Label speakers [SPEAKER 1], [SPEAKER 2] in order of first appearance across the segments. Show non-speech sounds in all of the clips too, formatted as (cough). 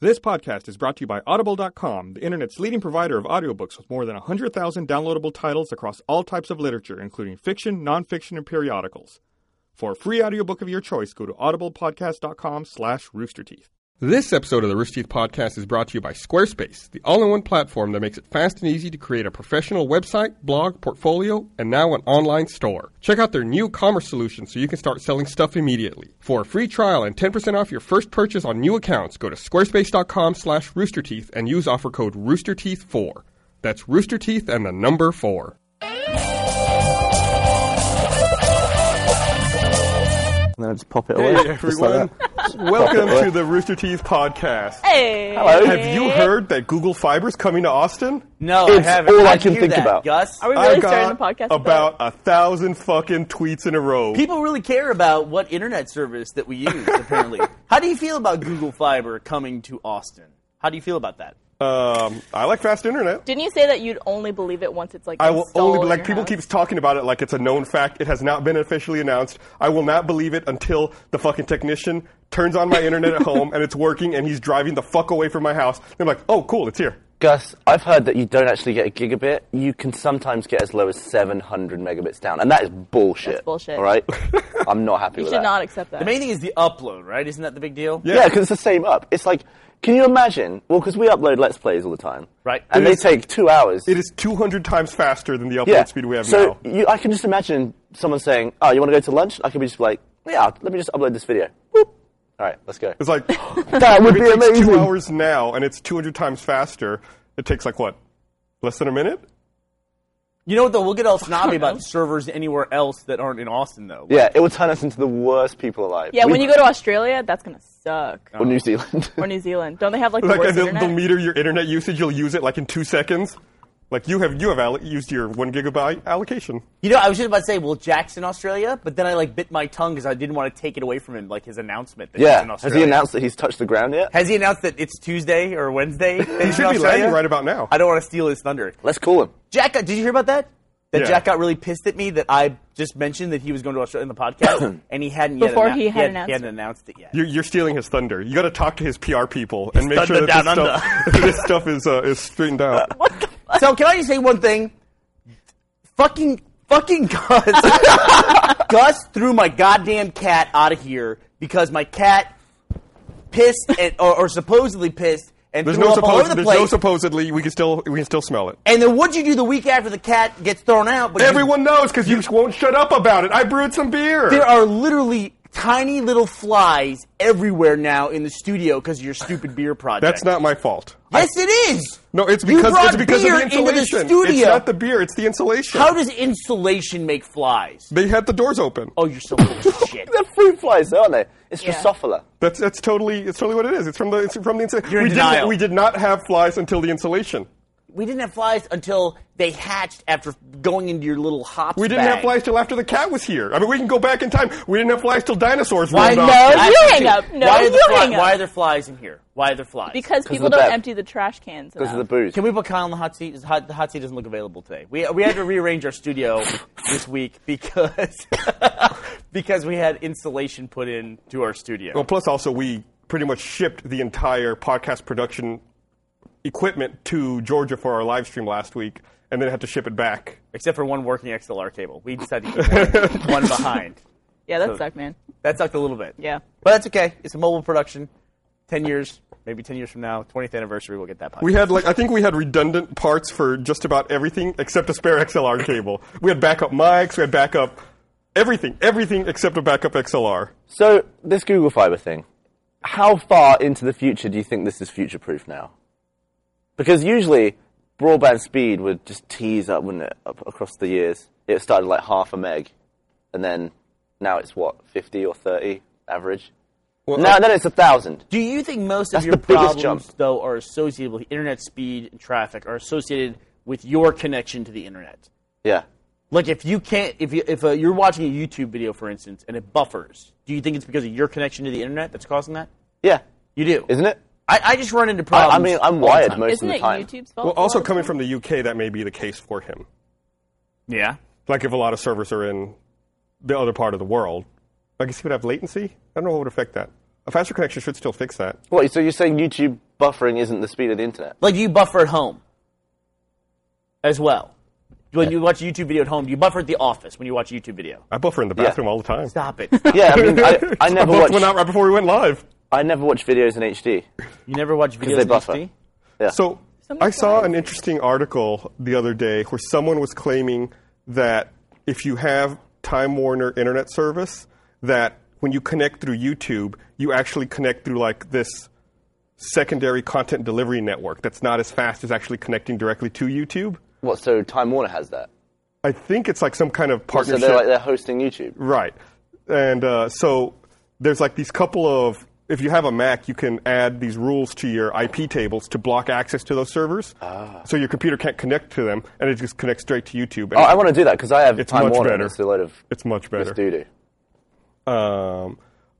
[SPEAKER 1] This podcast is brought to you by Audible.com, the internet's leading provider of audiobooks with more than 100,000 downloadable titles across all types of literature, including fiction, nonfiction, and periodicals. For a free audiobook of your choice, go to audiblepodcast.com slash roosterteeth.
[SPEAKER 2] This episode of the Rooster Teeth Podcast is brought to you by Squarespace, the all in one platform that makes it fast and easy to create a professional website, blog, portfolio, and now an online store. Check out their new commerce solution so you can start selling stuff immediately. For a free trial and 10% off your first purchase on new accounts, go to squarespace.com slash roosterteeth and use offer code roosterteeth4. That's roosterteeth and the number 4.
[SPEAKER 3] and then I just pop it away.
[SPEAKER 2] Hey,
[SPEAKER 3] just like
[SPEAKER 2] everyone.
[SPEAKER 3] that.
[SPEAKER 2] Welcome to the Rooster Teeth Podcast.
[SPEAKER 4] Hey.
[SPEAKER 2] Have you heard that Google Fiber's coming to Austin?
[SPEAKER 5] No,
[SPEAKER 3] It's
[SPEAKER 5] I haven't.
[SPEAKER 3] all I
[SPEAKER 5] How'd you
[SPEAKER 3] can
[SPEAKER 5] hear
[SPEAKER 3] think
[SPEAKER 5] that,
[SPEAKER 3] about.
[SPEAKER 5] Gus.
[SPEAKER 4] Are we
[SPEAKER 2] I
[SPEAKER 4] really starting
[SPEAKER 2] got
[SPEAKER 4] the podcast? with
[SPEAKER 2] about a thousand fucking tweets in a row.
[SPEAKER 5] People really care about what internet service that we
[SPEAKER 2] (laughs)
[SPEAKER 5] use. Apparently, how do you feel about Google Fiber coming to Austin? How do you feel about that?
[SPEAKER 2] Um, I like fast
[SPEAKER 4] that?
[SPEAKER 2] internet.
[SPEAKER 4] Didn't you say that you'd only believe it once it's like
[SPEAKER 2] I will only like people
[SPEAKER 4] keep.
[SPEAKER 2] keeps talking about it like it's a known fact. It has not been officially announced. I will not believe it until the fucking technician turns on my internet at home and it's working and he's driving the fuck away from my house. And I'm like, oh cool, it's here.
[SPEAKER 3] Gus, I've heard that you don't actually get a gigabit. You can sometimes get as low as 700 megabits down, and that is bullshit.
[SPEAKER 4] That's bullshit.
[SPEAKER 2] (laughs)
[SPEAKER 3] All right, I'm not happy
[SPEAKER 4] You
[SPEAKER 3] with
[SPEAKER 4] should
[SPEAKER 3] that.
[SPEAKER 4] not accept that.
[SPEAKER 5] The main thing is the upload, right? Isn't that the big deal?
[SPEAKER 3] yeah, because it's the same up. It's like, can you imagine? Well, because we upload Let's Plays all the time,
[SPEAKER 5] Right.
[SPEAKER 3] And
[SPEAKER 5] It
[SPEAKER 3] they
[SPEAKER 5] is-
[SPEAKER 3] take two hours.
[SPEAKER 2] It is 200 times faster than the upload
[SPEAKER 3] yeah.
[SPEAKER 2] speed we have
[SPEAKER 3] so
[SPEAKER 2] now.
[SPEAKER 3] you, I can just imagine someone saying, "Oh, you want to go to lunch?" I could be just like, "Yeah, let me just upload this video." Whoop. All right, let's go.
[SPEAKER 2] It's like
[SPEAKER 3] That
[SPEAKER 2] if
[SPEAKER 3] would be
[SPEAKER 2] it takes
[SPEAKER 3] amazing.
[SPEAKER 2] two hours now and it's 200 times faster. It takes like what, less than a minute?
[SPEAKER 5] You know what though?
[SPEAKER 2] (laughs)
[SPEAKER 5] We'll get all snobby about servers anywhere else that aren't in Austin though.
[SPEAKER 3] Yeah, it will turn us into the worst people alive.
[SPEAKER 4] yeah,
[SPEAKER 3] We-
[SPEAKER 4] when you go to Australia, that's gonna suck.
[SPEAKER 3] or New Zealand.
[SPEAKER 4] Or New Zealand. Don't they have like the
[SPEAKER 2] Like
[SPEAKER 4] worst
[SPEAKER 2] and they'll,
[SPEAKER 4] internet?
[SPEAKER 2] they'll meter your internet usage. You'll use it like in two seconds. Like you have you have allo- used your one gigabyte allocation.
[SPEAKER 5] You know, I was just about to say, well, Jack's in Australia, but then I like bit my tongue because I didn't want to take it away from him, like his announcement. That he's in
[SPEAKER 3] yeah, has
[SPEAKER 5] Australia.
[SPEAKER 3] he announced that he's touched the ground yet?
[SPEAKER 5] Has he announced that it's Tuesday
[SPEAKER 2] (laughs)
[SPEAKER 5] or Wednesday?
[SPEAKER 2] You should be landing right about now.
[SPEAKER 5] I don't want to steal his thunder.
[SPEAKER 3] Let's call him.
[SPEAKER 5] Jack, got- did you hear about that? That
[SPEAKER 2] Yeah.
[SPEAKER 5] Jack got really pissed at me that I just mentioned that he was going to Australia in the
[SPEAKER 2] (coughs)
[SPEAKER 5] podcast, and he hadn't yet
[SPEAKER 4] Before
[SPEAKER 5] annou-
[SPEAKER 4] he had
[SPEAKER 5] hadn't-
[SPEAKER 4] announced
[SPEAKER 5] he hadn't
[SPEAKER 4] it.
[SPEAKER 5] announced it yet.
[SPEAKER 2] You're, you're stealing his thunder. You got to talk to his PR people and make sure (laughs)
[SPEAKER 5] thunder
[SPEAKER 2] that this
[SPEAKER 5] down
[SPEAKER 2] stuff, this stuff is uh, is straightened out.
[SPEAKER 5] so can I just say one thing? Fucking, fucking Gus, (laughs) Gus threw my goddamn cat out of here because my cat pissed at, or, or supposedly pissed and
[SPEAKER 2] There's
[SPEAKER 5] threw
[SPEAKER 2] no
[SPEAKER 5] up all over
[SPEAKER 2] supposed,
[SPEAKER 5] the
[SPEAKER 2] There's
[SPEAKER 5] place.
[SPEAKER 2] no supposedly. We can still we can still smell it.
[SPEAKER 5] and then what'd you do the week after the cat gets thrown out? But you-
[SPEAKER 2] Everyone knows because you just won't shut up about it. I brewed some beer.
[SPEAKER 5] There are literally tiny little flies everywhere now in the studio because of your stupid beer project.
[SPEAKER 2] That's not my fault.
[SPEAKER 5] Yes, it is.
[SPEAKER 2] No, it's
[SPEAKER 5] You
[SPEAKER 2] because
[SPEAKER 5] brought
[SPEAKER 2] it's because of
[SPEAKER 5] beer
[SPEAKER 2] the insulation.
[SPEAKER 5] Into the studio.
[SPEAKER 2] It's not the beer. It's the insulation.
[SPEAKER 5] How does insulation make flies?
[SPEAKER 2] they had the doors open.
[SPEAKER 5] Oh, you're so full
[SPEAKER 2] (laughs)
[SPEAKER 5] of shit.
[SPEAKER 3] They're fruit flies, aren't they? It's
[SPEAKER 4] Yeah.
[SPEAKER 3] Drosophila.
[SPEAKER 2] That's that's totally it's totally what it is. It's from the it's from the insulation.
[SPEAKER 5] You're in
[SPEAKER 2] we didn't
[SPEAKER 5] denial.
[SPEAKER 2] we did not have flies until the insulation.
[SPEAKER 5] We didn't have flies until they hatched after going into your little hops.
[SPEAKER 2] We didn't
[SPEAKER 5] bag.
[SPEAKER 2] have flies till after the cat was here. I mean, we can go back in time. We didn't have flies till dinosaurs
[SPEAKER 5] Why
[SPEAKER 2] rolled
[SPEAKER 5] no?
[SPEAKER 2] off.
[SPEAKER 4] No, you hang
[SPEAKER 5] Why
[SPEAKER 4] up. No,
[SPEAKER 5] are the
[SPEAKER 4] you
[SPEAKER 5] fli-
[SPEAKER 4] hang up.
[SPEAKER 5] Why are there flies in here? Why are there flies?
[SPEAKER 4] because
[SPEAKER 3] of
[SPEAKER 4] people
[SPEAKER 3] the
[SPEAKER 4] don't
[SPEAKER 3] bed.
[SPEAKER 4] empty the trash cans.
[SPEAKER 3] Because of the
[SPEAKER 4] enough.
[SPEAKER 3] booze.
[SPEAKER 5] Can we put Kyle on the hot seat? His hot- The hot seat doesn't look available today. We, we had to rearrange our studio this week because (laughs) because we had insulation put in to our studio.
[SPEAKER 2] Well, plus also we pretty much shipped the entire podcast production equipment to Georgia for our live stream last week, and then had to ship it back.
[SPEAKER 5] Except for one working XLR cable. We decided to keep (laughs) one, one behind.
[SPEAKER 4] yeah, that sucked, man.
[SPEAKER 5] That sucked a little bit.
[SPEAKER 4] Yeah.
[SPEAKER 5] But that's okay. It's a mobile production. 10 years, maybe 10 years from now, 20th anniversary, we'll get that podcast.
[SPEAKER 2] We had like I think we had redundant parts for just about everything except a spare XLR cable. We had backup mics. We had backup everything, everything except a backup XLR.
[SPEAKER 3] So, this Google Fiber thing, how far into the future do you think this is future proof now? Because usually, broadband speed would just tease up, wouldn't it, up across the years? It started like half a meg, and then now it's what, 50 or 30 average? now, then it's a thousand.
[SPEAKER 5] Do you think most
[SPEAKER 3] That's
[SPEAKER 5] of your
[SPEAKER 3] the biggest
[SPEAKER 5] problems,
[SPEAKER 3] jump.
[SPEAKER 5] though, are associated with internet speed and traffic, are associated with your connection to the internet?
[SPEAKER 3] Yeah.
[SPEAKER 5] Like, if you can't, if, you, if uh, you're watching a YouTube video, for instance, and it buffers, do you think it's because of your connection to the internet that's causing that?
[SPEAKER 3] Yeah.
[SPEAKER 5] You do.
[SPEAKER 3] Isn't it?
[SPEAKER 5] I, I just run into
[SPEAKER 3] I,
[SPEAKER 5] problems.
[SPEAKER 3] I mean, I'm
[SPEAKER 5] all the
[SPEAKER 3] wired
[SPEAKER 5] Um, time.
[SPEAKER 3] most
[SPEAKER 4] Isn't
[SPEAKER 3] of
[SPEAKER 4] it
[SPEAKER 3] the time.
[SPEAKER 4] YouTube's fault?
[SPEAKER 2] Well, also
[SPEAKER 4] Well,
[SPEAKER 2] coming from the UK, that may be the case for him.
[SPEAKER 5] Yeah.
[SPEAKER 2] Like if a lot of servers are in the other part of the world, I guess he would have latency. I don't know what would affect that. A faster connection should still fix that.
[SPEAKER 3] What, so you're saying YouTube buffering isn't the speed of the internet.
[SPEAKER 5] Like, do you buffer at home as well? When you watch a YouTube video at home, do you buffer at the office when you watch a YouTube video?
[SPEAKER 2] I buffer in the bathroom all the time.
[SPEAKER 5] Stop it.
[SPEAKER 3] Yeah,
[SPEAKER 2] (laughs)
[SPEAKER 3] I mean, I, I never
[SPEAKER 2] Both went
[SPEAKER 3] watch.
[SPEAKER 2] out right before we went live.
[SPEAKER 3] I never watch videos in HD.
[SPEAKER 5] (laughs) You never watch videos
[SPEAKER 3] they
[SPEAKER 5] in
[SPEAKER 3] buffer.
[SPEAKER 5] HD?
[SPEAKER 2] So I
[SPEAKER 4] Somebody's
[SPEAKER 2] saw
[SPEAKER 4] lying.
[SPEAKER 2] an interesting article the other day where someone was claiming that if you have Time Warner internet service, that when you connect through YouTube, you actually connect through like this secondary content delivery network that's not as fast as actually connecting directly to YouTube.
[SPEAKER 3] What? So Time Warner has that.
[SPEAKER 2] I think it's like some kind of
[SPEAKER 3] So
[SPEAKER 2] partnership.
[SPEAKER 3] they're like they're hosting YouTube.
[SPEAKER 2] Right. And uh, so there's like these couple of if you have a Mac, you can add these rules to your IP tables to block access to those servers. So your computer can't connect to them, and it just connects straight to YouTube. And
[SPEAKER 3] Oh, I want to do that because I have
[SPEAKER 2] It's
[SPEAKER 3] Time
[SPEAKER 2] much
[SPEAKER 3] Warner.
[SPEAKER 2] better.
[SPEAKER 3] And it's a load of
[SPEAKER 2] it's much better.
[SPEAKER 3] doo doo.
[SPEAKER 2] Um,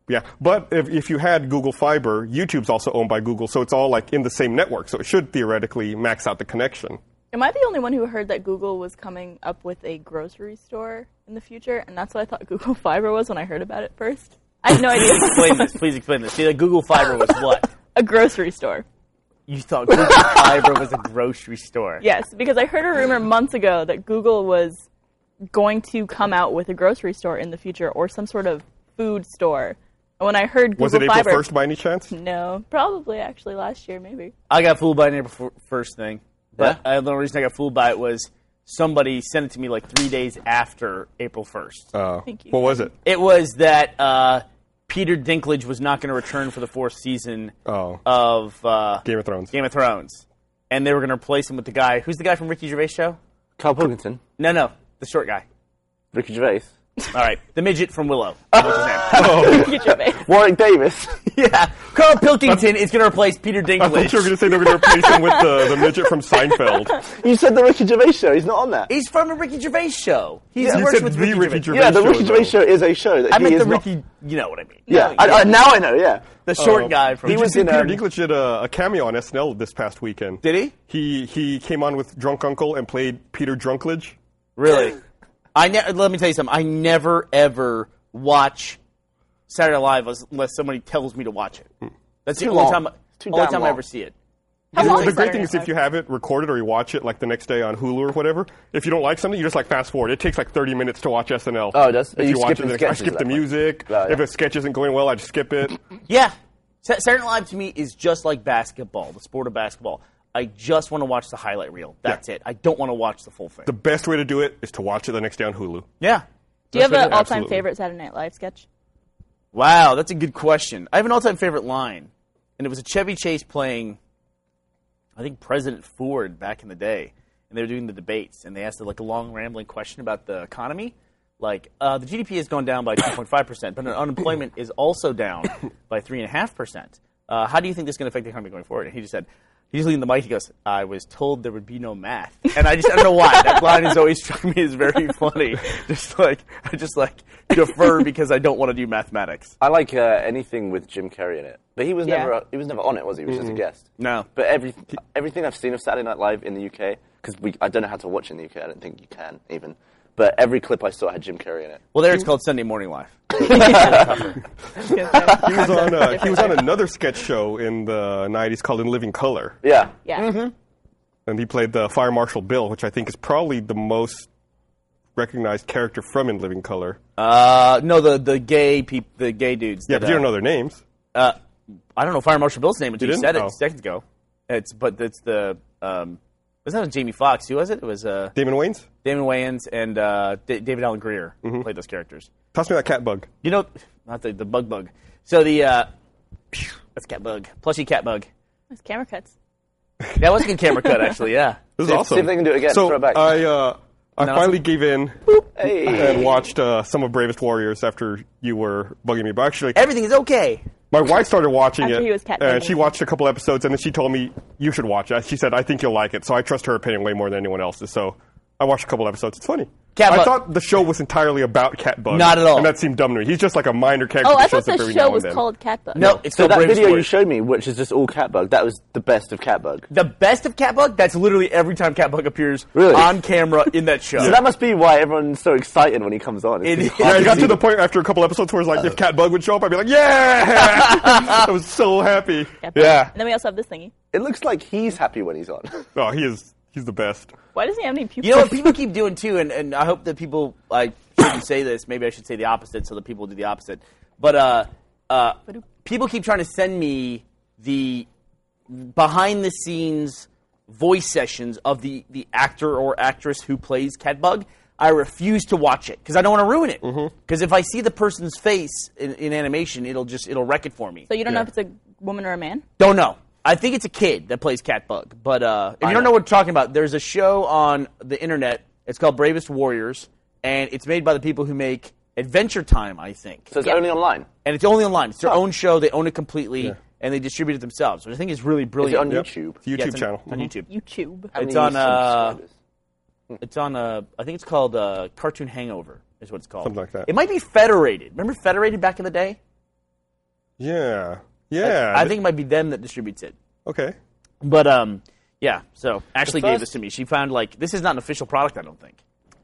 [SPEAKER 2] yeah, but if, if you had Google Fiber, YouTube's also owned by Google, so it's all like in the same network. So it should theoretically max out the connection.
[SPEAKER 4] Am I the only one who heard that Google was coming up with a grocery store in the future? And that's what I thought Google (laughs) Fiber was when I heard about it first.
[SPEAKER 3] (laughs)
[SPEAKER 4] I had no idea.
[SPEAKER 5] Explain this. Please explain this. See, the Google Fiber was what?
[SPEAKER 4] a grocery store.
[SPEAKER 5] You
[SPEAKER 3] (laughs)
[SPEAKER 5] thought Google Fiber was a grocery store.
[SPEAKER 4] Yes, because I heard a rumor months ago that Google was going to come out with a grocery store in the future or some sort of food store. And when I heard Google
[SPEAKER 2] Was it
[SPEAKER 4] Fiber,
[SPEAKER 2] April first by any
[SPEAKER 4] (laughs)
[SPEAKER 2] chance?
[SPEAKER 4] no, probably actually last year, maybe. (laughs)
[SPEAKER 5] I got fooled by an April fir- first thing, but
[SPEAKER 3] Yeah?
[SPEAKER 5] I, the only reason I got fooled by it was somebody sent it to me like three days after April first.
[SPEAKER 2] Uh,
[SPEAKER 4] Thank you.
[SPEAKER 2] What was it?
[SPEAKER 5] it was that uh, Peter Dinklage was not going to return for the fourth season
[SPEAKER 2] Oh,
[SPEAKER 5] of uh,
[SPEAKER 2] Game of Thrones. (laughs)
[SPEAKER 5] Game of Thrones, and they were going to replace him with the guy who's the guy from Ricky Gervais show.
[SPEAKER 3] Carl Pilkington,
[SPEAKER 5] No, no, the
[SPEAKER 2] (laughs)
[SPEAKER 5] short guy.
[SPEAKER 3] Ricky Gervais,
[SPEAKER 5] All right, the midget from Willow. What's his name?
[SPEAKER 4] Get your face.
[SPEAKER 3] Warwick Davis. (laughs)
[SPEAKER 5] yeah, Carl Pilkington is going to replace Peter
[SPEAKER 2] I thought
[SPEAKER 5] Dinklage.
[SPEAKER 2] you were going to say they were going to replace him with the, the midget from Seinfeld.
[SPEAKER 3] you said the Ricky Gervais show. He's not on that.
[SPEAKER 5] He's from the Ricky Gervais show. He's
[SPEAKER 2] You
[SPEAKER 5] works
[SPEAKER 2] said
[SPEAKER 5] with
[SPEAKER 2] the
[SPEAKER 5] Ricky
[SPEAKER 2] Ricky
[SPEAKER 5] Gervais.
[SPEAKER 2] Gervais.
[SPEAKER 3] yeah, the
[SPEAKER 2] show,
[SPEAKER 3] Ricky
[SPEAKER 2] though.
[SPEAKER 3] Gervais show is a show that
[SPEAKER 5] I
[SPEAKER 3] he
[SPEAKER 5] meant
[SPEAKER 3] is
[SPEAKER 5] the
[SPEAKER 3] not.
[SPEAKER 5] Ricky. You know what I mean?
[SPEAKER 3] yeah, I, I, now I know. Yeah,
[SPEAKER 5] the short
[SPEAKER 2] Um,
[SPEAKER 5] guy from.
[SPEAKER 2] He was
[SPEAKER 3] in,
[SPEAKER 2] Peter
[SPEAKER 3] um,
[SPEAKER 2] Dinklage did a, a cameo on SNL this past weekend.
[SPEAKER 5] Did he?
[SPEAKER 2] He he came on with Drunk Uncle and played Peter Drunklage.
[SPEAKER 5] Really? I ne- let me tell you something. I never ever watch Saturday Night Live unless somebody tells me to watch it. That's
[SPEAKER 3] Hmm.
[SPEAKER 5] the
[SPEAKER 3] Too
[SPEAKER 5] only
[SPEAKER 3] long.
[SPEAKER 5] time.
[SPEAKER 3] Too
[SPEAKER 5] only
[SPEAKER 3] damn
[SPEAKER 5] time I
[SPEAKER 3] long.
[SPEAKER 5] ever see it.
[SPEAKER 4] How
[SPEAKER 2] (laughs)
[SPEAKER 4] long
[SPEAKER 2] the
[SPEAKER 4] is
[SPEAKER 2] great
[SPEAKER 4] Saturday
[SPEAKER 2] thing is
[SPEAKER 4] Night
[SPEAKER 2] if you
[SPEAKER 4] Live?
[SPEAKER 2] have it recorded or you watch it like the next day on Hulu or whatever. If you don't like something, you just like fast forward. It takes like thirty minutes to watch SNL.
[SPEAKER 3] Oh, it does?
[SPEAKER 2] If
[SPEAKER 3] You
[SPEAKER 2] you, watch it,
[SPEAKER 3] skipping
[SPEAKER 2] the next- I
[SPEAKER 3] sketches
[SPEAKER 2] skip
[SPEAKER 3] at
[SPEAKER 2] the
[SPEAKER 3] that point.
[SPEAKER 2] music.
[SPEAKER 3] Oh, yeah.
[SPEAKER 2] If a sketch isn't going well, I just skip it.
[SPEAKER 5] Yeah, Sa- Saturday Night Live to me is just like basketball, the sport of basketball. I just want to watch the highlight reel. That's it. I don't want to watch the full thing.
[SPEAKER 2] the best way to do it is to watch it the next day on Hulu.
[SPEAKER 5] yeah.
[SPEAKER 4] Do you
[SPEAKER 2] That's
[SPEAKER 4] have an
[SPEAKER 2] right,
[SPEAKER 4] all-time
[SPEAKER 2] absolutely.
[SPEAKER 4] favorite Saturday Night Live sketch?
[SPEAKER 5] Wow, that's a good question. I have an all-time favorite line, and it was a Chevy Chase playing, I think President Ford back in the day, and they were doing the debates, and they asked like a long rambling question about the economy, like uh, the GDP has gone down by (coughs) 2.5 percent, but unemployment is also down (coughs) by three and a half percent. Uh, How do you think this is going to affect the economy going forward? And he just said. He's leading the mic. He goes, "I was told there would be no math," and I just I don't know why (laughs) that line has always struck me as
[SPEAKER 2] (laughs)
[SPEAKER 5] very funny. Just like I just like defer because I don't want to do mathematics.
[SPEAKER 3] I like uh, anything with Jim Carrey in it, but he was
[SPEAKER 4] Yeah.
[SPEAKER 3] never he was never on it, was he? He was just a guest.
[SPEAKER 5] No.
[SPEAKER 3] But every everything I've seen of Saturday Night Live in the UK, because we I don't know how to watch in the UK. I don't think you can even. But every clip I saw had Jim Carrey in it.
[SPEAKER 5] Well, there it's called Sunday Morning Live.
[SPEAKER 2] He
[SPEAKER 3] (laughs)
[SPEAKER 2] was on uh, he was on another sketch show in the '90s called In Living Color.
[SPEAKER 3] Yeah.
[SPEAKER 4] Yeah.
[SPEAKER 2] and he played the Fire Marshal Bill, which I think is probably the most recognized character from In Living Color.
[SPEAKER 5] Uh, no, the the gay peop- the gay dudes.
[SPEAKER 2] yeah,
[SPEAKER 5] that,
[SPEAKER 2] but you don't
[SPEAKER 5] uh,
[SPEAKER 2] know their names.
[SPEAKER 5] Uh, I don't know Fire Marshal Bill's name until
[SPEAKER 2] You
[SPEAKER 5] you,
[SPEAKER 2] didn't?
[SPEAKER 5] said it
[SPEAKER 2] Oh.
[SPEAKER 5] seconds ago. It's but it's the um, was that Jamie Foxx? Who was it? It was uh,
[SPEAKER 2] Damon Wayans,
[SPEAKER 5] Damon Wayans and uh, D- David Allen Greer
[SPEAKER 2] Mm-hmm.
[SPEAKER 5] played those characters.
[SPEAKER 2] toss me that cat bug.
[SPEAKER 5] You know, not the the bug bug. So the uh, (sniffs) that's cat bug, plushy cat bug.
[SPEAKER 4] Those camera cuts.
[SPEAKER 5] That was a good camera cut actually. Yeah.
[SPEAKER 2] This is
[SPEAKER 3] See if-
[SPEAKER 2] awesome.
[SPEAKER 3] see if they can do it again.
[SPEAKER 2] So
[SPEAKER 3] Throw it back.
[SPEAKER 2] I uh, I
[SPEAKER 5] No.
[SPEAKER 2] finally gave in
[SPEAKER 4] (laughs)
[SPEAKER 3] Hey.
[SPEAKER 4] Um,
[SPEAKER 2] and watched uh, some of Bravest Warriors after you were bugging me. But actually,
[SPEAKER 5] Everything is okay.
[SPEAKER 2] my wife started watching
[SPEAKER 4] After
[SPEAKER 2] it,
[SPEAKER 4] he was cat
[SPEAKER 2] and
[SPEAKER 4] bugging.
[SPEAKER 2] she watched a couple episodes, and then she told me you should watch it. She said I think you'll like it, so I trust her opinion way more than anyone else's. So I watched a couple episodes. It's funny.
[SPEAKER 5] Cat
[SPEAKER 2] I
[SPEAKER 5] bug.
[SPEAKER 2] thought the show was entirely about cat bugs.
[SPEAKER 5] Not at all.
[SPEAKER 2] And that seemed dumb to me. He's just like a minor character.
[SPEAKER 4] Oh, I
[SPEAKER 2] that
[SPEAKER 4] thought
[SPEAKER 2] shows up
[SPEAKER 4] the
[SPEAKER 2] every now
[SPEAKER 4] show
[SPEAKER 2] and
[SPEAKER 4] was
[SPEAKER 2] then.
[SPEAKER 4] called Catbug.
[SPEAKER 5] no, it's
[SPEAKER 3] So
[SPEAKER 5] still
[SPEAKER 3] that
[SPEAKER 5] Brave
[SPEAKER 3] video
[SPEAKER 5] Sport.
[SPEAKER 3] you showed me, which is just all Catbug, that was the best of Catbug.
[SPEAKER 5] the best of Catbug. That's literally every time Catbug appears
[SPEAKER 3] Really?
[SPEAKER 5] on camera in that show.
[SPEAKER 3] So that must be why everyone's so excited when he comes on.
[SPEAKER 5] It
[SPEAKER 3] It's
[SPEAKER 5] is.
[SPEAKER 2] Yeah, I got to
[SPEAKER 3] hard
[SPEAKER 2] the point after a couple episodes where it's like, if Cat Bug would show up, I'd be like,
[SPEAKER 5] (laughs)
[SPEAKER 2] yeah! I was so happy.
[SPEAKER 4] Catbug.
[SPEAKER 2] Yeah.
[SPEAKER 4] And then we also have this thingy.
[SPEAKER 3] It looks like he's happy when he's on. (laughs)
[SPEAKER 2] Oh, he is. He's the best.
[SPEAKER 4] Why doesn't he have any pupils?
[SPEAKER 5] You know what people keep doing too, and, and I hope that people I shouldn't say this. Maybe I should say the opposite so that people do the opposite. But uh, uh, people keep trying to send me the behind the scenes voice sessions of the the actor or actress who plays Catbug. I refuse to watch it because I don't want to ruin it. Because if I see the person's face in, in animation, it'll just it'll wreck it for me.
[SPEAKER 4] so you don't know if it's a woman or a man?
[SPEAKER 5] Don't know. I think it's a kid that plays Catbug. But uh, if you don't know what we're talking about, there's a show on the internet. It's called Bravest Warriors, and it's made by the people who make Adventure Time, I think.
[SPEAKER 3] So it's
[SPEAKER 4] Yeah.
[SPEAKER 3] only online.
[SPEAKER 5] and it's only online. It's their own show. They own it completely, and they distribute it themselves, which I think is really
[SPEAKER 3] Is it
[SPEAKER 5] brilliant.
[SPEAKER 3] on
[SPEAKER 2] Yep.
[SPEAKER 3] YouTube?
[SPEAKER 2] It's a YouTube
[SPEAKER 5] Yeah, it's on-
[SPEAKER 2] channel.
[SPEAKER 5] it's on
[SPEAKER 2] Mhm.
[SPEAKER 5] YouTube.
[SPEAKER 4] YouTube.
[SPEAKER 3] How
[SPEAKER 5] it's
[SPEAKER 3] many
[SPEAKER 5] on, uh,
[SPEAKER 3] subscribers?
[SPEAKER 5] It's on uh, I think it's called uh, Cartoon Hangover, is what it's called.
[SPEAKER 2] Something like that.
[SPEAKER 5] It might be Federated. Remember Federated back in the day?
[SPEAKER 2] Yeah. Yeah.
[SPEAKER 5] I think it might be them that distributes it.
[SPEAKER 2] Okay.
[SPEAKER 5] But um, yeah. So Ashley gave
[SPEAKER 3] first-
[SPEAKER 5] this to me. She found like this is not an official product. I don't think.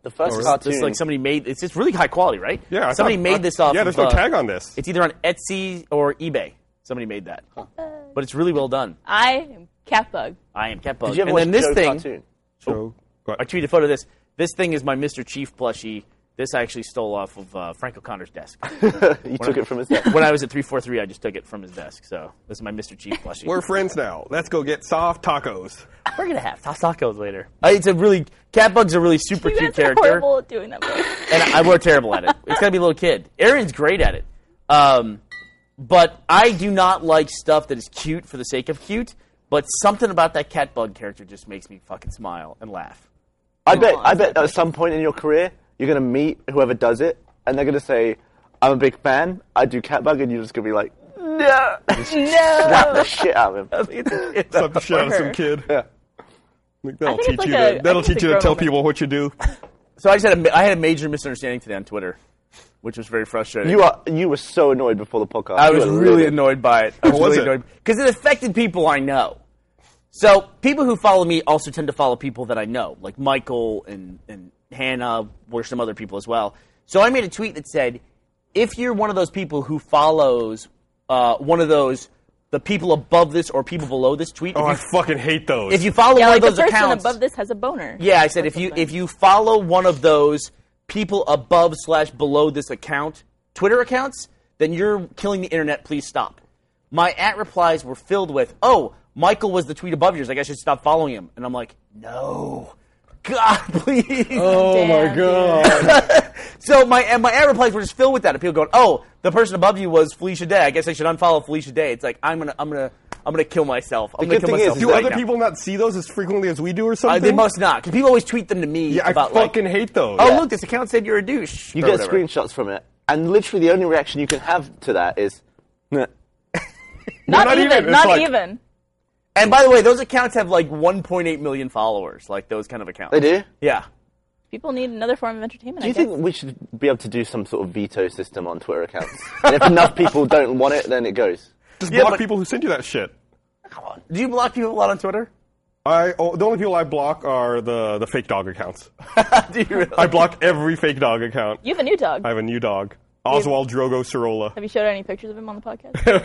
[SPEAKER 3] The first
[SPEAKER 2] really?
[SPEAKER 5] It's
[SPEAKER 3] cartoon.
[SPEAKER 5] Oh, like somebody made. It's just really high quality, right?
[SPEAKER 2] Yeah. I
[SPEAKER 5] Somebody
[SPEAKER 2] thought-
[SPEAKER 5] made
[SPEAKER 2] I-
[SPEAKER 5] this off.
[SPEAKER 2] Yeah,
[SPEAKER 5] of,
[SPEAKER 2] there's no
[SPEAKER 5] uh,
[SPEAKER 2] tag on this.
[SPEAKER 5] It's either on Etsy or eBay. Somebody made that, but it's really well done.
[SPEAKER 4] I am Catbug.
[SPEAKER 5] I am Catbug.
[SPEAKER 3] Did you ever watch
[SPEAKER 5] and then this
[SPEAKER 3] Joe
[SPEAKER 5] thing,
[SPEAKER 3] Cartoon? (laughs)
[SPEAKER 2] So, what?
[SPEAKER 5] I tweeted a photo of this. This thing is my Mr. Chief plushie. This I actually stole off of uh, Frank O'Connor's
[SPEAKER 2] (laughs)
[SPEAKER 5] desk.
[SPEAKER 3] You took it from his
[SPEAKER 5] (laughs)
[SPEAKER 3] desk.
[SPEAKER 5] when I was at 343, I just took it from his desk. So this is my Mr. Chief plushie.
[SPEAKER 2] We're friends now. Let's go get soft tacos.
[SPEAKER 5] We're gonna have tacos later. Uh, it's a really Catbug's a really super
[SPEAKER 4] You
[SPEAKER 5] cute
[SPEAKER 4] guys are
[SPEAKER 5] character.
[SPEAKER 4] horrible at doing that. voice.
[SPEAKER 5] and I, we're terrible at it. It's got to be a little kid. Aaron's great at it, um, but I do not like stuff that is cute for the sake of cute. But something about that cat bug character just makes me fucking smile and laugh. (laughs)
[SPEAKER 3] I bet,
[SPEAKER 4] on,
[SPEAKER 3] I bet at some point in your career, you're going to meet whoever does it, and they're going to say, I'm a big fan, I do Catbug, and you're just going to be like, no! (laughs)
[SPEAKER 4] no.
[SPEAKER 3] the shit out of him.
[SPEAKER 2] Slap the shit out of some
[SPEAKER 4] Her.
[SPEAKER 2] kid. Like, that'll
[SPEAKER 4] I think it's
[SPEAKER 2] teach
[SPEAKER 4] like
[SPEAKER 2] you.
[SPEAKER 4] a-
[SPEAKER 2] to, that'll
[SPEAKER 4] I think
[SPEAKER 2] teach
[SPEAKER 4] it's
[SPEAKER 2] you
[SPEAKER 4] a
[SPEAKER 2] to tell
[SPEAKER 4] grown-up.
[SPEAKER 2] people what you
[SPEAKER 4] (laughs)
[SPEAKER 2] do.
[SPEAKER 5] So I just had a, ma- I had a major misunderstanding today on Twitter, which was very frustrating.
[SPEAKER 3] You, are, you were so annoyed before the podcast.
[SPEAKER 5] I
[SPEAKER 3] You
[SPEAKER 5] was
[SPEAKER 3] were
[SPEAKER 5] really
[SPEAKER 3] livid.
[SPEAKER 5] annoyed by it. I was,
[SPEAKER 2] What was
[SPEAKER 5] really
[SPEAKER 2] it?
[SPEAKER 5] annoyed because it affected people I know. So people who follow me also tend to follow people that I know, like Michael and and Hannah, were some other people as well. So I made a tweet that said, "If you're one of those people who follows uh, one of those the people above this or people below this tweet,
[SPEAKER 2] Oh, I
[SPEAKER 5] if, you,
[SPEAKER 2] fucking hate those.
[SPEAKER 5] if you follow
[SPEAKER 4] Yeah,
[SPEAKER 5] one
[SPEAKER 4] like the
[SPEAKER 5] of those
[SPEAKER 4] person
[SPEAKER 5] accounts
[SPEAKER 4] above this has a boner.
[SPEAKER 5] yeah, I said if you if you follow one of those people above slash below this account Twitter accounts, then you're killing the internet. Please stop. My at replies were filled with, "Oh, Michael was the tweet above yours. Like I should stop following him." And I'm like, "No, God, (laughs) please."
[SPEAKER 2] oh
[SPEAKER 4] Damn,
[SPEAKER 2] my
[SPEAKER 4] dude.
[SPEAKER 2] god.
[SPEAKER 5] So my and my ad replies were just filled with that. And people going, "Oh, the person above you was Felicia Day. I guess I should unfollow Felicia Day." It's like I'm gonna I'm gonna I'm gonna kill myself. I'm
[SPEAKER 3] The
[SPEAKER 5] gonna
[SPEAKER 3] good
[SPEAKER 5] kill
[SPEAKER 3] thing is-
[SPEAKER 5] myself.
[SPEAKER 2] do
[SPEAKER 5] right
[SPEAKER 2] other
[SPEAKER 5] now.
[SPEAKER 2] people not see those as frequently as we do, or something?
[SPEAKER 5] Uh, they must not, because people always tweet them to me.
[SPEAKER 2] Yeah, I
[SPEAKER 5] about, like,
[SPEAKER 2] fucking hate those.
[SPEAKER 5] Oh, look, this account said you're a douche.
[SPEAKER 3] You
[SPEAKER 5] or
[SPEAKER 3] get
[SPEAKER 5] whatever.
[SPEAKER 3] screenshots from it, and literally the only reaction you can have to that is, "Nah."
[SPEAKER 4] Not,
[SPEAKER 2] not
[SPEAKER 4] even.
[SPEAKER 2] even. It's
[SPEAKER 4] Not
[SPEAKER 2] like-
[SPEAKER 4] even.
[SPEAKER 5] And by the way, those accounts have like 1.8 million followers, like those kind of accounts.
[SPEAKER 3] they do?
[SPEAKER 5] Yeah.
[SPEAKER 4] People need another form of entertainment.
[SPEAKER 3] Do
[SPEAKER 4] I
[SPEAKER 3] you
[SPEAKER 4] guess.
[SPEAKER 3] think we should be able to do some sort of veto system on Twitter accounts? (laughs) and if enough people don't want it, then it goes.
[SPEAKER 5] (laughs)
[SPEAKER 2] Just
[SPEAKER 5] Yeah,
[SPEAKER 2] block
[SPEAKER 5] but-
[SPEAKER 2] people who send you that shit.
[SPEAKER 5] Do you block people a lot on Twitter? (laughs)
[SPEAKER 2] I oh, the only people I block are the the fake dog accounts.
[SPEAKER 5] do you really?
[SPEAKER 2] I
[SPEAKER 5] (laughs)
[SPEAKER 2] block every fake dog account.
[SPEAKER 4] You have a new dog.
[SPEAKER 2] I have a new dog, Oswald Drogo Sorolla.
[SPEAKER 5] (laughs)
[SPEAKER 4] Have you showed any pictures of him on the podcast?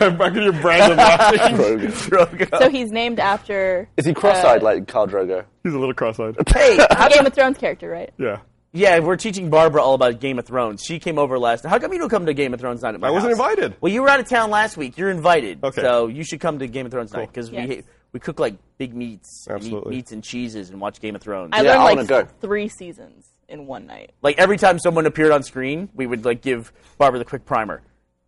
[SPEAKER 2] (laughs) I'm back to your brand of laughing.
[SPEAKER 3] Drogo.
[SPEAKER 4] so he's named after. uh,
[SPEAKER 3] Is he cross-eyed like Carl Drogo?
[SPEAKER 2] He's a little cross-eyed.
[SPEAKER 5] hey, (laughs) how
[SPEAKER 4] Game
[SPEAKER 5] come,
[SPEAKER 4] of Thrones character, right?
[SPEAKER 2] Yeah,
[SPEAKER 5] yeah, we're teaching Barbara all about Game of Thrones. She came over last. How come you don't come to Game of Thrones night at my
[SPEAKER 2] I wasn't
[SPEAKER 5] house?
[SPEAKER 2] invited.
[SPEAKER 5] Well, you were out of town last week. You're invited.
[SPEAKER 2] Okay.
[SPEAKER 5] So you should come to Game of Thrones night because
[SPEAKER 4] Yes.
[SPEAKER 5] we we cook like big meats, and eat
[SPEAKER 2] Absolutely.
[SPEAKER 5] meats and cheeses, and watch Game of Thrones.
[SPEAKER 4] I
[SPEAKER 3] Yeah, I
[SPEAKER 4] learned
[SPEAKER 3] wanna
[SPEAKER 4] like
[SPEAKER 3] go.
[SPEAKER 4] three seasons in one night.
[SPEAKER 5] like every time someone appeared on screen, we would like give Barbara the quick primer.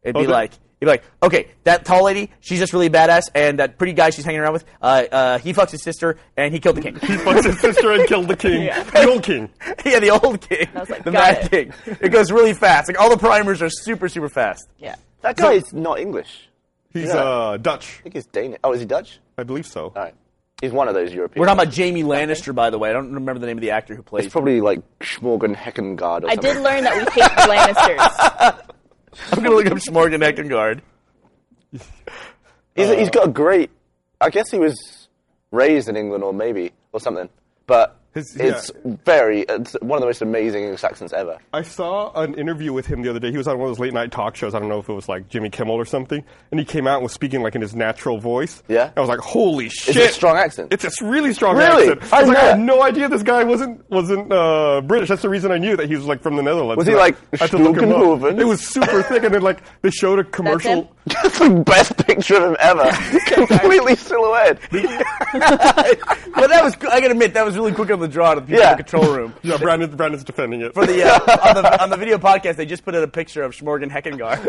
[SPEAKER 5] It'd be
[SPEAKER 2] Okay.
[SPEAKER 5] like, it'd be like, okay, that tall lady, she's just really badass, and that pretty guy she's hanging around with, uh, uh, he fucks his sister, and he killed the king.
[SPEAKER 2] he fucked his sister and killed the king, the old king.
[SPEAKER 5] (laughs) yeah, the old king,
[SPEAKER 4] was like,
[SPEAKER 5] the
[SPEAKER 4] got
[SPEAKER 5] mad king. It goes really fast. Like all the primers are super, super fast.
[SPEAKER 4] Yeah.
[SPEAKER 3] That guy is not English.
[SPEAKER 2] He's
[SPEAKER 3] Yeah.
[SPEAKER 2] uh, Dutch,
[SPEAKER 3] I think he's Danish. Oh, is he Dutch?
[SPEAKER 2] I believe so.
[SPEAKER 3] All right. He's one of those European.
[SPEAKER 5] We're talking about Jamie Lannister, by the way. I don't remember the name of the actor who plays.
[SPEAKER 3] It's probably like Schmorgan Heckengard or
[SPEAKER 4] I
[SPEAKER 3] something.
[SPEAKER 4] did learn that we hate Lannisters.
[SPEAKER 5] I'm gonna look up Schmorgan Eckengard.
[SPEAKER 3] (laughs)
[SPEAKER 5] (laughs)
[SPEAKER 3] He's, he's got a great. I guess he was raised in England or maybe or something, but
[SPEAKER 2] His-
[SPEAKER 3] it's very. It's one of the most amazing English accents ever.
[SPEAKER 2] I saw an interview with him the other day. He was on one of those late night talk shows. I don't know if it was like Jimmy Kimmel or something. And he came out and was speaking like in his natural voice.
[SPEAKER 3] Yeah.
[SPEAKER 2] I was like, holy shit.
[SPEAKER 3] a strong accent? (laughs)
[SPEAKER 2] It's a really strong
[SPEAKER 3] Really?
[SPEAKER 2] accent. I was
[SPEAKER 3] I
[SPEAKER 2] like, I
[SPEAKER 3] know
[SPEAKER 2] had
[SPEAKER 3] that.
[SPEAKER 2] no idea this guy wasn't wasn't uh, British. That's the reason I knew that he was like from the Netherlands.
[SPEAKER 3] Was he,
[SPEAKER 2] And I-
[SPEAKER 3] like,
[SPEAKER 2] I had to look him up.
[SPEAKER 3] Stukenhoven?
[SPEAKER 2] It was super thick. And then like they showed a commercial.
[SPEAKER 4] him?
[SPEAKER 3] That's the best picture of him
[SPEAKER 2] (laughs)
[SPEAKER 3] ever. (laughs) Completely silhouette.
[SPEAKER 5] But that was, I gotta admit, that was really quick on the draw to the people
[SPEAKER 3] Yeah.
[SPEAKER 5] in the control room.
[SPEAKER 2] Yeah, Brandon, Brandon's defending it. (laughs)
[SPEAKER 5] For the, uh, on the on the video podcast, they just put in a picture of Schmorgan Heckengard.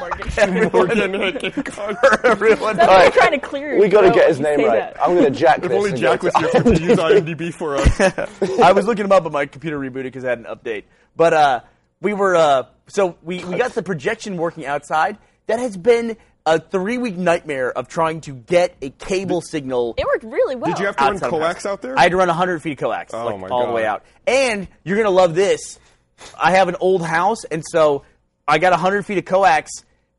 [SPEAKER 2] Morgan
[SPEAKER 3] (laughs)
[SPEAKER 2] (laughs)
[SPEAKER 5] Schmorgan
[SPEAKER 2] Heckencock.
[SPEAKER 5] (laughs) Everyone,
[SPEAKER 4] That's
[SPEAKER 3] Alright.
[SPEAKER 4] what I'm trying to clear.
[SPEAKER 3] We got to
[SPEAKER 4] your
[SPEAKER 3] get
[SPEAKER 4] throat
[SPEAKER 3] his
[SPEAKER 4] when
[SPEAKER 3] name
[SPEAKER 4] you say
[SPEAKER 3] right.
[SPEAKER 4] that.
[SPEAKER 2] (laughs)
[SPEAKER 3] I'm going to Jack
[SPEAKER 2] If
[SPEAKER 3] this.
[SPEAKER 2] only
[SPEAKER 3] and
[SPEAKER 2] Jack
[SPEAKER 3] go
[SPEAKER 2] was
[SPEAKER 3] to
[SPEAKER 2] here (laughs) to use IMDb for us.
[SPEAKER 5] I was looking him up, but my computer rebooted because I had an update. But uh, we were uh, so we, we got the projection working outside. That has been a three week nightmare of trying to get a cable signal.
[SPEAKER 4] It worked really well.
[SPEAKER 2] Did you have to run
[SPEAKER 5] outside of
[SPEAKER 2] coax
[SPEAKER 5] house.
[SPEAKER 2] out there?
[SPEAKER 5] I had to run 100 feet of coax,
[SPEAKER 2] Oh
[SPEAKER 5] like,
[SPEAKER 2] my
[SPEAKER 5] all the way
[SPEAKER 2] God.
[SPEAKER 5] out. And you're gonna love this. I have an old house, and so I got 100 feet of coax.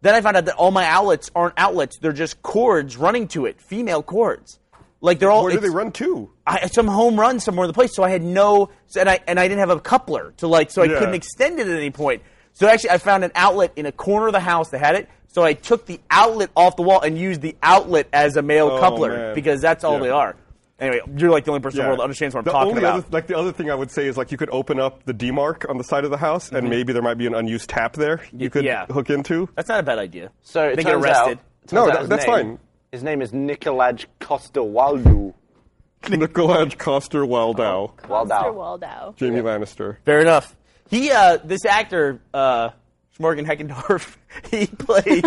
[SPEAKER 5] Then I found out that all my outlets aren't outlets; they're just cords running to it, female cords. Like they're all.
[SPEAKER 2] Where do they
[SPEAKER 5] it's-
[SPEAKER 2] run to?
[SPEAKER 5] I, some home run somewhere in the place, so I had no, so- and I and I didn't have a coupler to like, so I
[SPEAKER 2] Yeah.
[SPEAKER 5] couldn't extend it at any point. So actually, I found an outlet in a corner of the house that had it. So I took the outlet off the wall and used the outlet as a male
[SPEAKER 2] Oh,
[SPEAKER 5] coupler
[SPEAKER 2] man.
[SPEAKER 5] because that's all
[SPEAKER 2] Yeah.
[SPEAKER 5] they are. Anyway, you're like the only person in the world that understands what I'm
[SPEAKER 2] the
[SPEAKER 5] talking
[SPEAKER 2] only
[SPEAKER 5] about.
[SPEAKER 2] Other, like the other thing I would say is like you could open up the D mark on the side of the house, and maybe there might be an unused tap there you could
[SPEAKER 5] yeah.
[SPEAKER 2] hook into.
[SPEAKER 5] that's not a bad idea.
[SPEAKER 3] (laughs) So it
[SPEAKER 5] they get
[SPEAKER 3] turns
[SPEAKER 5] arrested.
[SPEAKER 3] out- it turns
[SPEAKER 2] No,
[SPEAKER 3] out
[SPEAKER 2] that-
[SPEAKER 3] his
[SPEAKER 2] that's
[SPEAKER 3] name-
[SPEAKER 2] fine.
[SPEAKER 3] His name is Nicolaj Costa-Waldau.
[SPEAKER 2] Nicolaj Coster Waldau,
[SPEAKER 4] Mr.
[SPEAKER 3] Waldau.
[SPEAKER 4] Waldau.
[SPEAKER 2] Jamie Lannister.
[SPEAKER 5] Fair enough. He, uh, this actor, uh, Schmorgan Heckendorf, (laughs) he (laughs) plays.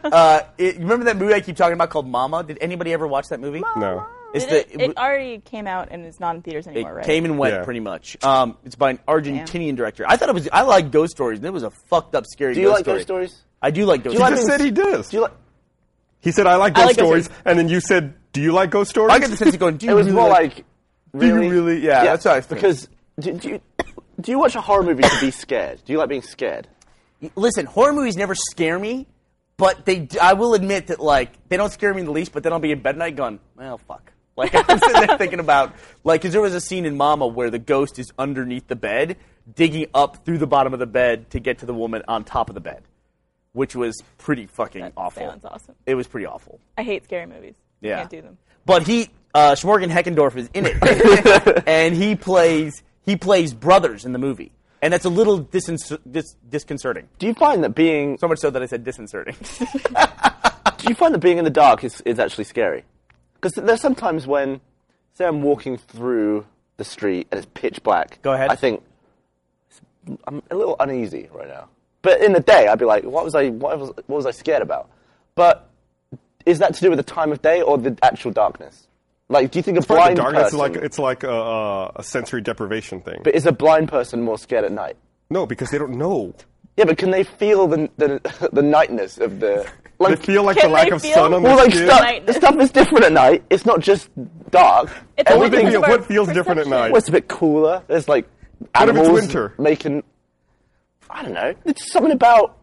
[SPEAKER 5] uh, it, remember that movie I keep talking about called Mama? Did anybody ever watch that movie?
[SPEAKER 2] No.
[SPEAKER 5] It's
[SPEAKER 4] Did it,
[SPEAKER 5] the-
[SPEAKER 4] it already came out and is not in theaters
[SPEAKER 5] It
[SPEAKER 4] anymore, right?
[SPEAKER 5] came and went
[SPEAKER 2] Yeah.
[SPEAKER 5] pretty much. Um, it's by an Argentinian director. I thought it was. I like ghost stories, and it was a fucked up, scary.
[SPEAKER 3] Do you
[SPEAKER 5] ghost
[SPEAKER 3] like
[SPEAKER 5] story.
[SPEAKER 3] ghost stories?
[SPEAKER 5] I do like ghost
[SPEAKER 3] you
[SPEAKER 2] He
[SPEAKER 3] like
[SPEAKER 2] just
[SPEAKER 5] stories.
[SPEAKER 3] mean-
[SPEAKER 2] said he does.
[SPEAKER 3] Do you like?
[SPEAKER 2] he said I like ghost
[SPEAKER 4] like ghost
[SPEAKER 2] stories, and then you said, "Do you like ghost stories?"
[SPEAKER 5] I get the sense of going. Do you
[SPEAKER 3] It was
[SPEAKER 5] really
[SPEAKER 3] more like.
[SPEAKER 5] Do you
[SPEAKER 3] Really?
[SPEAKER 5] really- yeah, that's what I think.
[SPEAKER 3] Because do, do you do you watch a horror movie to be scared? Do you like being scared?
[SPEAKER 5] Listen, horror movies never scare me, but they. d- I will admit that like they don't scare me in the least. But then I'll be in bed at night going, well, fuck. Like (laughs) I'm sitting there thinking about like, 'cause there was a scene in Mama where the ghost is underneath the bed, digging up through the bottom of the bed to get to the woman on top of the bed, which was pretty fucking
[SPEAKER 4] That
[SPEAKER 5] awful.
[SPEAKER 4] sounds awesome.
[SPEAKER 5] It was pretty awful.
[SPEAKER 4] I hate scary movies.
[SPEAKER 5] Yeah.
[SPEAKER 4] Can't do them.
[SPEAKER 5] But he, uh, Schmorgan Heckendorf is in it, (laughs) and he plays he plays brothers in the movie, and that's a little disin- dis- disconcerting.
[SPEAKER 3] Do you find that being
[SPEAKER 5] So much so that I said disconcerting.
[SPEAKER 3] do you find that being in the dark is, is actually scary? Because there's sometimes when, say, I'm walking through the street and it's pitch black.
[SPEAKER 5] Go ahead.
[SPEAKER 3] I think I'm a little uneasy right now. But in the day, I'd be like, what was I, what was, what was I scared about? But is that to do with the time of day or the actual darkness? Like, do you think a
[SPEAKER 2] Part of
[SPEAKER 3] blind
[SPEAKER 2] the darkness
[SPEAKER 3] person?
[SPEAKER 2] is like it's like a, a, a sensory deprivation thing.
[SPEAKER 3] but is a blind person more scared at night?
[SPEAKER 2] no, because they don't know.
[SPEAKER 3] Yeah, but can they feel the the, the nightness of the
[SPEAKER 2] They
[SPEAKER 3] like?
[SPEAKER 2] feel like
[SPEAKER 4] Can
[SPEAKER 2] the lack
[SPEAKER 4] they
[SPEAKER 2] of
[SPEAKER 4] feel-
[SPEAKER 2] sun on
[SPEAKER 3] well,
[SPEAKER 2] their
[SPEAKER 3] like
[SPEAKER 2] skin.
[SPEAKER 3] stuff,
[SPEAKER 4] Nightness.
[SPEAKER 3] stuff is different at night. It's not just dark.
[SPEAKER 4] It's a
[SPEAKER 2] What
[SPEAKER 4] Everything-
[SPEAKER 2] feel-
[SPEAKER 4] Think of our
[SPEAKER 2] what feels different at
[SPEAKER 4] perception.
[SPEAKER 2] night?
[SPEAKER 3] Well, it's a bit cooler. There's like
[SPEAKER 2] if it's
[SPEAKER 3] animals
[SPEAKER 2] winter?
[SPEAKER 3] making. I don't know. It's something about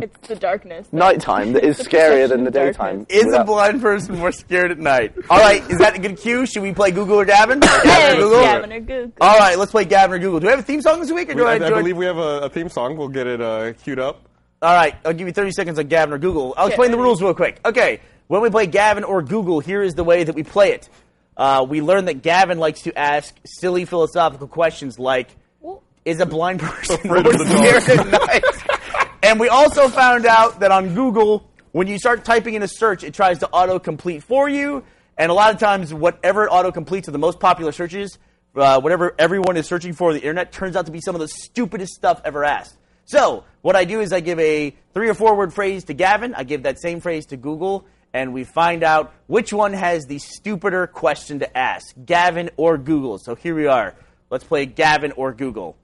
[SPEAKER 4] It's the darkness.
[SPEAKER 3] nighttime that is
[SPEAKER 4] The
[SPEAKER 3] scarier than
[SPEAKER 4] perception
[SPEAKER 3] the
[SPEAKER 4] of
[SPEAKER 3] daytime.
[SPEAKER 4] darkness.
[SPEAKER 5] (laughs) is a
[SPEAKER 3] Without-
[SPEAKER 5] blind person more scared at night? All right, is that a good cue? Should we play Google or Gavin? Gavin
[SPEAKER 4] Hey,
[SPEAKER 5] or Google?
[SPEAKER 4] Gavin
[SPEAKER 3] (laughs)
[SPEAKER 4] or Google.
[SPEAKER 5] All right, let's play Gavin or Google. Do we have a theme song this week, or do
[SPEAKER 2] I,
[SPEAKER 5] I?
[SPEAKER 2] I
[SPEAKER 5] do
[SPEAKER 2] believe we have a, a theme song. We'll get it uh, queued up.
[SPEAKER 5] All right, I'll give you 30 seconds on Gavin or Google. I'll explain the rules real quick. Okay, when we play Gavin or Google, here is the way that we play it. Uh, we learn that Gavin likes to ask silly philosophical questions like,
[SPEAKER 4] Well-
[SPEAKER 5] is a blind person
[SPEAKER 2] (laughs) Afraid of the
[SPEAKER 5] more (laughs)
[SPEAKER 2] dark.
[SPEAKER 5] scared at night? and we also found out that on Google, when you start typing in a search, it tries to autocomplete for you. And a lot of times, whatever it autocompletes are the most popular searches, uh, whatever everyone is searching for on the internet, turns out to be some of the stupidest stuff ever asked. So what I do is I give a three or four word phrase to Gavin. I give that same phrase to Google, and we find out which one has the stupider question to ask, Gavin or Google. So here we are. Let's play Gavin or Google.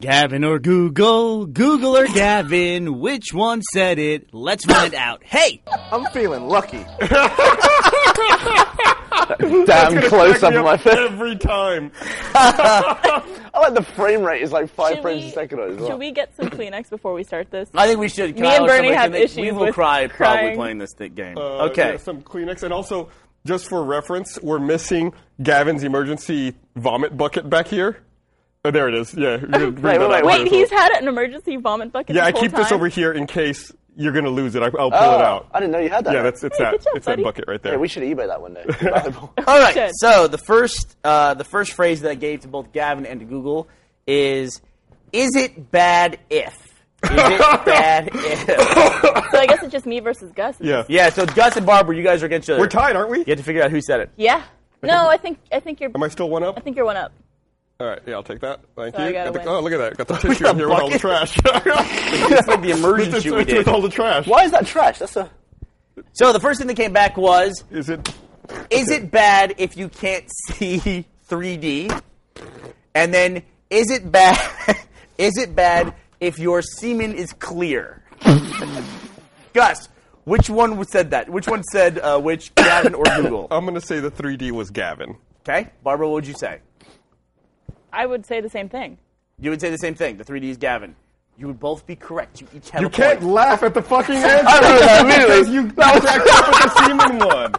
[SPEAKER 5] Gavin or Google, Google or Gavin, which one said it? Let's find out. Hey,
[SPEAKER 2] (laughs)
[SPEAKER 3] I'm feeling lucky. Damn close up on my face.
[SPEAKER 2] every time.
[SPEAKER 3] I like the frame rate is like five
[SPEAKER 4] Should
[SPEAKER 3] frames
[SPEAKER 4] we-
[SPEAKER 3] a second. As well.
[SPEAKER 4] Should we get some Kleenex before we start this?
[SPEAKER 5] I think we should.
[SPEAKER 4] Me and
[SPEAKER 5] Kyle,
[SPEAKER 4] Bernie
[SPEAKER 5] somebody
[SPEAKER 4] have
[SPEAKER 5] can- We
[SPEAKER 4] issues
[SPEAKER 5] will
[SPEAKER 4] with
[SPEAKER 5] cry probably
[SPEAKER 4] crying.
[SPEAKER 5] playing this thick game.
[SPEAKER 2] Uh,
[SPEAKER 5] okay.
[SPEAKER 2] yeah, some Kleenex, and also just for reference, we're missing Gavin's emergency vomit bucket back here. Oh, there it is. Yeah. you can bring
[SPEAKER 3] Wait,
[SPEAKER 2] that
[SPEAKER 3] wait,
[SPEAKER 2] out.
[SPEAKER 3] wait,
[SPEAKER 4] Wait, he's had an emergency vomit bucket.
[SPEAKER 2] Yeah, I
[SPEAKER 4] this whole
[SPEAKER 2] keep this
[SPEAKER 4] time?
[SPEAKER 2] over here in case you're gonna lose it. I, I'll pull
[SPEAKER 3] Oh,
[SPEAKER 2] it out.
[SPEAKER 3] I didn't know you had that.
[SPEAKER 2] Yeah, that's it's
[SPEAKER 4] Hey,
[SPEAKER 2] that
[SPEAKER 4] good job,
[SPEAKER 2] it's
[SPEAKER 4] buddy.
[SPEAKER 2] that bucket right there.
[SPEAKER 3] Yeah, we should eBay that
[SPEAKER 2] (laughs)
[SPEAKER 3] one day. Valuable.
[SPEAKER 5] All right.
[SPEAKER 4] Should.
[SPEAKER 5] So the first, uh, the first phrase that I gave to both Gavin and to Google is, "Is it bad if?" Is
[SPEAKER 2] (laughs)
[SPEAKER 5] it bad if?
[SPEAKER 4] So I guess it's just me versus Gus.
[SPEAKER 2] yeah.
[SPEAKER 5] Yeah. So Gus and Barbara, you guys are against each other.
[SPEAKER 2] We're tied, aren't we?
[SPEAKER 5] You have to figure out who said it.
[SPEAKER 4] Yeah. No, I think I think you're.
[SPEAKER 2] Am I still one up?
[SPEAKER 4] I think you're one up.
[SPEAKER 2] All right. Yeah, I'll take that. Thank
[SPEAKER 4] So I
[SPEAKER 2] you.
[SPEAKER 4] gotta
[SPEAKER 2] Got the-
[SPEAKER 4] win.
[SPEAKER 2] oh, look at that. Got the tissue in here with all the trash. (laughs)
[SPEAKER 5] It's like the immersion
[SPEAKER 2] With
[SPEAKER 5] shoot
[SPEAKER 2] the-
[SPEAKER 5] we did.
[SPEAKER 2] with all the trash.
[SPEAKER 3] Why is that trash? That's a.
[SPEAKER 5] So the first thing that came back was,
[SPEAKER 2] Is it?
[SPEAKER 5] "Is it bad if you can't (laughs) see 3D?" And then, "Is it bad? (laughs) is it bad if your semen is clear?" (laughs) Gus, which one said that? Which one said uh, which? (coughs) Gavin or Google?
[SPEAKER 2] I'm gonna say the 3D was Gavin.
[SPEAKER 5] Okay, Barbara, what would you say?
[SPEAKER 4] I would say the same thing.
[SPEAKER 5] You would say the same thing. The 3D is Gavin. You would both be correct. You each have
[SPEAKER 2] You
[SPEAKER 5] a
[SPEAKER 2] can't
[SPEAKER 5] point.
[SPEAKER 2] laugh at the fucking (laughs) answer.
[SPEAKER 3] I remember (laughs) that
[SPEAKER 2] because
[SPEAKER 3] immediately.
[SPEAKER 2] you backed up with the semen one.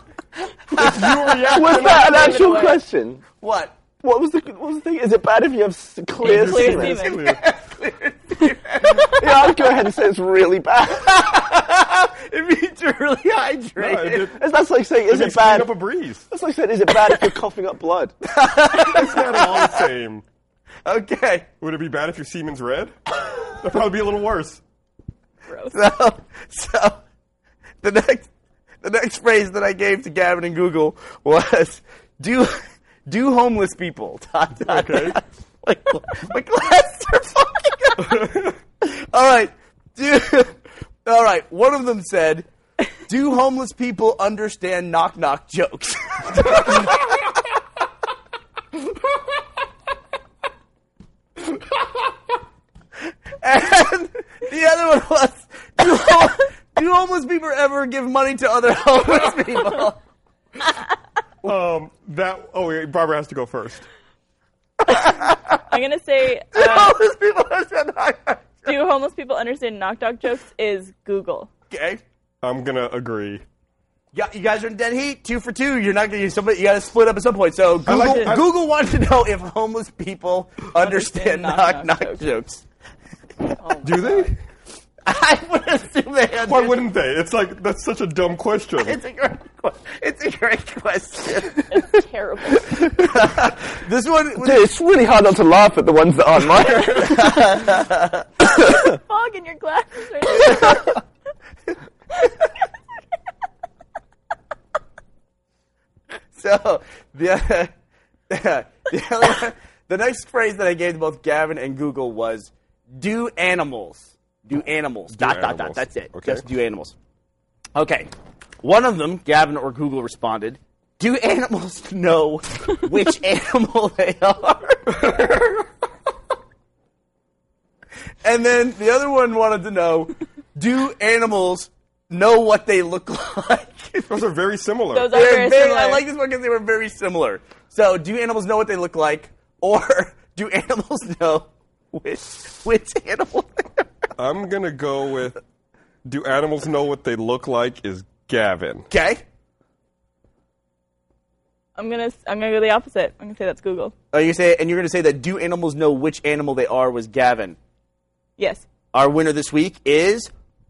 [SPEAKER 2] If (laughs) you react
[SPEAKER 3] (laughs) Was
[SPEAKER 2] to
[SPEAKER 3] that an
[SPEAKER 2] that-
[SPEAKER 3] actual question?
[SPEAKER 5] What?
[SPEAKER 3] What was the what was the thing? Is it bad if you have s- clear
[SPEAKER 4] Clear
[SPEAKER 3] semen? (laughs)
[SPEAKER 4] semen.
[SPEAKER 3] Yeah, I'd go ahead and say it's really bad.
[SPEAKER 5] (laughs) It means you're (laughs) really
[SPEAKER 2] No, it
[SPEAKER 5] hydrated.
[SPEAKER 2] did-
[SPEAKER 3] It's- That's like saying, is
[SPEAKER 2] It's
[SPEAKER 3] it
[SPEAKER 2] bad.
[SPEAKER 3] bad?
[SPEAKER 2] up a breeze.
[SPEAKER 3] That's like saying, is it bad if you're coughing up (laughs) blood?
[SPEAKER 2] It's not all the same.
[SPEAKER 5] okay.
[SPEAKER 2] Would it be bad if your semen's red? That'd probably be a little worse.
[SPEAKER 3] (laughs)
[SPEAKER 4] Gross.
[SPEAKER 5] (laughs) So, so the next the next phrase that I gave to Gavin and Google was do do homeless people. (laughs) Dot, dot,
[SPEAKER 2] Okay.
[SPEAKER 5] dot. Like, (laughs) like last are fucking up. All right. Do, (laughs) all right. One of them said, "Do homeless people understand knock knock jokes?" (laughs) And the other one was, do, hom- do homeless people ever give money to other (laughs) homeless people?
[SPEAKER 2] Um, that. Oh, wait, Barbara has to go first.
[SPEAKER 4] I'm gonna say uh,
[SPEAKER 5] homeless people understand knock knock.
[SPEAKER 4] do homeless people understand knock knock jokes? Is
[SPEAKER 3] (laughs)
[SPEAKER 4] Google.
[SPEAKER 5] Okay.
[SPEAKER 2] I'm gonna agree.
[SPEAKER 5] Yeah, you guys are in dead heat. Two for two. You're not going to somebody. You got to split up at some point. So Google,
[SPEAKER 2] like it. I-
[SPEAKER 5] Google wanted to know if homeless people understand
[SPEAKER 4] Understand
[SPEAKER 5] knock
[SPEAKER 4] knock-knock
[SPEAKER 5] knock jokes. (laughs)
[SPEAKER 4] jokes.
[SPEAKER 2] Do they?
[SPEAKER 5] I would assume they understand.
[SPEAKER 2] Why wouldn't they? It's like that's such a dumb question.
[SPEAKER 5] It's a great. que- It's a great question.
[SPEAKER 4] (laughs) It's terrible.
[SPEAKER 5] this one. was-
[SPEAKER 3] Dude, it's really hard not to laugh at the ones that aren't mine. (laughs)
[SPEAKER 4] Fog in your glasses.
[SPEAKER 3] (laughs)
[SPEAKER 4] Right now.
[SPEAKER 5] (laughs) So the other, (laughs) the, other, the next phrase that I gave to both Gavin and Google was "do animals, do animals." dot dot dot.
[SPEAKER 2] animals.
[SPEAKER 5] That's it.
[SPEAKER 2] Okay.
[SPEAKER 5] Just do animals. Okay. One of them, Gavin or Google, responded, "Do
[SPEAKER 2] (laughs)
[SPEAKER 5] animals know which animal they are?" and then the other one wanted to know, "Do animals know what they look (laughs) like?"
[SPEAKER 2] Those are very similar.
[SPEAKER 4] Those are
[SPEAKER 5] They're
[SPEAKER 4] very,
[SPEAKER 5] very-
[SPEAKER 4] similar.
[SPEAKER 5] I like this one because they were very similar. So, do animals know what they look like, (laughs) or do animals (laughs) know which which animal? they are?
[SPEAKER 2] I'm gonna go with. Do animals know what they look like? Is Gavin?
[SPEAKER 5] okay.
[SPEAKER 4] I'm gonna s- I'm gonna go the opposite. I'm gonna say that's Google.
[SPEAKER 5] Oh, you say, and you're going to say that do animals know which animal they are? Was Gavin
[SPEAKER 4] Yes.
[SPEAKER 5] our winner this week? Is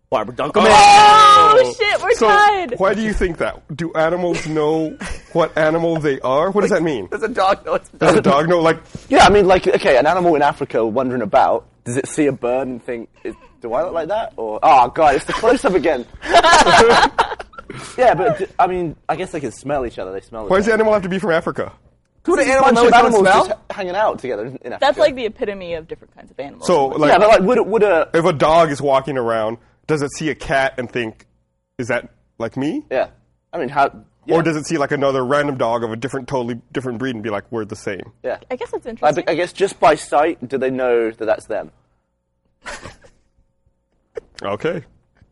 [SPEAKER 5] Barbara Dunkelman?
[SPEAKER 4] Oh shit, we're
[SPEAKER 2] So,
[SPEAKER 4] tied.
[SPEAKER 2] why do you think that? Do animals know what animal they are? What does that mean?
[SPEAKER 5] Does a dog know it's a
[SPEAKER 2] Does
[SPEAKER 5] dog?
[SPEAKER 2] a dog know? Like,
[SPEAKER 3] yeah, I mean, like, okay, an animal in Africa wandering about, does it see a bird and think, "Is- do I look like that? Or, oh, God, it's the close up
[SPEAKER 4] (laughs)
[SPEAKER 3] again. yeah, but, d- I mean, I guess they can smell each other. They smell
[SPEAKER 2] why does the animal have to be from Africa?
[SPEAKER 5] Could an
[SPEAKER 3] a
[SPEAKER 5] animal
[SPEAKER 3] bunch
[SPEAKER 5] know
[SPEAKER 3] of
[SPEAKER 5] its own
[SPEAKER 3] animals
[SPEAKER 5] smell?
[SPEAKER 3] just h- hanging out together in in Africa.
[SPEAKER 4] That's like the epitome of different kinds of animals.
[SPEAKER 2] So, like,
[SPEAKER 3] yeah, but like, would, a- would a.
[SPEAKER 2] if a dog is walking around, does it see a cat and think, "Is that like me?"
[SPEAKER 3] Yeah. I mean, how. Yeah,
[SPEAKER 2] Or does it see like another random dog of a different, totally different breed and be like, "We're the same"?
[SPEAKER 3] yeah.
[SPEAKER 4] I guess that's
[SPEAKER 3] I,
[SPEAKER 4] interesting.
[SPEAKER 3] be- I guess just by sight, do they know that that's them?
[SPEAKER 2] Okay.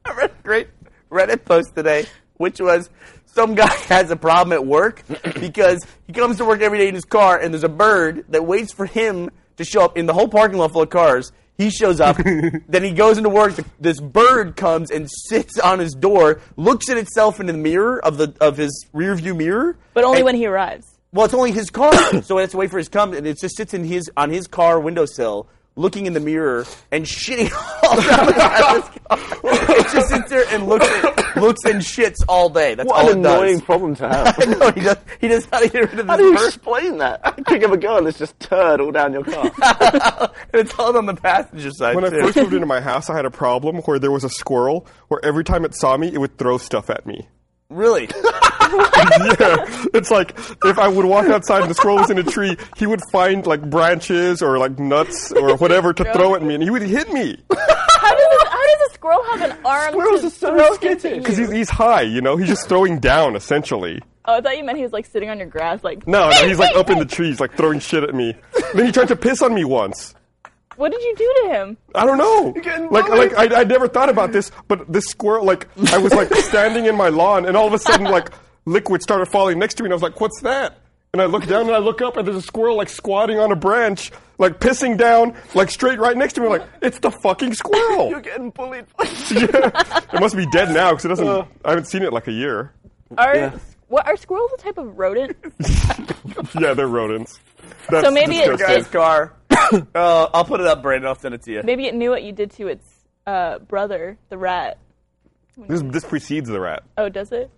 [SPEAKER 5] I read a great Reddit post today, which was some guy (laughs) has a problem at work because he comes to work every day in his car and there's a bird that waits for him to show up in the whole parking lot full of cars. He shows up, then he goes into work. This bird comes and sits on his door, looks at itself in the mirror of the of his rear view mirror.
[SPEAKER 4] But only
[SPEAKER 5] and-
[SPEAKER 4] when he arrives.
[SPEAKER 2] (laughs)
[SPEAKER 5] well, it's only his car, so it's wait for his come, and it just sits in his on his car windowsill, looking in the mirror and shitting (laughs) all down his car. It just sits there and looks at, looks and shits all day. That's
[SPEAKER 3] What
[SPEAKER 5] all
[SPEAKER 3] an
[SPEAKER 5] it
[SPEAKER 3] annoying
[SPEAKER 5] (laughs) does.
[SPEAKER 3] problem to have.
[SPEAKER 5] I know he does. He does how to get rid of
[SPEAKER 3] How do you
[SPEAKER 5] this bird,
[SPEAKER 3] explain that? (laughs) I pick up a girl and it's just turd all down your car.
[SPEAKER 5] and it's all on the passenger side (laughs)
[SPEAKER 2] When I
[SPEAKER 5] too.
[SPEAKER 2] first moved into my house, I had a problem where there was a squirrel where every time it saw me, it would throw stuff at me. (laughs)
[SPEAKER 5] really,
[SPEAKER 2] yeah, it's like if I would walk outside and the squirrel was in a tree, he would find like branches or like nuts or whatever to throw at me, and he would hit me
[SPEAKER 4] How does, a, how does a squirrel have an arm
[SPEAKER 3] Squirrels
[SPEAKER 4] to
[SPEAKER 3] are so
[SPEAKER 4] throw
[SPEAKER 3] skittish.
[SPEAKER 4] things at you?
[SPEAKER 2] because he's, he's high. You know, he's just throwing down essentially.
[SPEAKER 4] Oh, I thought you meant he was like sitting on your grass, like.
[SPEAKER 2] No, no,
[SPEAKER 4] "Hey,
[SPEAKER 2] he's like
[SPEAKER 4] (laughs) hey,
[SPEAKER 2] up in
[SPEAKER 4] hey."
[SPEAKER 2] the trees, like throwing shit at me. Then he tried to piss on me once.
[SPEAKER 4] What did you do to him?
[SPEAKER 2] I don't know.
[SPEAKER 3] getting
[SPEAKER 2] Like,
[SPEAKER 3] bullied.
[SPEAKER 2] like I, I never thought about this, but this squirrel, like, I was like standing in my lawn, and all of a sudden, like, liquid started falling next to me, and I was like, "What's that?" And I look down, and I look up, and there's a squirrel like squatting on a branch, like pissing down, like straight right next to me. Like, it's the fucking squirrel.
[SPEAKER 3] You're (laughs) getting bullied. Why
[SPEAKER 2] yeah. (laughs) It must be dead now because it doesn't.
[SPEAKER 3] Uh.
[SPEAKER 2] I haven't seen it in, like a year.
[SPEAKER 4] Are
[SPEAKER 3] Yeah.
[SPEAKER 4] what are squirrels a type of
[SPEAKER 2] (laughs)
[SPEAKER 4] rodent?
[SPEAKER 2] Yeah, they're rodents. That's
[SPEAKER 4] So maybe it-
[SPEAKER 2] disgusting.
[SPEAKER 5] guy's car. Uh, I'll put it up, Brandon. I'll send it to you.
[SPEAKER 4] Maybe it knew what you did to its uh, brother, the rat.
[SPEAKER 2] this this precedes the rat.
[SPEAKER 4] Oh, does it?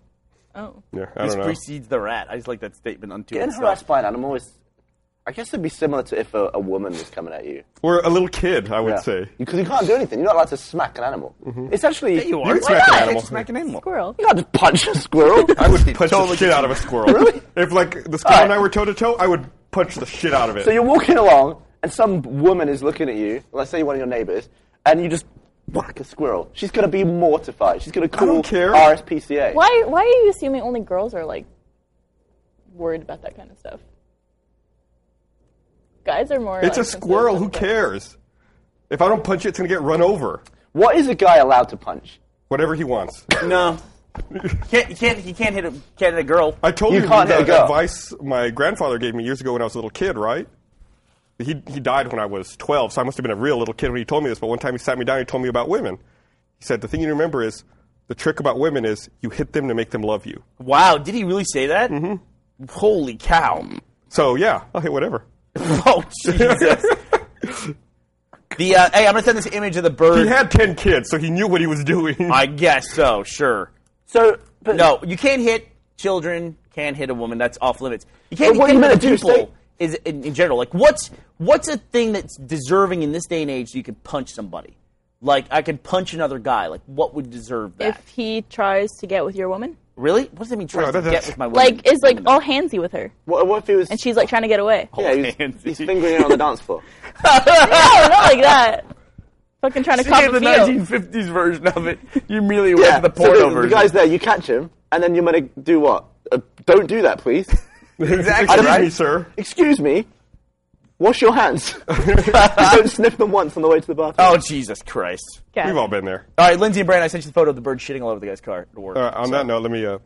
[SPEAKER 4] Oh,
[SPEAKER 2] Yeah, I
[SPEAKER 5] This
[SPEAKER 2] don't know.
[SPEAKER 5] precedes the rat. I just like that statement
[SPEAKER 3] (laughs)
[SPEAKER 5] unto
[SPEAKER 3] Getting
[SPEAKER 5] itself.
[SPEAKER 3] harassed by an animal is, I guess it'd be similar to if a, a woman was coming at you.
[SPEAKER 2] or a little kid, I would
[SPEAKER 3] Because
[SPEAKER 2] say.
[SPEAKER 3] you, 'cause you can't do anything. You're not allowed to smack an animal. It's actually
[SPEAKER 5] Yeah, you
[SPEAKER 3] you
[SPEAKER 5] are.
[SPEAKER 2] can
[SPEAKER 5] Why
[SPEAKER 2] smack an
[SPEAKER 5] not?
[SPEAKER 2] animal.
[SPEAKER 5] You can smack an animal.
[SPEAKER 4] squirrel.
[SPEAKER 3] can't just punch a squirrel.
[SPEAKER 2] I would punch the
[SPEAKER 5] Totally
[SPEAKER 2] shit out of a squirrel.
[SPEAKER 3] Really?
[SPEAKER 2] If like the squirrel and I
[SPEAKER 3] Alright.
[SPEAKER 2] were toe to toe, I would punch the shit out of it.
[SPEAKER 3] so you're walking along, and some woman is looking at you. Let's say you're one of your neighbors, and you just whack a squirrel. She's gonna be mortified. She's gonna call
[SPEAKER 2] don't care.
[SPEAKER 3] RSPCA.
[SPEAKER 4] Why why are you assuming only girls are like worried about that kind of stuff? Guys are more.
[SPEAKER 2] it's a
[SPEAKER 4] like,
[SPEAKER 2] squirrel. Who
[SPEAKER 4] sensitive
[SPEAKER 2] cares? If I don't punch it, it's gonna get run over.
[SPEAKER 3] What is a guy allowed to punch?
[SPEAKER 2] Whatever he wants.
[SPEAKER 5] No. Can't, you can't you can't hit a can't hit a girl.
[SPEAKER 2] I told you,
[SPEAKER 3] You can't
[SPEAKER 2] the
[SPEAKER 3] let it go.
[SPEAKER 2] advice my grandfather gave me years ago when I was a little kid, right? He, he died when I was 12, so I must have been a real little kid when he told me this. But one time he sat me down and he told me about women. He said, The thing you remember is the trick about women is you hit them to make them love you.
[SPEAKER 5] Wow, did he really say that? Mm-hmm. Holy cow. (laughs)
[SPEAKER 2] So, yeah, I'll hit whatever.
[SPEAKER 5] Oh, Jesus. the, uh, hey, I'm going to send this image of the bird.
[SPEAKER 2] He had 10 kids, so he knew what he was doing. (laughs)
[SPEAKER 5] I guess so, sure.
[SPEAKER 3] So, but
[SPEAKER 5] No, you can't hit children, can't hit a woman. That's off limits. You can't,
[SPEAKER 3] But what
[SPEAKER 5] you
[SPEAKER 3] are you
[SPEAKER 5] can't hit
[SPEAKER 3] gonna do,
[SPEAKER 5] people
[SPEAKER 3] say-
[SPEAKER 5] is, in, in general. Like, what's, what's a thing that's deserving in this day and age that you could punch somebody? Like, I could punch another guy. Like, what would deserve that?
[SPEAKER 4] If he tries to get with your woman,
[SPEAKER 5] really? What does that mean, trying
[SPEAKER 2] No,
[SPEAKER 5] to
[SPEAKER 2] that-
[SPEAKER 5] get
[SPEAKER 2] that's-
[SPEAKER 5] with my woman?
[SPEAKER 4] like is like all handsy with her,
[SPEAKER 3] what, what if he was?
[SPEAKER 4] and she's like trying to get away. No,
[SPEAKER 3] yeah, he's,
[SPEAKER 5] hands.
[SPEAKER 3] he's fingering her on the dance
[SPEAKER 5] (laughs)
[SPEAKER 3] floor.
[SPEAKER 4] not like that. Fucking trying to
[SPEAKER 5] She
[SPEAKER 4] cop
[SPEAKER 5] gave the
[SPEAKER 4] a feel.
[SPEAKER 5] 1950s version of it. You immediately went to the
[SPEAKER 3] so
[SPEAKER 5] porno
[SPEAKER 3] the,
[SPEAKER 5] version.
[SPEAKER 3] the guy's there. You catch him, and then you're gonna do what? Uh, don't do that, please.
[SPEAKER 5] (laughs) Exactly,
[SPEAKER 2] Excuse
[SPEAKER 3] right?
[SPEAKER 2] me, sir.
[SPEAKER 3] Excuse me. Wash your
[SPEAKER 5] (laughs)
[SPEAKER 3] hands. don't sniff them once on the way to the bathroom.
[SPEAKER 5] Oh Jesus Christ!
[SPEAKER 4] Okay.
[SPEAKER 2] We've all been there.
[SPEAKER 5] All right, Lindsay and Brandon, I sent you the photo of the bird shitting all over the guy's car. At work.
[SPEAKER 2] All right, on
[SPEAKER 5] So,
[SPEAKER 2] that note, let me uh,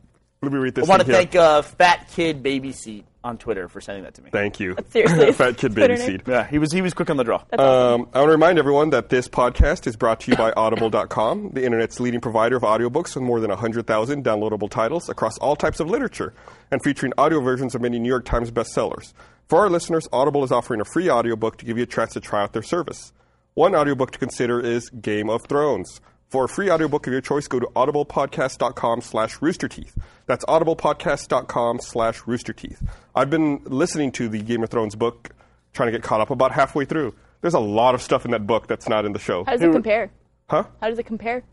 [SPEAKER 2] let me read this.
[SPEAKER 5] I want to
[SPEAKER 2] thing here.
[SPEAKER 5] thank uh, Fat Kid Baby Seat on Twitter for sending that to me.
[SPEAKER 2] Thank
[SPEAKER 5] (laughs)
[SPEAKER 2] you. (laughs)
[SPEAKER 4] Seriously,
[SPEAKER 2] Fat kid
[SPEAKER 4] Twitter
[SPEAKER 2] baby
[SPEAKER 4] name?
[SPEAKER 2] seed.
[SPEAKER 5] Yeah, he was he was quick on the draw. Uh,
[SPEAKER 2] Um, I want to remind everyone that this podcast is brought to you by (laughs) Audible.com, the internet's leading provider of audiobooks with more than 100,000 downloadable titles across all types of literature and featuring audio versions of many New York Times bestsellers. For our listeners, Audible is offering a free audiobook to give you a chance to try out their service. One audiobook to consider is Game of Thrones. For a free audiobook of your choice, go to audiblepodcast.com slash roosterteeth. That's audiblepodcast.com slash roosterteeth. I've been listening to the Game of Thrones book, trying to get caught up about halfway through. There's a lot of stuff in that book that's not in the show.
[SPEAKER 4] How does it compare?
[SPEAKER 2] Huh?
[SPEAKER 4] How does it compare?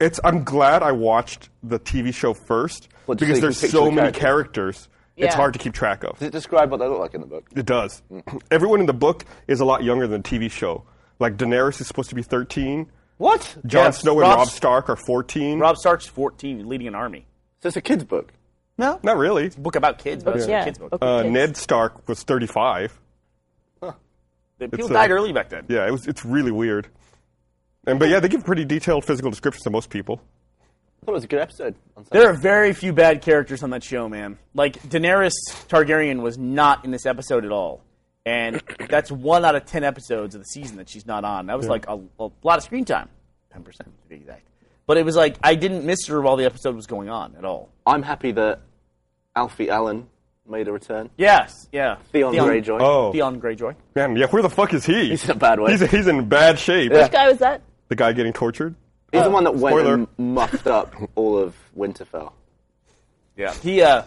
[SPEAKER 2] It's, I'm glad I watched the TV show first
[SPEAKER 3] Well, just so
[SPEAKER 2] because
[SPEAKER 3] you
[SPEAKER 2] there's
[SPEAKER 3] can picture
[SPEAKER 2] so
[SPEAKER 3] the
[SPEAKER 2] many
[SPEAKER 3] characters.
[SPEAKER 2] characters. It's
[SPEAKER 4] Yeah.
[SPEAKER 2] hard to keep track of.
[SPEAKER 3] Does it describe what they look like in the book?
[SPEAKER 2] It does. (clears throat) Everyone in the book is a lot younger than the TV show. Like Daenerys is supposed to be 13.
[SPEAKER 3] What?
[SPEAKER 2] Jon
[SPEAKER 5] Yeah,
[SPEAKER 2] Snow and
[SPEAKER 5] Rob-
[SPEAKER 2] Rob Stark are 14.
[SPEAKER 5] Rob Stark's 14, leading an army.
[SPEAKER 3] So it's a kid's book.
[SPEAKER 5] No,
[SPEAKER 2] Not really.
[SPEAKER 5] book about kids, but it's a
[SPEAKER 4] Yeah.
[SPEAKER 5] kids book.
[SPEAKER 4] Okay,
[SPEAKER 2] Uh,
[SPEAKER 4] kids.
[SPEAKER 2] Ned Stark was 35.
[SPEAKER 5] The People
[SPEAKER 2] it's, uh,
[SPEAKER 5] died early back then.
[SPEAKER 2] Yeah, it was. It's really weird. And but yeah, they give pretty detailed physical descriptions to most people.
[SPEAKER 3] thought it was a good episode. On Sunday.
[SPEAKER 5] There are very few bad characters on that show, man. Like Daenerys Targaryen was not in this episode at all, (clears throat) and that's one out of ten episodes of the season that she's not on. That was like a, a lot of screen time, ten percent to be exact. But it was like I didn't miss her while the episode was going on at all.
[SPEAKER 3] I'm happy that Alfie Allen made a return.
[SPEAKER 5] Yes, yeah.
[SPEAKER 3] Theon, Greyjoy.
[SPEAKER 2] Oh,
[SPEAKER 5] Theon Greyjoy.
[SPEAKER 2] man, yeah, where the fuck is he?
[SPEAKER 3] He's in a bad way.
[SPEAKER 2] He's, he's in bad shape.
[SPEAKER 3] Yeah.
[SPEAKER 4] Which guy was that?
[SPEAKER 2] The guy getting tortured?
[SPEAKER 3] He's the one that went
[SPEAKER 2] spoiler.
[SPEAKER 3] and muffed up all of Winterfell.
[SPEAKER 5] Yeah. He uh,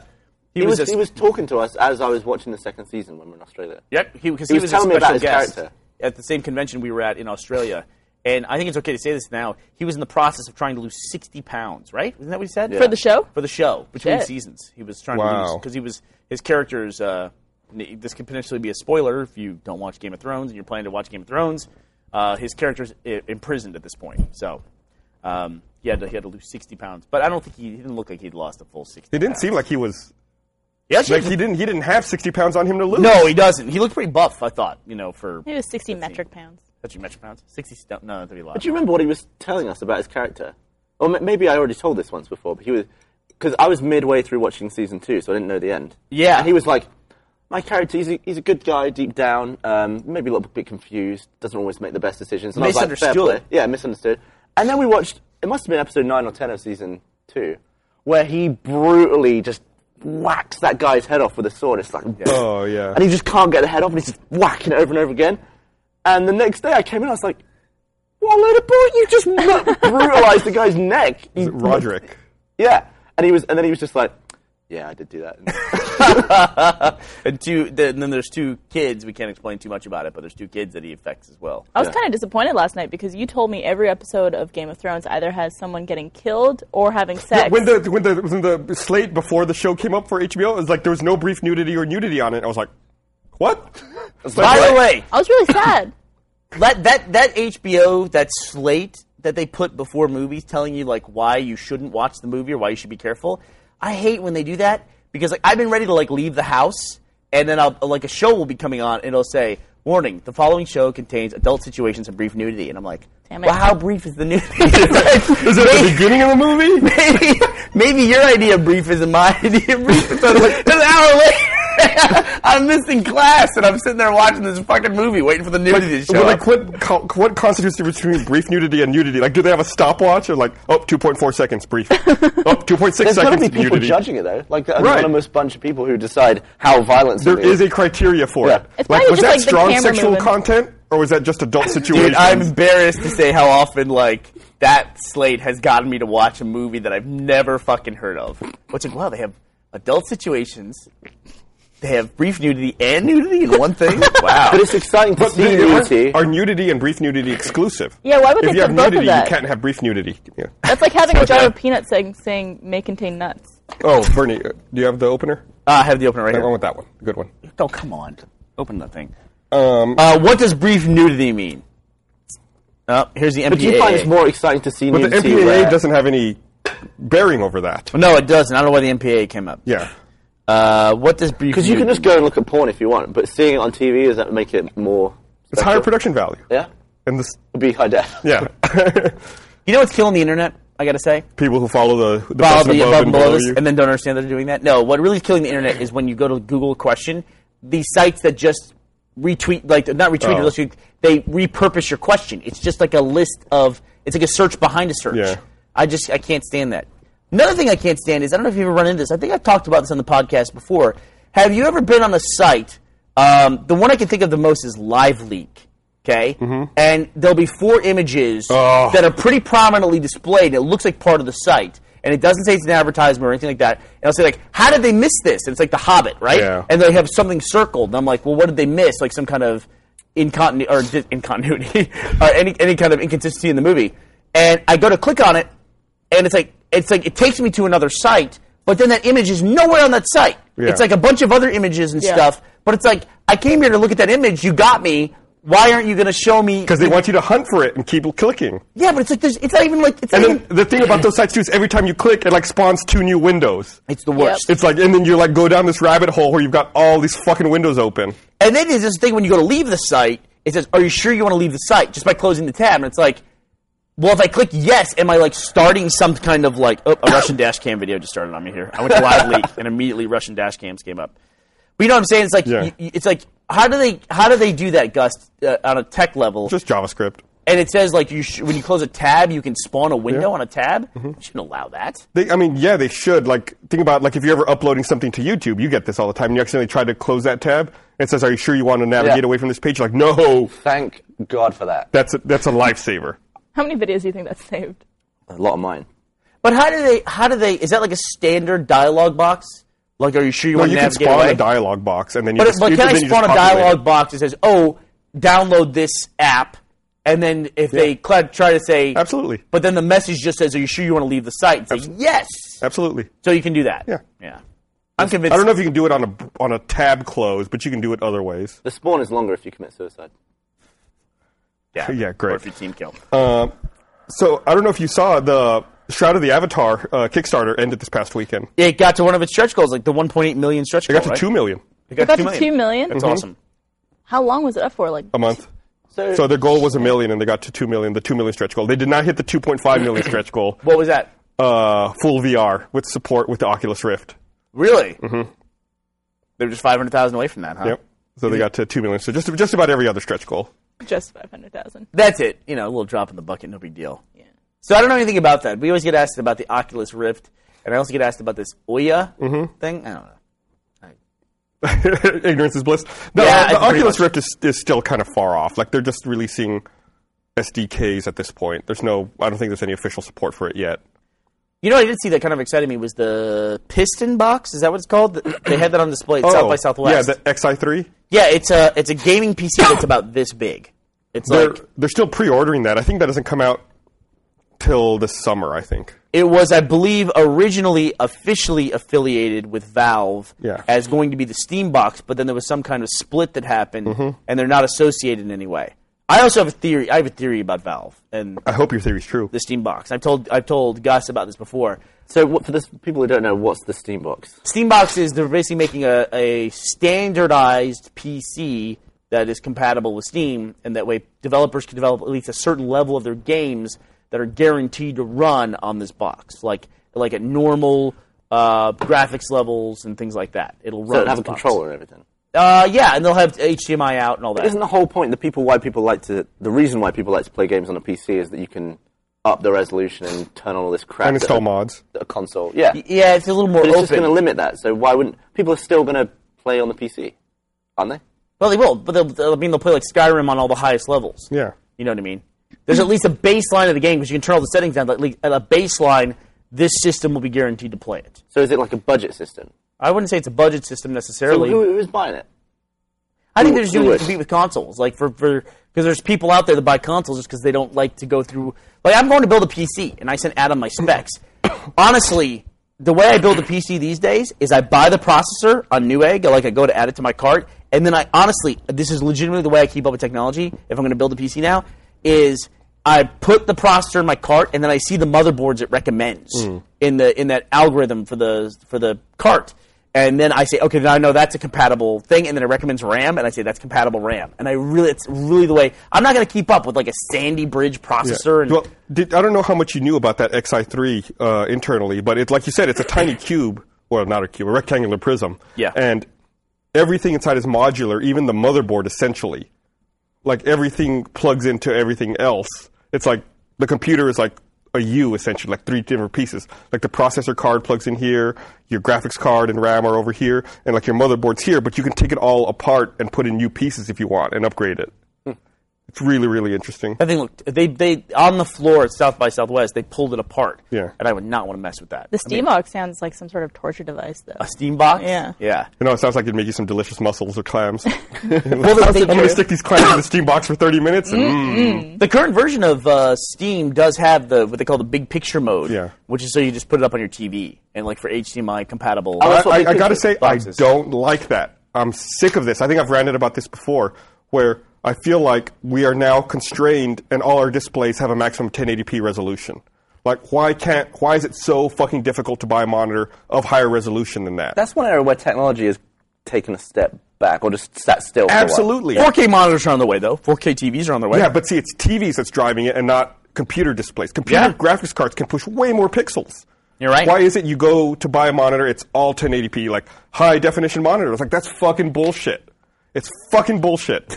[SPEAKER 5] he,
[SPEAKER 3] He was,
[SPEAKER 5] was, a,
[SPEAKER 3] he was talking to us as I was watching the second season when we were in Australia.
[SPEAKER 5] Yep, he because
[SPEAKER 3] He
[SPEAKER 5] he,
[SPEAKER 3] was
[SPEAKER 5] was,
[SPEAKER 3] telling
[SPEAKER 5] a
[SPEAKER 3] me
[SPEAKER 5] special
[SPEAKER 3] about his
[SPEAKER 5] guest
[SPEAKER 3] character.
[SPEAKER 5] at the same convention we were at in Australia, and I think it's okay to say this now. He was in the process of trying to lose sixty pounds, right? Isn't that what he said
[SPEAKER 4] For the show?
[SPEAKER 5] For the show between
[SPEAKER 4] Shit.
[SPEAKER 5] seasons, he was trying to
[SPEAKER 2] Wow.
[SPEAKER 5] lose because he was his characters. Uh, n- this could potentially be a spoiler if you don't watch Game of Thrones and you're planning to watch Game of Thrones. Uh, his character's I- imprisoned at this point, so. Um, he had, to, he had to lose 60 pounds, but I don't think he, he didn't look like he'd lost a full 60.
[SPEAKER 2] It didn't seem like he was.
[SPEAKER 5] he actually
[SPEAKER 2] Like he didn't. He didn't have sixty pounds on him to lose.
[SPEAKER 5] No, he doesn't. He looked pretty buff, I thought, you know, for
[SPEAKER 4] Maybe it was 60 metric pounds.
[SPEAKER 5] That's your metric pounds? 60 st- No, that'd be a lot.
[SPEAKER 3] But do you remember what he was telling us about his character? Or ma- maybe I already told this once before, but he was. Because I was midway through watching season two, so I didn't know the end.
[SPEAKER 5] Yeah.
[SPEAKER 3] And he was like, my character, he's a, he's a good guy deep down, um, maybe a little bit confused, doesn't always make the best decisions. And I was like, fair
[SPEAKER 5] Misunderstood.
[SPEAKER 3] play. Yeah, misunderstood. And then we watched, it must have been episode 9 or 10 of season 2, where he brutally just whacks that guy's head off with a sword. It's like,
[SPEAKER 2] Oh yeah.
[SPEAKER 3] and he just can't get the head off, and he's just whacking it over and over again. And the next day, I came in, I was like, "What a load of bull! You just (laughs) brutalized the guy's neck." You-
[SPEAKER 2] Roderick.
[SPEAKER 3] (laughs) Yeah, and he was, and then he was just like, "Yeah, I did do that."
[SPEAKER 5] and, two, the, and then there's two kids. We can't explain too much about it, but there's two kids that he affects as well.
[SPEAKER 4] I was
[SPEAKER 3] Yeah.
[SPEAKER 4] kind of disappointed last night because you told me every episode of Game of Thrones either has someone getting killed or having sex.
[SPEAKER 2] When the when the when the slate before the show came up for HBO, it was like there was no brief nudity or nudity on it. I was like, what? It's like,
[SPEAKER 5] By the
[SPEAKER 2] what?
[SPEAKER 5] way,
[SPEAKER 4] I was really sad.
[SPEAKER 5] let, that, that HBO, that slate that they put before movies telling you, like, why you shouldn't watch the movie or why you should be careful, I hate when they do that because, like, I've been ready to, like, leave the house and then I'll, like, a show will be coming on and it'll say, warning, the following show contains adult situations and brief nudity. And I'm like,
[SPEAKER 4] Damn it.
[SPEAKER 5] well, how brief is the nudity? It's like,
[SPEAKER 2] is it
[SPEAKER 5] maybe-
[SPEAKER 2] the beginning of the
[SPEAKER 5] (laughs)
[SPEAKER 2] movie?
[SPEAKER 5] maybe, maybe your idea of brief isn't my (laughs) idea of brief. So like, an hour later, (laughs) I'm missing class and I'm sitting there watching this fucking movie, waiting for the nudity to show
[SPEAKER 2] Well,
[SPEAKER 5] up.
[SPEAKER 2] like what co- what constitutes the difference between brief nudity and nudity? Like, do they have a stopwatch or like, oh, 2.4 seconds
[SPEAKER 4] (laughs)
[SPEAKER 2] brief, oh, 2.6
[SPEAKER 3] There's got to
[SPEAKER 2] seconds
[SPEAKER 3] be people
[SPEAKER 2] nudity?
[SPEAKER 3] judging it though, like the
[SPEAKER 2] Right.
[SPEAKER 3] anonymous bunch of people who decide how violent.
[SPEAKER 2] There
[SPEAKER 3] something
[SPEAKER 2] is a criteria for
[SPEAKER 3] Yeah.
[SPEAKER 2] it.
[SPEAKER 4] It's
[SPEAKER 2] like,
[SPEAKER 4] probably
[SPEAKER 2] was
[SPEAKER 4] just,
[SPEAKER 2] that
[SPEAKER 4] like, the
[SPEAKER 2] strong
[SPEAKER 4] camera
[SPEAKER 2] sexual
[SPEAKER 4] moving.
[SPEAKER 2] content or was that just adult situations?
[SPEAKER 5] Dude, I'm embarrassed to say how often like that slate has gotten me to watch a movie that I've never fucking heard of. What's like, wow, they have adult situations. They have brief nudity and nudity in one
[SPEAKER 2] (laughs)
[SPEAKER 5] thing. Wow.
[SPEAKER 3] But it's exciting to
[SPEAKER 2] But
[SPEAKER 3] see
[SPEAKER 2] the-
[SPEAKER 3] nudity.
[SPEAKER 2] Are nudity and brief nudity exclusive?
[SPEAKER 4] Yeah, why would
[SPEAKER 2] if
[SPEAKER 4] they
[SPEAKER 2] you
[SPEAKER 4] put
[SPEAKER 2] have
[SPEAKER 4] both of
[SPEAKER 2] nudity,
[SPEAKER 4] that?
[SPEAKER 2] you can't have brief nudity. Yeah.
[SPEAKER 4] That's like having a jar of peanuts saying, saying may contain nuts.
[SPEAKER 2] Oh, Bernie, uh, do you have the opener?
[SPEAKER 5] Uh, I have the opener right
[SPEAKER 2] I
[SPEAKER 5] here.
[SPEAKER 2] went with that one. Good one.
[SPEAKER 5] Oh, come on. Open that thing.
[SPEAKER 2] Um,
[SPEAKER 5] Uh, what does brief nudity mean? Oh, here's the MPAA.
[SPEAKER 3] But do you find it's more exciting to see
[SPEAKER 2] but the
[SPEAKER 3] nudity?
[SPEAKER 2] MPAA
[SPEAKER 3] where-
[SPEAKER 2] doesn't have any bearing over that.
[SPEAKER 5] No, it doesn't. I don't know why the MPAA came up.
[SPEAKER 2] Yeah.
[SPEAKER 5] Uh, what does brief?
[SPEAKER 3] Because you can
[SPEAKER 5] nudity
[SPEAKER 3] just go and look at porn if you want, but seeing it on TV does that make it more?
[SPEAKER 2] It's
[SPEAKER 3] special?
[SPEAKER 2] higher production value.
[SPEAKER 3] Yeah,
[SPEAKER 2] And this,
[SPEAKER 3] It'd be high def. (laughs)
[SPEAKER 2] yeah.
[SPEAKER 5] mean? You know what's killing the internet? I gotta say.
[SPEAKER 2] People who follow the, the
[SPEAKER 5] Follow
[SPEAKER 2] person
[SPEAKER 5] the
[SPEAKER 2] above, and below
[SPEAKER 5] us
[SPEAKER 2] you.
[SPEAKER 5] and then don't understand that they're doing that. No, what really is killing the internet is when you go to Google a question, these sites that just retweet, like not retweet,
[SPEAKER 2] Oh.
[SPEAKER 5] but just- they repurpose your question. It's just like a list of. It's like a search behind a search.
[SPEAKER 2] Yeah.
[SPEAKER 5] I just I can't stand that. Another thing I can't stand is I don't know if you've ever run into this. I think I've talked about this on the podcast before. Have you ever been on a site? Um, the one I can think of the most is LiveLeak. Okay, and there'll be four images
[SPEAKER 2] Mm-hmm. Oh.
[SPEAKER 5] that are pretty prominently displayed. It looks like part of the site, and it doesn't say it's an advertisement or anything like that. And I'll say like, "How did they miss this?" And it's like The Hobbit, right?
[SPEAKER 2] Yeah.
[SPEAKER 5] And they have something circled. And I'm like, "Well, what did they miss? Like some kind of incontinuity or di- incontinuity (laughs) or any any kind of inconsistency in the movie." And I go to click on it, and it's like it's like it takes me to another site, but then that image is nowhere on that site.
[SPEAKER 2] Yeah.
[SPEAKER 5] It's like a bunch of other images and
[SPEAKER 4] Yeah.
[SPEAKER 5] stuff, but it's like I came here to look at that image. You got me. Why aren't you going to show me?
[SPEAKER 2] Because they want you to hunt for it and keep clicking.
[SPEAKER 5] yeah, but it's like there's, it's not even like it's
[SPEAKER 2] And
[SPEAKER 5] not
[SPEAKER 2] then
[SPEAKER 5] even,
[SPEAKER 2] the thing about those sites too is every time you click, it like spawns two new windows.
[SPEAKER 5] It's the worst.
[SPEAKER 2] It's like, and then you like go down this rabbit hole where you've got all these fucking windows open.
[SPEAKER 5] And then there's this thing when you go to leave the site, it says, "Are you sure you want to leave the site?" Just by closing the tab, and it's like, Well, if I click yes, am I like starting some kind of like oh, a Russian dash cam video just started on me here? I went to (laughs) live leak and immediately Russian dash cams came up. But you know what I'm saying? It's like
[SPEAKER 2] Yeah.
[SPEAKER 5] you- you- it's like how do they how do they do that, Gus, uh, on a tech level?
[SPEAKER 2] Just JavaScript.
[SPEAKER 5] and it says like you sh- when you close a tab, you can spawn a window on a tab. You shouldn't allow that.
[SPEAKER 2] They, I mean, yeah, they should. Like, think about like if you're ever uploading something to YouTube, you get this all the time. And you accidentally try to close that tab, and it says, "Are you sure you want to navigate
[SPEAKER 3] Yeah.
[SPEAKER 2] away from this page?" You're like, no,
[SPEAKER 3] Thank God for that.
[SPEAKER 2] that's a, that's a lifesaver.
[SPEAKER 4] How many videos do you think that's saved?
[SPEAKER 3] A lot of mine.
[SPEAKER 5] But how do they? How do they? Is that like a standard dialogue box? Like, are you sure you
[SPEAKER 2] Well,
[SPEAKER 5] want
[SPEAKER 2] you
[SPEAKER 5] to
[SPEAKER 2] can
[SPEAKER 5] navigate
[SPEAKER 2] spawn
[SPEAKER 5] away?
[SPEAKER 2] a dialogue box, and then you
[SPEAKER 5] but
[SPEAKER 2] just,
[SPEAKER 5] but
[SPEAKER 2] you
[SPEAKER 5] can I
[SPEAKER 2] then you just
[SPEAKER 5] spawn a
[SPEAKER 2] populate it.
[SPEAKER 5] dialogue box that says, "Oh, download this app," and then if they cl- try to say
[SPEAKER 2] Absolutely.
[SPEAKER 5] but then the message just says, "Are you sure you want to leave the site?" It's like, yes.
[SPEAKER 2] Absolutely.
[SPEAKER 5] So you can do that.
[SPEAKER 2] Yeah.
[SPEAKER 5] Yeah. I'm convinced.
[SPEAKER 2] I don't know if you can do it on a on a tab close, but you can do it other ways.
[SPEAKER 3] The spawn is longer if you commit suicide.
[SPEAKER 5] Yeah.
[SPEAKER 2] Yeah, great.
[SPEAKER 5] Or if you team Uh, kill.
[SPEAKER 2] Um, so I don't know if you saw the Shroud of the Avatar uh, Kickstarter ended this past weekend.
[SPEAKER 5] it got to one of its stretch goals, like the 1.8 million stretch
[SPEAKER 2] It
[SPEAKER 5] goal.
[SPEAKER 2] got to
[SPEAKER 5] right?
[SPEAKER 2] two Mm-hmm. million Um,
[SPEAKER 5] It
[SPEAKER 4] It got
[SPEAKER 5] two
[SPEAKER 4] to two million.
[SPEAKER 5] That's awesome.
[SPEAKER 4] How long was it up for? Like
[SPEAKER 2] a month.
[SPEAKER 3] So,
[SPEAKER 2] So their goal was a million, and they got to two million. The two million stretch goal. They did not hit the two point five million stretch goal.
[SPEAKER 5] What was that?
[SPEAKER 2] Uh, full VR with support with the Oculus Rift.
[SPEAKER 5] Really? Mm-hmm. They were just 500,000 away from that, huh?
[SPEAKER 2] Yep. So they got to two million. So just just about every other stretch goal.
[SPEAKER 4] just five hundred thousand.
[SPEAKER 5] That's it. You know, a little drop in the bucket, no big deal. Yeah. So I don't know anything about that. We always get asked about the Oculus Rift, and I also get asked about this Oya
[SPEAKER 2] Mm-hmm.
[SPEAKER 5] thing. I don't know.
[SPEAKER 2] (laughs) Ignorance is bliss. No, the
[SPEAKER 5] Yeah, pretty
[SPEAKER 2] Oculus
[SPEAKER 5] much.
[SPEAKER 2] Rift is, is still kind of far off. Like they're just releasing SDKs at this point. There's no. I don't think there's any official support for it yet.
[SPEAKER 5] You know, what I did see that kind of excited me was the piston box. Is that what it's called? The- They had that on display at South by Southwest.
[SPEAKER 2] Oh, Yeah, the XI3.
[SPEAKER 5] Yeah, it's a it's a gaming PC that's about this big. It's
[SPEAKER 2] They're
[SPEAKER 5] like
[SPEAKER 2] they're still pre-ordering that. I think that doesn't come out till this summer. I think.
[SPEAKER 5] it was, I believe, originally officially affiliated with Valve
[SPEAKER 2] Yeah.
[SPEAKER 5] as going to be the Steam box, but then there was some kind of split that happened, and they're not associated in any way. I also have a theory. I have a theory about Valve and
[SPEAKER 2] I hope your theory's true.
[SPEAKER 5] the Steam box. I've told I've told Gus about this before.
[SPEAKER 3] so what, for the s- people who don't know, what's the Steam box?
[SPEAKER 5] Steambox is they're basically making a, a standardized PC that is compatible with Steam, and that way developers can develop at least a certain level of their games that are guaranteed to run on this box, like like at normal uh, graphics levels and things like that. It'll
[SPEAKER 3] So
[SPEAKER 5] run.
[SPEAKER 3] it'll have
[SPEAKER 5] this
[SPEAKER 3] a
[SPEAKER 5] box.
[SPEAKER 3] controller and everything.
[SPEAKER 5] Uh, yeah, and they'll have HDMI out and all that.
[SPEAKER 3] Isn't the whole point the people why people like to the reason why people like to play games on a PC is that you can up the resolution and turn on all this crap
[SPEAKER 2] And
[SPEAKER 3] that
[SPEAKER 2] install
[SPEAKER 3] a-
[SPEAKER 2] mods.
[SPEAKER 3] that a console. Yeah, but
[SPEAKER 5] Yeah, it's a little more
[SPEAKER 3] it's just
[SPEAKER 5] open.
[SPEAKER 3] going to limit that. So why wouldn't people are still going to play on the PC, aren't they?
[SPEAKER 5] well, they will, but they'll, they'll- I mean they'll play like Skyrim on all the highest levels.
[SPEAKER 2] Yeah.
[SPEAKER 5] You know what I mean? There's at least a baseline of the game because you can turn all the settings down. But at least at a baseline, this system will be guaranteed to play it.
[SPEAKER 3] So is it like a budget system?
[SPEAKER 5] I wouldn't say it's a budget system
[SPEAKER 3] So
[SPEAKER 5] necessarily.
[SPEAKER 3] who, who's buying it?
[SPEAKER 5] I think they're
[SPEAKER 3] who-
[SPEAKER 5] just
[SPEAKER 3] who
[SPEAKER 5] doing it
[SPEAKER 3] would?
[SPEAKER 5] to compete with consoles, like for for because there's people out there that buy consoles just because they don't like to go through. Like I'm going to build a PC, and I sent Adam
[SPEAKER 3] (coughs)
[SPEAKER 5] my specs. Honestly, the way I build a PC these days is I buy the processor on Newegg, like I go to add it to my cart, and then I honestly, this is legitimately the way I keep up with technology. If I'm going to build a PC now, is I put the processor in my cart, and then I see the motherboards it recommends
[SPEAKER 2] Hmm.
[SPEAKER 5] in the in that algorithm for the for the cart. And then I say, okay, now I know that's a compatible thing, and then it recommends RAM, and I say that's compatible RAM. And I really, it's really the way I'm not going to keep up with like a Sandy Bridge processor. And
[SPEAKER 2] Well, did, I don't know how much you knew about that XI3 uh, internally, but it, like you said, it's a tiny cube. Well, not a cube, a rectangular prism.
[SPEAKER 5] Yeah.
[SPEAKER 2] And everything inside is modular, even the motherboard, essentially. Like everything plugs into everything else. It's like the computer is like a U, essentially, like three different pieces. Like the processor card plugs in here, your graphics card and RAM are over here, and like your motherboard's here, but you can take it all apart and put in new pieces if you want and upgrade it. It's really, really interesting.
[SPEAKER 5] that thing looked they they on the floor at South by Southwest they pulled it apart.
[SPEAKER 2] Yeah.
[SPEAKER 5] and I would not want to mess with that.
[SPEAKER 4] The
[SPEAKER 5] I mean,
[SPEAKER 4] Steambox sounds like some sort of torture device, though.
[SPEAKER 5] a steam box.
[SPEAKER 4] Yeah.
[SPEAKER 5] yeah.
[SPEAKER 2] You know, it sounds like it'd make you some delicious mussels or
[SPEAKER 3] (laughs)
[SPEAKER 2] clams. (laughs)
[SPEAKER 5] that's
[SPEAKER 2] I'm
[SPEAKER 5] the
[SPEAKER 2] going to
[SPEAKER 5] truth.
[SPEAKER 2] stick these clams in the steam box for 30 minutes. And,
[SPEAKER 3] Mm-hmm.
[SPEAKER 2] mm.
[SPEAKER 5] The current version of uh, Steam does have the what they call the big picture mode,
[SPEAKER 2] Yeah.
[SPEAKER 5] which is so you just put it up on your TV and like for HDMI compatible.
[SPEAKER 3] Oh, that's what
[SPEAKER 2] I,
[SPEAKER 3] they
[SPEAKER 2] I
[SPEAKER 3] do
[SPEAKER 2] got to
[SPEAKER 3] with
[SPEAKER 2] say,
[SPEAKER 5] boxes.
[SPEAKER 2] I don't like that. I'm sick of this. I think I've ranted about this before, where I feel like we are now constrained and all our displays have a maximum 1080p resolution. Like, why can't, why is it so fucking difficult to buy a monitor of higher resolution than that?
[SPEAKER 3] That's one area where technology has taken a step back or just sat still. for a while.
[SPEAKER 2] Absolutely.
[SPEAKER 5] 4K monitors are on the way though. 4K TVs are on their way.
[SPEAKER 2] Yeah, but see, it's TVs that's driving it and not computer displays. Computer
[SPEAKER 5] Yeah.
[SPEAKER 2] graphics cards can push way more pixels.
[SPEAKER 5] You're right.
[SPEAKER 2] Why is it you go to buy a monitor, it's all 1080p, like high definition monitor? It's like, that's fucking bullshit. It's fucking bullshit.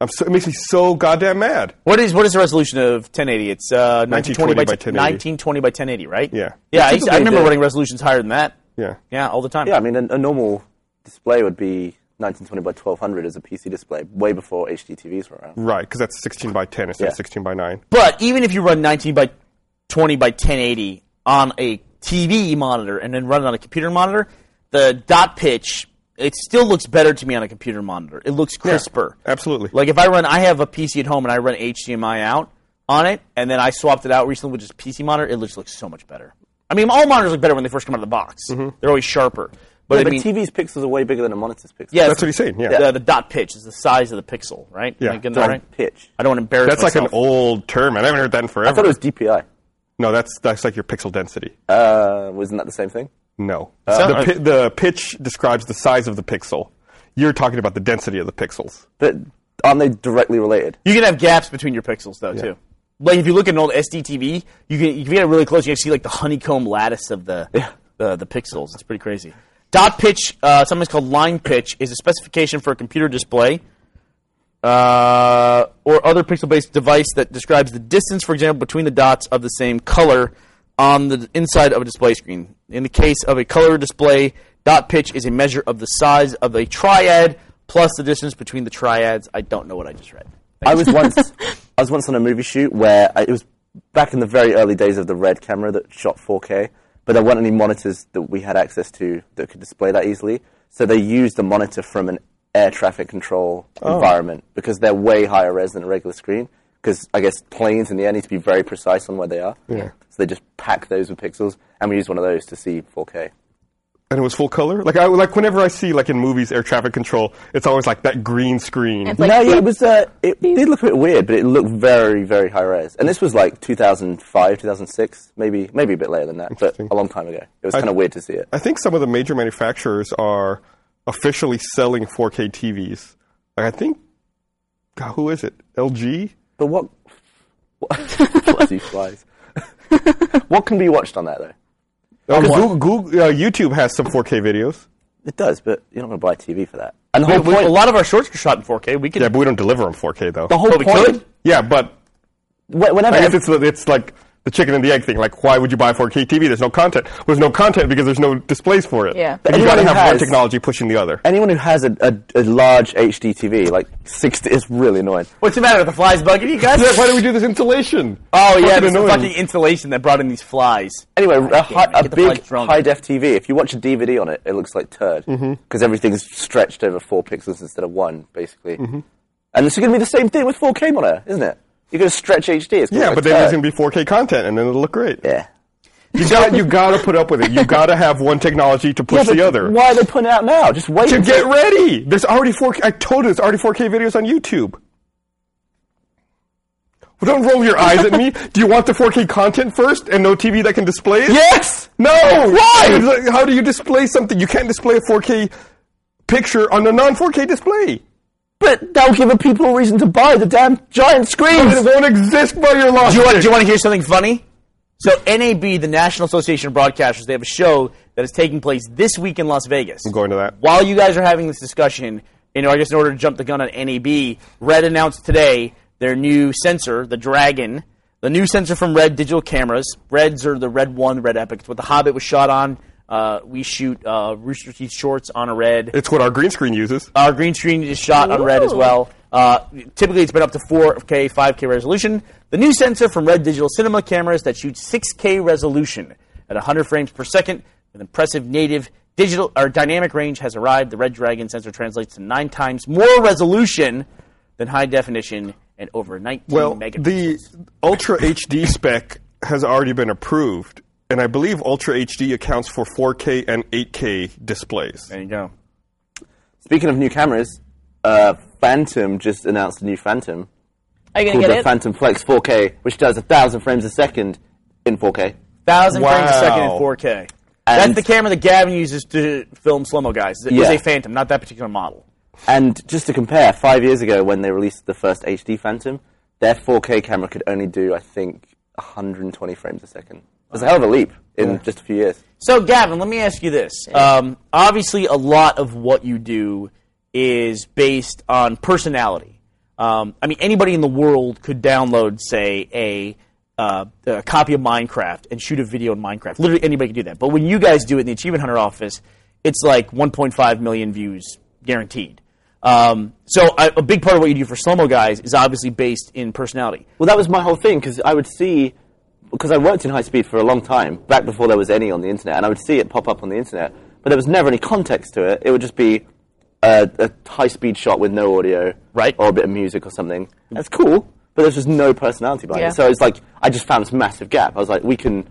[SPEAKER 2] I'm so, it makes me so goddamn mad.
[SPEAKER 5] What is what is the resolution of 1080? It's uh, 1920 by
[SPEAKER 2] 1920 by
[SPEAKER 5] 1920 by 1080, right?
[SPEAKER 2] Yeah.
[SPEAKER 5] Yeah, I, used to-
[SPEAKER 3] Typically
[SPEAKER 5] I remember
[SPEAKER 3] the-
[SPEAKER 5] running resolutions higher than that.
[SPEAKER 2] Yeah.
[SPEAKER 5] Yeah, all the time.
[SPEAKER 3] Yeah, I mean, a, a normal display would be 1920 by 1200 as a PC display, way before HDTVs were around.
[SPEAKER 2] Right, because that's 16 by 10 instead
[SPEAKER 3] Yeah.
[SPEAKER 2] of 16 by 9.
[SPEAKER 5] But even if you run 19 by 20 by 1080 on a TV monitor and then run it on a computer monitor, the dot pitch it still looks better to me on a computer monitor. It looks crisper.
[SPEAKER 2] Absolutely.
[SPEAKER 5] Like if I run, I have a PC at home and I run HDMI out on it, and then I swapped it out recently with just PC monitor. It just looks so much better. I mean, all monitors look better when they first come out of the box.
[SPEAKER 2] Mm-hmm.
[SPEAKER 5] They're always sharper. But
[SPEAKER 3] Yeah,
[SPEAKER 5] I
[SPEAKER 3] but
[SPEAKER 5] mean,
[SPEAKER 3] TV's pixels are way bigger than a monitor's pixels.
[SPEAKER 5] yeah,
[SPEAKER 2] That's what he's saying, yeah.
[SPEAKER 5] The, the dot pitch is the size of the pixel, right?
[SPEAKER 2] Yeah.
[SPEAKER 5] Am I getting
[SPEAKER 2] Dot
[SPEAKER 5] that right?
[SPEAKER 3] pitch.
[SPEAKER 5] I don't want to embarrass.
[SPEAKER 2] That's like an
[SPEAKER 5] myself.
[SPEAKER 2] old term, and I haven't heard that in forever.
[SPEAKER 3] I thought it was DPI.
[SPEAKER 2] no, that's, that's like your pixel density.
[SPEAKER 3] Uh, wasn't that the same thing?
[SPEAKER 2] No. the, pi- the pitch describes the size of the pixel. You're talking about the density of the pixels.
[SPEAKER 3] But aren't they directly related?
[SPEAKER 5] You can have gaps between your pixels though too. Like if you look at an old SD TV, you can you can get really close. You can see like the honeycomb lattice of the the, the pixels. It's pretty crazy. Dot pitch, uh, something's called line pitch, is a specification for a computer display uh, or other pixel-based device that describes the distance, for example, between the dots of the same color on the inside of a display screen. In the case of a color display, dot pitch is a measure of the size of a triad plus the distance between the triads. I don't know what I just read.
[SPEAKER 3] I was once I was once on a movie shoot where I, it was back in the very early days of the red camera that shot 4K, but there weren't any monitors that we had access to that could display that easily. So they used a monitor from an air traffic control environment because they're way higher res than a regular screen. Because I guess planes in the air need to be very precise on where they are. Yeah. So they just pack those with pixels, and we use one of those to see 4K.
[SPEAKER 2] And it was full color. Like I like whenever I see like in movies air traffic control, it's always like that green screen.
[SPEAKER 4] It's like
[SPEAKER 3] no, yeah, it was. Uh, it did look a bit weird, but it looked very, very high res. And this was like 2005, 2006, maybe, maybe a bit later than that, but a long time ago. It was kind of weird to see it.
[SPEAKER 2] I think some of the major manufacturers are officially selling 4K TVs. Like I think, God, who is it? LG.
[SPEAKER 3] But what? (laughs) What, these (laughs) flies. what can be watched on that though?
[SPEAKER 2] Uh, 'cause Google, Google, uh, YouTube has some 4K videos.
[SPEAKER 3] It does, but you're not going to buy a TV for that. And the
[SPEAKER 5] We-
[SPEAKER 3] whole
[SPEAKER 5] we- a
[SPEAKER 3] point.
[SPEAKER 5] lot of our shorts are shot in 4K. We could.
[SPEAKER 2] Yeah, but we don't deliver them 4K though.
[SPEAKER 3] The whole
[SPEAKER 5] but we
[SPEAKER 3] point.
[SPEAKER 5] could.
[SPEAKER 2] yeah, but
[SPEAKER 3] wh- Whenever
[SPEAKER 2] I guess it's it's like the chicken and the egg thing. Like, why would you buy a 4K TV? There's no content. Well, There's no content because there's no displays for it.
[SPEAKER 4] Yeah.
[SPEAKER 2] Like, you
[SPEAKER 3] Anyone
[SPEAKER 2] gotta
[SPEAKER 3] who
[SPEAKER 2] have one
[SPEAKER 3] has-
[SPEAKER 2] technology pushing the other.
[SPEAKER 3] anyone who has a, a, a large HD TV, like 60, it's really annoying.
[SPEAKER 5] What's the matter? The flies bugging you guys?
[SPEAKER 2] Yeah, why do we do this insulation?
[SPEAKER 5] (laughs) oh yeah,
[SPEAKER 2] Fucking
[SPEAKER 5] it's the
[SPEAKER 2] annoying.
[SPEAKER 5] fucking insulation that brought in these flies.
[SPEAKER 3] Anyway, a, hi-
[SPEAKER 5] damn it,
[SPEAKER 3] a
[SPEAKER 5] get the
[SPEAKER 3] big
[SPEAKER 5] flight drunk.
[SPEAKER 3] high def TV. If you watch a DVD on it, it looks like turd because
[SPEAKER 2] Mm-hmm.
[SPEAKER 3] everything's stretched over four pixels instead of one, basically.
[SPEAKER 2] Mm-hmm.
[SPEAKER 3] And this is going to be the same thing with 4K monitor, isn't it? You're going to stretch HD. It's gonna
[SPEAKER 2] Yeah,
[SPEAKER 3] look
[SPEAKER 2] but
[SPEAKER 3] like
[SPEAKER 2] then there's
[SPEAKER 3] turd.
[SPEAKER 2] gonna be 4K content, and then it'll look great.
[SPEAKER 3] yeah.
[SPEAKER 2] You got you gotta put up with it. You gotta have one technology to
[SPEAKER 3] Yeah,
[SPEAKER 2] push
[SPEAKER 3] but
[SPEAKER 2] the other.
[SPEAKER 3] Why are they putting it out now? Just wait.
[SPEAKER 2] To
[SPEAKER 3] until-
[SPEAKER 2] get ready. There's already 4K. I told you there's already 4K videos on YouTube. Well, don't roll your eyes at me. Do you want the 4K content first and no TV that can display it?
[SPEAKER 5] Yes.
[SPEAKER 2] No. Why? How do you display something? You can't display a 4K picture on a non 4K display.
[SPEAKER 3] but that'll give people a reason to buy the damn giant
[SPEAKER 2] It
[SPEAKER 3] screens.
[SPEAKER 2] won't exist by your logic.
[SPEAKER 5] Do you want? Do you want to hear something funny? So NAB, the National Association of Broadcasters, they have a show that is taking place this week in Las Vegas. I'm
[SPEAKER 2] going to that.
[SPEAKER 5] While you guys are having this discussion, you know, I guess in order to jump the gun on NAB, Red announced today their new sensor, the Dragon, the new sensor from Red Digital Cameras. Reds are the Red One, Red Epic. It's what The Hobbit was shot on. Uh, we shoot uh, Rooster Teeth shorts on a Red.
[SPEAKER 2] It's what our green screen uses.
[SPEAKER 5] Our green screen is shot on red as
[SPEAKER 4] Ooh.
[SPEAKER 5] well. Uh, typically, it's been up to 4K, 5K resolution. The new sensor from Red Digital Cinema cameras that shoots 6K resolution at 100 frames per second with impressive native digital or dynamic range has arrived. The Red Dragon sensor translates to nine times more resolution than high definition and over 19
[SPEAKER 2] Well,
[SPEAKER 5] megapixels.
[SPEAKER 2] the Ultra HD spec has already been approved, and I believe Ultra HD accounts for 4K and 8K displays.
[SPEAKER 5] there you go.
[SPEAKER 3] Speaking of new cameras, uh, Phantom just announced a new Phantom
[SPEAKER 4] Are
[SPEAKER 3] called
[SPEAKER 4] you gonna
[SPEAKER 3] the
[SPEAKER 4] get it?
[SPEAKER 3] Phantom Flex 4K, which does a thousand frames a second in 4K.
[SPEAKER 5] Thousand frames a second in
[SPEAKER 2] Wow.
[SPEAKER 5] 4K. That's
[SPEAKER 3] And-
[SPEAKER 5] the camera that Gavin uses to film slow mo guys. It was
[SPEAKER 3] Yeah.
[SPEAKER 5] a Phantom, not that particular model.
[SPEAKER 3] And just to compare, five years ago when they released the first HD Phantom, their 4K camera could only do, I think, 120 frames a second. That's a hell of a leap in just a few years.
[SPEAKER 5] So, Gavin, let me ask you this. Um, obviously, a lot of what you do is based on personality. Um, I mean, anybody in the world could download, say, a, uh, a copy of Minecraft and shoot a video in Minecraft. Literally, anybody can do that. But when you guys do it in the Achievement Hunter office, it's like 1.5 million views guaranteed. Um, so, I, a big part of what you do for Slow Mo Guys is obviously based in personality.
[SPEAKER 3] Well, that was my whole thing because I would see, because I worked in high speed for a long time, back before there was any on the internet, and I would see it pop up on the internet, but there was never any context to it. It would just be a, a high speed shot with no audio,
[SPEAKER 5] Right.
[SPEAKER 3] or a bit of music or something. That's cool, but there's just no personality behind
[SPEAKER 4] Yeah.
[SPEAKER 3] it. So it's like I just found this massive gap. I was like, we can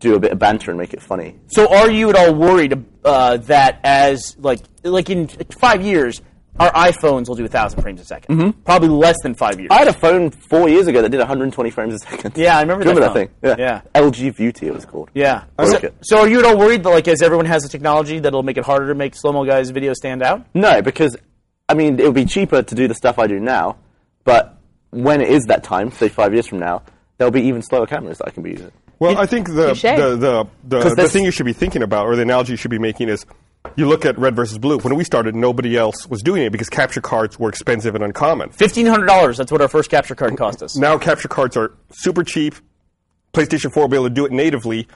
[SPEAKER 3] do a bit of banter and make it funny.
[SPEAKER 5] So are you at all worried uh, that as like like in five years our iPhones will do a thousand frames a 2nd Probably less than five years.
[SPEAKER 3] I had a phone four years ago that did 120 frames a second.
[SPEAKER 5] Yeah, I remember
[SPEAKER 3] Do you
[SPEAKER 5] that
[SPEAKER 3] remember
[SPEAKER 5] phone.
[SPEAKER 3] that thing? LG Beauty it was called.
[SPEAKER 5] yeah.
[SPEAKER 3] Broke
[SPEAKER 5] So,
[SPEAKER 3] it.
[SPEAKER 5] so are you at all worried that like as everyone has the technology that'll make it harder to make slow mo guys video stand out?
[SPEAKER 3] No, because I mean it would be cheaper to do the stuff I do now, but when it is that time, say five years from now, there'll be even slower cameras that I can be using.
[SPEAKER 2] Well, I think the
[SPEAKER 4] touche.
[SPEAKER 2] the the, the, the
[SPEAKER 3] that's-
[SPEAKER 2] thing you should be thinking about, or the analogy you should be making, is you look at red versus blue. When we started, nobody else was doing it because capture cards were expensive and uncommon.
[SPEAKER 5] Fifteen hundred dollars. That's what our first capture card cost us.
[SPEAKER 2] Now capture cards are super cheap. PlayStation 4 will be able to do it natively.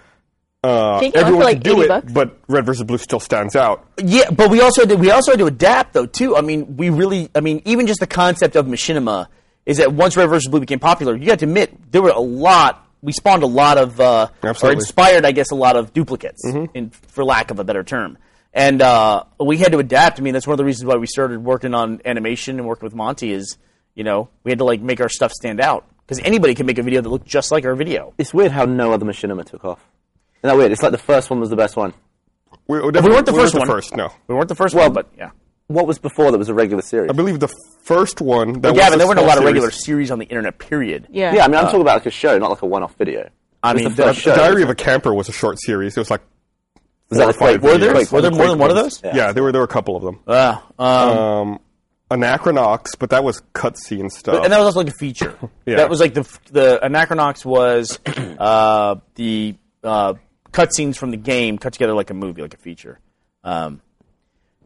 [SPEAKER 2] Uh,
[SPEAKER 4] Can't get one
[SPEAKER 2] everyone
[SPEAKER 4] for like
[SPEAKER 2] can do
[SPEAKER 4] 80
[SPEAKER 2] it,
[SPEAKER 4] bucks.
[SPEAKER 2] but red versus blue still stands out.
[SPEAKER 5] Yeah, but we also had to, we also had to adapt though too. I mean, we really I mean even just the concept of machinima is that once Red versus Blue became popular, you have to admit there were a lot. We spawned a lot of uh, or
[SPEAKER 2] Absolutely. Mm-hmm.
[SPEAKER 5] inspired, I guess, a lot of duplicates, in, for lack of a better term. And uh, we had to adapt. I mean, that's one of the reasons why we started working on animation and working with Monty is you know we had to like make our stuff stand out because anybody can make a video that looked just like our video.
[SPEAKER 3] It's weird how no other machinima took off. Isn't that weird? It's like the first one was the best one.
[SPEAKER 2] We, we
[SPEAKER 5] We weren't the
[SPEAKER 2] we
[SPEAKER 5] first one.
[SPEAKER 2] first, no.
[SPEAKER 5] we weren't the first one, but yeah.
[SPEAKER 3] What was before that was a regular series?
[SPEAKER 2] I believe the first one. That was
[SPEAKER 5] Gavin,
[SPEAKER 2] the
[SPEAKER 5] there weren't a
[SPEAKER 2] small
[SPEAKER 5] lot of
[SPEAKER 2] series.
[SPEAKER 5] regular series on the internet. Period.
[SPEAKER 4] Yeah.
[SPEAKER 3] yeah, I mean I'm talking about like a show, not like a one-off video.
[SPEAKER 5] I
[SPEAKER 3] It was
[SPEAKER 5] mean,
[SPEAKER 3] the first
[SPEAKER 5] the-
[SPEAKER 3] show.
[SPEAKER 2] Diary of a Camper was a short series. It was like
[SPEAKER 3] Was that
[SPEAKER 2] four or
[SPEAKER 3] the Quake
[SPEAKER 2] five
[SPEAKER 3] ones?
[SPEAKER 5] Were there?
[SPEAKER 3] Quake
[SPEAKER 5] Were there
[SPEAKER 3] ones.
[SPEAKER 5] more than one of those?
[SPEAKER 2] Yeah, there were there were a couple of them.
[SPEAKER 5] Uh, um,
[SPEAKER 2] Um, Anachronox, but that was cutscene stuff.
[SPEAKER 5] and that was also like a feature.
[SPEAKER 2] Yeah.
[SPEAKER 5] That was like the f- the Anachronox was uh, the uh, cutscenes from the game cut together like a movie, like a feature. Um,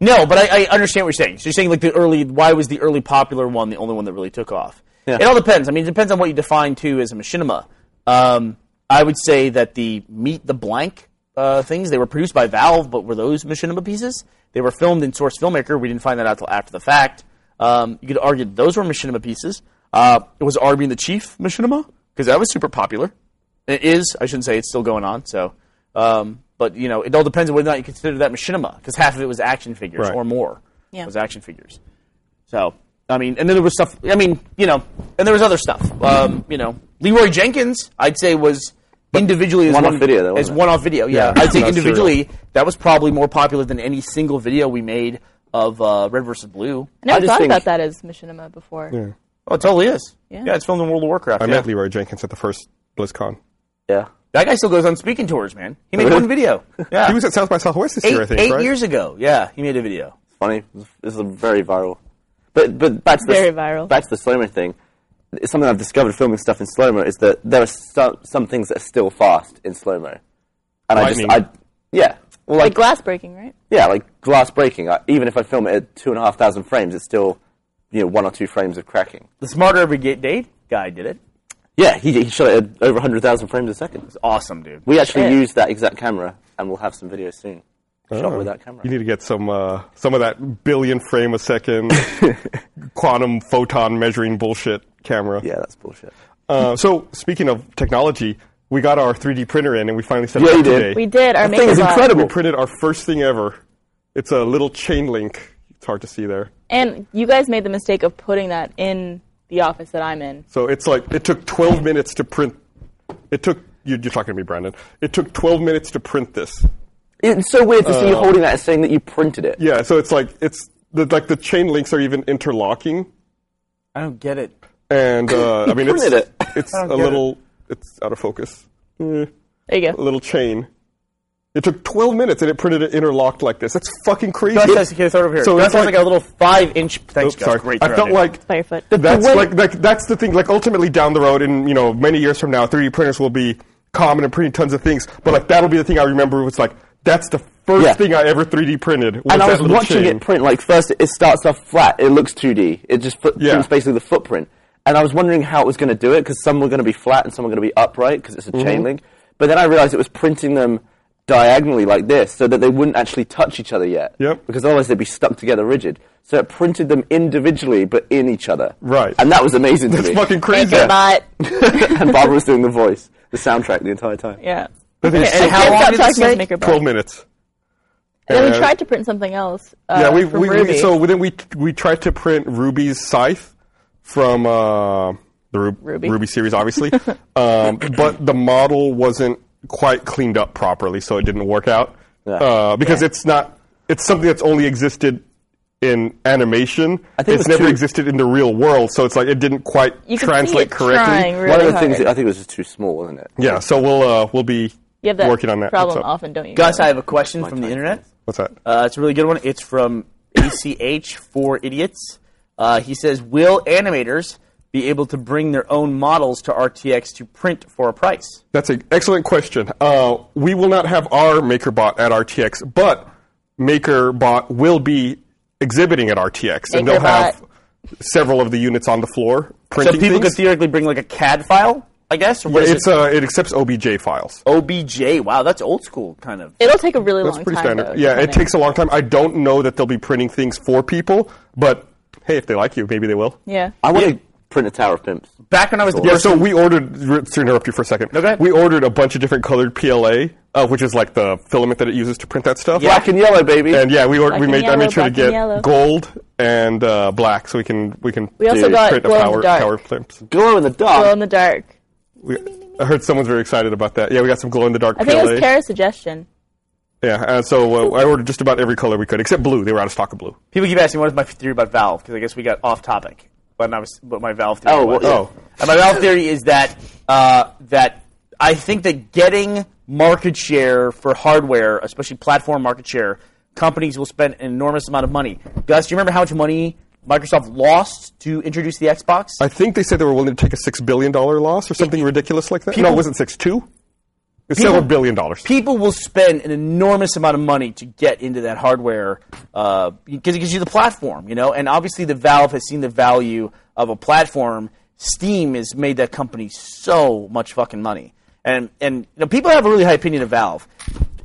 [SPEAKER 5] no, but I, I understand what you're saying. So you're saying like the early, why was the early popular one the only one that really took off? It all depends. I mean, it depends on what you define too as a machinima. Um, I would say that the meet the blank uh, things they were produced by Valve, but were those machinima pieces? They were filmed in Source Filmmaker. We didn't find that out till after the fact. Um, you could argue that those were machinima pieces. Uh, it was Arby and the Chief machinima because that was super popular. It is. I shouldn't say it's still going on. So, um, but you know, it all depends on whether or not you consider that machinima, because half of it was action figures
[SPEAKER 2] Right.
[SPEAKER 5] or more.
[SPEAKER 4] Yeah.
[SPEAKER 5] Was action figures. So, I mean, and then there was stuff. I mean, you know, and there was other stuff. Um, you know, Leroy Jenkins, I'd say was individually as
[SPEAKER 3] one-off
[SPEAKER 5] one
[SPEAKER 3] video, though,
[SPEAKER 5] as
[SPEAKER 3] wasn't it?
[SPEAKER 5] one-off video. Yeah, I'd say
[SPEAKER 2] not
[SPEAKER 5] individually that was probably more popular than any single video we made of uh, Red versus Blue.
[SPEAKER 4] I never
[SPEAKER 3] I just
[SPEAKER 4] thought
[SPEAKER 3] think-
[SPEAKER 4] about that as machinima before.
[SPEAKER 5] Oh, it totally is.
[SPEAKER 4] Yeah.
[SPEAKER 5] it's filmed in World of Warcraft.
[SPEAKER 2] I
[SPEAKER 5] yeah.
[SPEAKER 2] met Leroy Jenkins at the first BlizzCon.
[SPEAKER 3] Yeah.
[SPEAKER 5] That guy still goes on speaking tours, man. He made
[SPEAKER 3] Really?
[SPEAKER 5] one video. Yeah,
[SPEAKER 2] He was at South by Southwest this
[SPEAKER 5] eight,
[SPEAKER 2] year, I think.
[SPEAKER 5] eight
[SPEAKER 2] right?
[SPEAKER 5] years ago. Yeah, he made a video.
[SPEAKER 3] funny. This is a very viral. But but back to the,
[SPEAKER 4] Very viral.
[SPEAKER 3] Back to the slow mo thing. It's Something I've discovered filming stuff in slow mo is that there are some some things that are still fast in slow mo, and I just
[SPEAKER 2] Lightning.
[SPEAKER 3] I yeah well
[SPEAKER 4] Like
[SPEAKER 3] like
[SPEAKER 4] glass breaking, right?
[SPEAKER 3] yeah like glass breaking. I, even if I film it at two and a half thousand frames, it's still you know one or two frames of cracking.
[SPEAKER 5] The Smarter Every Ga- Day guy did it.
[SPEAKER 3] Yeah, he he shot it at over hundred thousand frames a second.
[SPEAKER 5] It's awesome, dude.
[SPEAKER 3] We actually
[SPEAKER 4] Shit.
[SPEAKER 3] used that exact camera, and we'll have some video soon. Shot
[SPEAKER 2] Oh.
[SPEAKER 3] with that camera.
[SPEAKER 2] You need to get some uh, some of that billion frame a
[SPEAKER 5] (laughs)
[SPEAKER 2] second quantum photon measuring bullshit camera.
[SPEAKER 3] yeah, that's bullshit.
[SPEAKER 2] Uh, so speaking of technology, we got our 3D printer in, and we finally set
[SPEAKER 3] Yeah,
[SPEAKER 2] it
[SPEAKER 3] you
[SPEAKER 2] up
[SPEAKER 3] did.
[SPEAKER 2] today.
[SPEAKER 4] We did our
[SPEAKER 3] That thing is
[SPEAKER 4] makeup
[SPEAKER 2] We
[SPEAKER 3] incredible.
[SPEAKER 2] printed our first thing ever. It's a little chain link. It's hard to see there.
[SPEAKER 4] and you guys made the mistake of putting that in the office that I'm in.
[SPEAKER 2] So it's like it took 12 minutes to print. It took you- you're talking to me, Brandon. It took 12 minutes to print this.
[SPEAKER 3] It's so weird to see you holding that and saying that you printed it.
[SPEAKER 2] Uh, Yeah, so it's like it's the, like the chain links are even interlocking,
[SPEAKER 5] I don't get it.
[SPEAKER 2] and
[SPEAKER 3] (laughs)
[SPEAKER 2] uh, I mean it's
[SPEAKER 3] printed it.
[SPEAKER 2] it's
[SPEAKER 5] I don't
[SPEAKER 2] a
[SPEAKER 5] get
[SPEAKER 2] little it's out of focus. Eh,
[SPEAKER 4] There you
[SPEAKER 2] a
[SPEAKER 4] go.
[SPEAKER 2] little chain. It took 12 minutes and it printed it interlocked like this. That's fucking crazy.
[SPEAKER 5] Gus has, okay, throw it over here.
[SPEAKER 2] So
[SPEAKER 5] Gus
[SPEAKER 2] it's
[SPEAKER 5] has
[SPEAKER 2] like-
[SPEAKER 5] like, a little five inch. Thanks,
[SPEAKER 2] Oops,
[SPEAKER 5] Gus.
[SPEAKER 2] sorry.
[SPEAKER 5] Great.
[SPEAKER 2] I
[SPEAKER 5] throw,
[SPEAKER 2] felt
[SPEAKER 5] dude.
[SPEAKER 2] like
[SPEAKER 4] By your foot.
[SPEAKER 2] that's
[SPEAKER 4] The way-
[SPEAKER 2] like, like that's the thing. Like ultimately, down the road, in you know many years from now, 3D printers will be common and printing tons of things. But like that'll be the thing I remember. Was like that's the first
[SPEAKER 3] Yeah.
[SPEAKER 2] thing I ever 3D printed. Was
[SPEAKER 3] and I
[SPEAKER 2] that
[SPEAKER 3] was
[SPEAKER 2] little
[SPEAKER 3] watching
[SPEAKER 2] chain.
[SPEAKER 3] it print. Like first, it starts off flat. It looks 2D. It just foot-
[SPEAKER 2] Yeah.
[SPEAKER 3] prints basically the footprint. And I was wondering how it was going to do it because some were going to be flat and some were going to be upright because it's
[SPEAKER 2] Mm-hmm.
[SPEAKER 3] a chain link. But then I realized it was printing them diagonally like this so that they wouldn't actually touch each other yet.
[SPEAKER 2] Yep.
[SPEAKER 3] Because otherwise they'd be stuck together rigid. So it printed them individually but in each other.
[SPEAKER 2] Right.
[SPEAKER 3] And that was amazing to
[SPEAKER 2] That's
[SPEAKER 3] me.
[SPEAKER 2] fucking crazy.
[SPEAKER 4] Your butt.
[SPEAKER 3] (laughs) and Barbara was doing the voice, the soundtrack the entire time.
[SPEAKER 4] Yeah.
[SPEAKER 2] think it's
[SPEAKER 4] I
[SPEAKER 5] how
[SPEAKER 4] can't
[SPEAKER 5] long
[SPEAKER 4] stop
[SPEAKER 5] did it
[SPEAKER 4] talking about
[SPEAKER 5] take?
[SPEAKER 4] Maker Bot.
[SPEAKER 2] 12 minutes.
[SPEAKER 4] Then we
[SPEAKER 2] Uh,
[SPEAKER 4] tried to print something else. Uh,
[SPEAKER 2] yeah, we,
[SPEAKER 4] from
[SPEAKER 2] we,
[SPEAKER 4] Ruby.
[SPEAKER 2] we so then we we tried to print Ruby's scythe from uh, the Ru-
[SPEAKER 4] Ruby.
[SPEAKER 2] Ruby. series,
[SPEAKER 4] (laughs)
[SPEAKER 2] obviously, um, but the model wasn't quite cleaned up properly, so it didn't work out
[SPEAKER 3] Yeah.
[SPEAKER 2] uh, because it's not it's something that's only existed in animation.
[SPEAKER 3] I think
[SPEAKER 2] it's
[SPEAKER 3] it was
[SPEAKER 2] never
[SPEAKER 3] too-
[SPEAKER 2] existed in the real world, so it's like it didn't quite
[SPEAKER 4] you can
[SPEAKER 2] translate
[SPEAKER 4] see it
[SPEAKER 2] correctly.
[SPEAKER 4] Trying really
[SPEAKER 3] One of the things,
[SPEAKER 4] hard.
[SPEAKER 3] that, I think it was just too small, wasn't it?
[SPEAKER 2] Yeah, so we'll uh, we'll be
[SPEAKER 4] you have that
[SPEAKER 2] working on that.
[SPEAKER 4] problem
[SPEAKER 2] What's, up?
[SPEAKER 4] often, don't you?
[SPEAKER 5] Gus, I
[SPEAKER 4] Gavin?
[SPEAKER 5] have a question from the (laughs) internet.
[SPEAKER 2] What's that?
[SPEAKER 5] Uh, it's a really good one. It's from ACH for Idiots. Uh, he says, "Will animators be able to bring their own models to RTX to print for a price?"
[SPEAKER 2] That's an excellent question. Uh, we will not have our MakerBot at RTX, but MakerBot will be exhibiting at RTX, and they'll have several of the units on the floor
[SPEAKER 5] So
[SPEAKER 2] printing
[SPEAKER 5] people
[SPEAKER 2] things.
[SPEAKER 5] could theoretically bring like a CAD file, I guess. Or what
[SPEAKER 2] But
[SPEAKER 5] is
[SPEAKER 2] it's
[SPEAKER 5] it?
[SPEAKER 2] uh, it accepts OBJ files.
[SPEAKER 5] OBJ. Wow, that's old school kind of.
[SPEAKER 4] It'll take a really
[SPEAKER 2] That's
[SPEAKER 4] long
[SPEAKER 2] pretty
[SPEAKER 4] time.
[SPEAKER 2] standard.
[SPEAKER 4] though,
[SPEAKER 2] yeah, it
[SPEAKER 4] depending.
[SPEAKER 2] takes a long time. I don't know that they'll be printing things for people, but hey, if they like you, maybe they will.
[SPEAKER 4] Yeah.
[SPEAKER 3] I want to print a Tower of Pimps.
[SPEAKER 5] Back when I was the
[SPEAKER 2] Yeah,
[SPEAKER 5] person,
[SPEAKER 2] so we ordered. To interrupt you for a second,
[SPEAKER 5] Okay.
[SPEAKER 2] we ordered a bunch of different colored PLA, uh, which is like the filament that it uses to print that stuff.
[SPEAKER 3] Black and yellow, baby.
[SPEAKER 2] And yeah, we were, we
[SPEAKER 4] and
[SPEAKER 2] made I
[SPEAKER 4] yellow,
[SPEAKER 2] made sure to
[SPEAKER 4] black
[SPEAKER 2] get
[SPEAKER 4] and yellow.
[SPEAKER 2] gold and uh, black, so we can we can
[SPEAKER 4] We also
[SPEAKER 2] print
[SPEAKER 4] got
[SPEAKER 2] a
[SPEAKER 4] glow in the
[SPEAKER 2] power
[SPEAKER 4] dark.
[SPEAKER 2] power flips.
[SPEAKER 3] glow in the dark.
[SPEAKER 4] Glow in the dark.
[SPEAKER 2] We, I heard someone's very excited about that. Yeah, we got some glow in the dark
[SPEAKER 4] I
[SPEAKER 2] PLA.
[SPEAKER 4] think it was Kara's suggestion.
[SPEAKER 2] yeah, uh, so uh, I ordered just about every color we could except blue. They were out of stock of blue.
[SPEAKER 5] people keep asking, "What is my theory about Valve?" Because I guess we got off topic. But I was, what my Valve theory.
[SPEAKER 3] Oh,
[SPEAKER 5] was.
[SPEAKER 3] well, yeah.
[SPEAKER 2] Oh.
[SPEAKER 5] And my valve theory is that uh, that I think that getting market share for hardware, especially platform market share, companies will spend an enormous amount of money. Gus, do you remember how much money Microsoft lost to introduce the Xbox?
[SPEAKER 2] I think they said they were willing to take a six billion dollar loss or something ridiculous like that. no,
[SPEAKER 5] People-
[SPEAKER 2] it wasn't six two. It's
[SPEAKER 5] People-
[SPEAKER 2] several billion dollars.
[SPEAKER 5] People will spend an enormous amount of money to get into that hardware because it gives you the platform, you know. And obviously, the Valve has seen the value of a platform. Steam has made that company so much fucking money, and and you know, people have a really high opinion of Valve.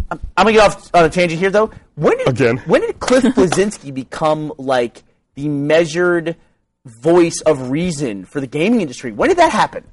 [SPEAKER 5] I'm, I'm gonna get off on a tangent here, though. When did,
[SPEAKER 2] Again.
[SPEAKER 5] When did Cliff Blazinski become like the measured voice of reason for the gaming industry? When did that happen?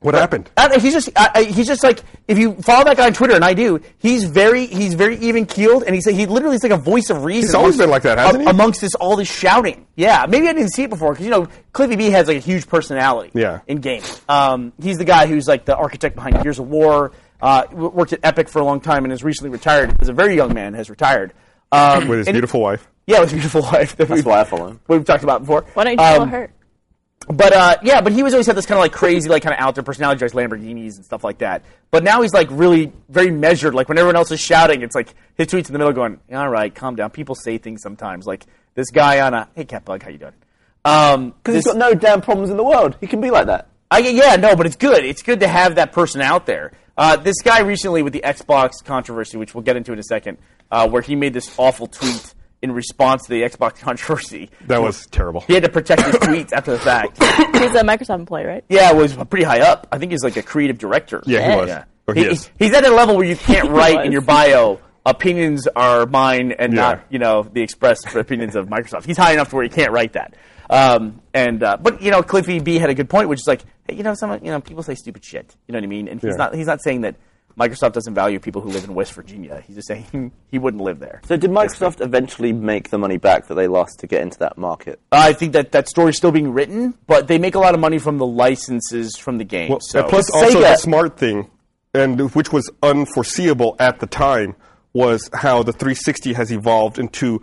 [SPEAKER 2] What happened?
[SPEAKER 5] I don't know, he's just I, I, he's just like if you follow that guy on Twitter and I do, he's very he's very even keeled and he's he literally is like a voice of reason.
[SPEAKER 2] He's always been like that, hasn't he?
[SPEAKER 5] Amongst this all this shouting, yeah. Maybe I didn't see it before because you know Cliffy B has like a huge personality.
[SPEAKER 2] Yeah.
[SPEAKER 5] In gaming, um, he's the guy who's like the architect behind Gears of War. Uh, w- worked at Epic for a long time and is recently retired. As a very young man, has retired. Um,
[SPEAKER 2] With his
[SPEAKER 5] and-
[SPEAKER 2] beautiful wife.
[SPEAKER 5] Yeah, with his beautiful (laughs) wife. That's
[SPEAKER 3] why I follow him.
[SPEAKER 5] We've talked about before.
[SPEAKER 4] Why don't you tell
[SPEAKER 5] Um,
[SPEAKER 4] her?
[SPEAKER 5] but uh, yeah, but he was always had this kind of like crazy, like kind of out there personality, drives Lamborghinis and stuff like that. But now he's like really very measured. Like when everyone else is shouting, it's like his tweets in the middle going, "All right, calm down." People say things sometimes. Like this guy on a, "Hey Catbug, how you doing?" Um,
[SPEAKER 3] Because he's got no damn problems in the world. He can be like that.
[SPEAKER 5] I, yeah, no, but it's good. It's good to have that person out there. Uh, this guy recently with the Xbox controversy, which we'll get into in a second, uh, where he made this awful tweet in response to the Xbox (laughs) controversy.
[SPEAKER 2] That was terrible.
[SPEAKER 5] He had to protect
[SPEAKER 2] (coughs)
[SPEAKER 5] his tweets after the fact.
[SPEAKER 4] He's a Microsoft employee, right?
[SPEAKER 5] Yeah, was pretty high up. I think he's like a creative director.
[SPEAKER 2] Yeah, he was. Or he
[SPEAKER 5] He-
[SPEAKER 2] is.
[SPEAKER 5] He's at a level where you can't write in
[SPEAKER 4] was.
[SPEAKER 5] your bio. Opinions are mine and
[SPEAKER 2] Yeah.
[SPEAKER 5] not you know the expressed opinions of Microsoft. He's high enough to where you can't write that. Um, and uh, but you know Cliffy B had a good point, which is like hey, you know some you know people say stupid shit. You know what I mean? And he's
[SPEAKER 2] Yeah.
[SPEAKER 5] not he's not saying that Microsoft doesn't value people who live in West Virginia. He's just saying (laughs) he wouldn't live there.
[SPEAKER 3] So did Microsoft eventually make the money back that they lost to get into that market?
[SPEAKER 5] Uh, I think that that story's still being written, but they make a lot of money from the licenses from the game.
[SPEAKER 2] Well,
[SPEAKER 5] so
[SPEAKER 2] and plus, also the smart thing, and which was unforeseeable at the time, was how the 360 has evolved into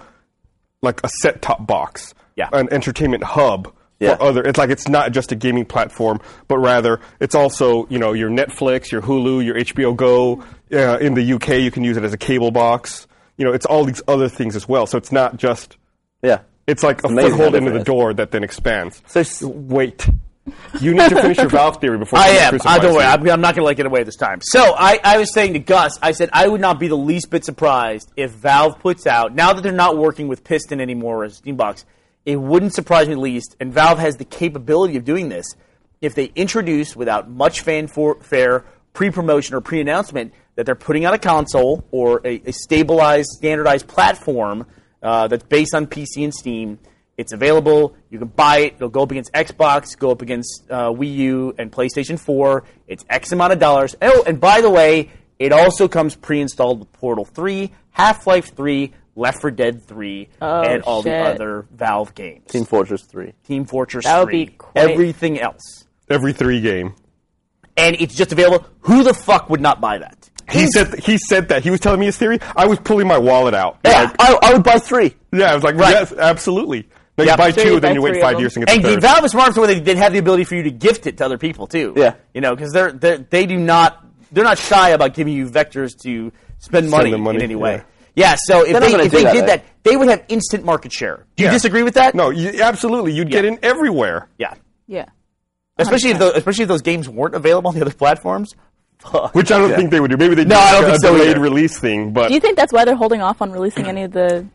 [SPEAKER 2] like a set-top box,
[SPEAKER 5] Yeah.
[SPEAKER 2] an entertainment hub
[SPEAKER 3] Yeah.
[SPEAKER 2] or other. It's like it's not just a gaming platform, but rather it's also you know your Netflix, your Hulu, your HBO Go. Uh, in the UK, you can use it as a cable box. You know, it's all these other things as well. So it's not just.
[SPEAKER 3] Yeah.
[SPEAKER 2] It's like a
[SPEAKER 3] amazing how
[SPEAKER 2] foothold into
[SPEAKER 3] different
[SPEAKER 2] the
[SPEAKER 3] it is.
[SPEAKER 2] door that then expands.
[SPEAKER 3] So s-
[SPEAKER 2] wait, you need to finish your valve theory (laughs) before
[SPEAKER 5] I
[SPEAKER 2] you
[SPEAKER 5] am.
[SPEAKER 2] crucify
[SPEAKER 5] I, don't worry.
[SPEAKER 2] someone.
[SPEAKER 5] I'm, I'm not going to let it away this time. So I, I was saying to Gus, I said I would not be the least bit surprised if Valve puts out now that they're not working with Piston anymore or Steambox. It wouldn't surprise me least, and Valve has the capability of doing this if they introduce without much fanfare, pre-promotion or pre-announcement that they're putting out a console or a, a stabilized, standardized platform uh, that's based on PC and Steam. It's available. You can buy it. It'll go up against Xbox, go up against uh, Wii U and PlayStation 4. It's X amount of dollars. Oh, and by the way, it also comes pre-installed with Portal 3, Half-Life 3, Left 4 Dead 3, and all the
[SPEAKER 4] Oh, shit.
[SPEAKER 5] other Valve games.
[SPEAKER 3] Team
[SPEAKER 5] Team,
[SPEAKER 3] Fortress 3.
[SPEAKER 5] Fortress
[SPEAKER 4] That would
[SPEAKER 5] 3.
[SPEAKER 4] be quite-
[SPEAKER 5] Everything else.
[SPEAKER 2] every three game.
[SPEAKER 5] And it's just available. Who the fuck would not buy that?
[SPEAKER 2] He said he said that he was telling me his theory. I was pulling my wallet out.
[SPEAKER 3] Yeah,
[SPEAKER 2] Like,
[SPEAKER 3] I, I would buy three.
[SPEAKER 2] yeah, I was like, yes, absolutely. Now
[SPEAKER 5] Yeah,
[SPEAKER 2] you buy
[SPEAKER 5] sure,
[SPEAKER 2] two,
[SPEAKER 4] you
[SPEAKER 2] then
[SPEAKER 4] buy
[SPEAKER 2] you wait
[SPEAKER 4] three of
[SPEAKER 2] five
[SPEAKER 4] them.
[SPEAKER 2] years and get
[SPEAKER 5] And
[SPEAKER 2] the third.
[SPEAKER 5] Valve is smart to where they did have the ability for you to gift it to other people too.
[SPEAKER 3] Yeah.
[SPEAKER 5] you know, because they're, they're they do not they're not shy about giving you vectors to spend money,
[SPEAKER 2] the money,
[SPEAKER 5] in any way. Yeah, so if
[SPEAKER 3] They're not
[SPEAKER 5] they
[SPEAKER 3] gonna
[SPEAKER 5] if
[SPEAKER 3] do
[SPEAKER 5] they
[SPEAKER 3] that,
[SPEAKER 5] did
[SPEAKER 3] eh?
[SPEAKER 5] that, they would have instant market share. Do you
[SPEAKER 2] Yeah.
[SPEAKER 5] disagree with that?
[SPEAKER 2] no, you, absolutely, you'd get
[SPEAKER 5] Yeah.
[SPEAKER 2] in everywhere.
[SPEAKER 5] Yeah,
[SPEAKER 4] Yeah.
[SPEAKER 5] especially if those, especially if those games weren't available on the other platforms. Fuck.
[SPEAKER 2] Which I don't think they would do. Maybe they do
[SPEAKER 5] No, I don't
[SPEAKER 2] like a
[SPEAKER 5] think so
[SPEAKER 2] delayed
[SPEAKER 5] either.
[SPEAKER 2] release thing, but
[SPEAKER 4] Do you think that's why they're holding off on releasing any of the?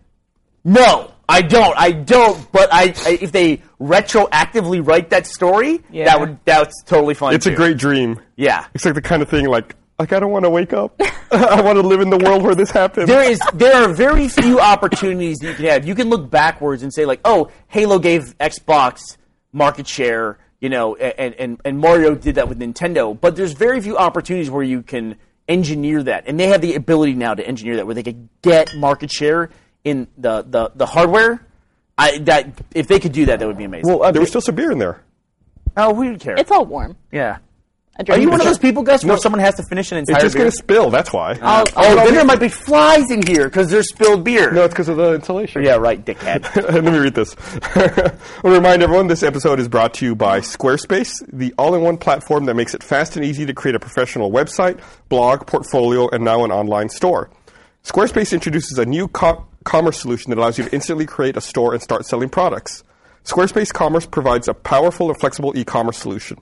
[SPEAKER 5] No, I don't. I don't. But I, I if they retroactively write that story,
[SPEAKER 4] Yeah.
[SPEAKER 5] that would that's totally fine.
[SPEAKER 2] it's a
[SPEAKER 5] too.
[SPEAKER 2] great dream.
[SPEAKER 5] yeah.
[SPEAKER 2] It's like the kind of thing like like I don't want to wake up. (laughs) I want to live in the world where this happened.
[SPEAKER 5] there is there are very few opportunities that you can have. You can look backwards and say like, oh, Halo gave Xbox market share, you know, a- and and, and Mario did that with Nintendo. But there's very few opportunities where you can engineer that, and they have the ability now to engineer that, where they could get market share in the the, the hardware. I that if they could do that, that would be amazing.
[SPEAKER 2] well, uh, there was still some beer in there.
[SPEAKER 5] oh, we would care.
[SPEAKER 4] It's all warm.
[SPEAKER 5] yeah.
[SPEAKER 4] I
[SPEAKER 5] Are
[SPEAKER 4] drank
[SPEAKER 5] you
[SPEAKER 4] it.
[SPEAKER 5] one
[SPEAKER 4] (laughs)
[SPEAKER 5] of those people, Gus, where
[SPEAKER 2] No.
[SPEAKER 5] someone has to finish an entire
[SPEAKER 2] It's just
[SPEAKER 5] beer?
[SPEAKER 2] gonna spill. That's why.
[SPEAKER 5] oh, then there might be flies in here because there's spilled beer.
[SPEAKER 2] no, it's because of the insulation.
[SPEAKER 5] yeah, right, dickhead.
[SPEAKER 2] (laughs) Let me read this. (laughs) I want to remind everyone this episode is brought to you by Squarespace, the all in one platform that makes it fast and easy to create a professional website, blog, portfolio, and now an online store. Squarespace introduces a new co- commerce solution that allows you to instantly create a store and start selling products. Squarespace Commerce provides a powerful and flexible e commerce solution.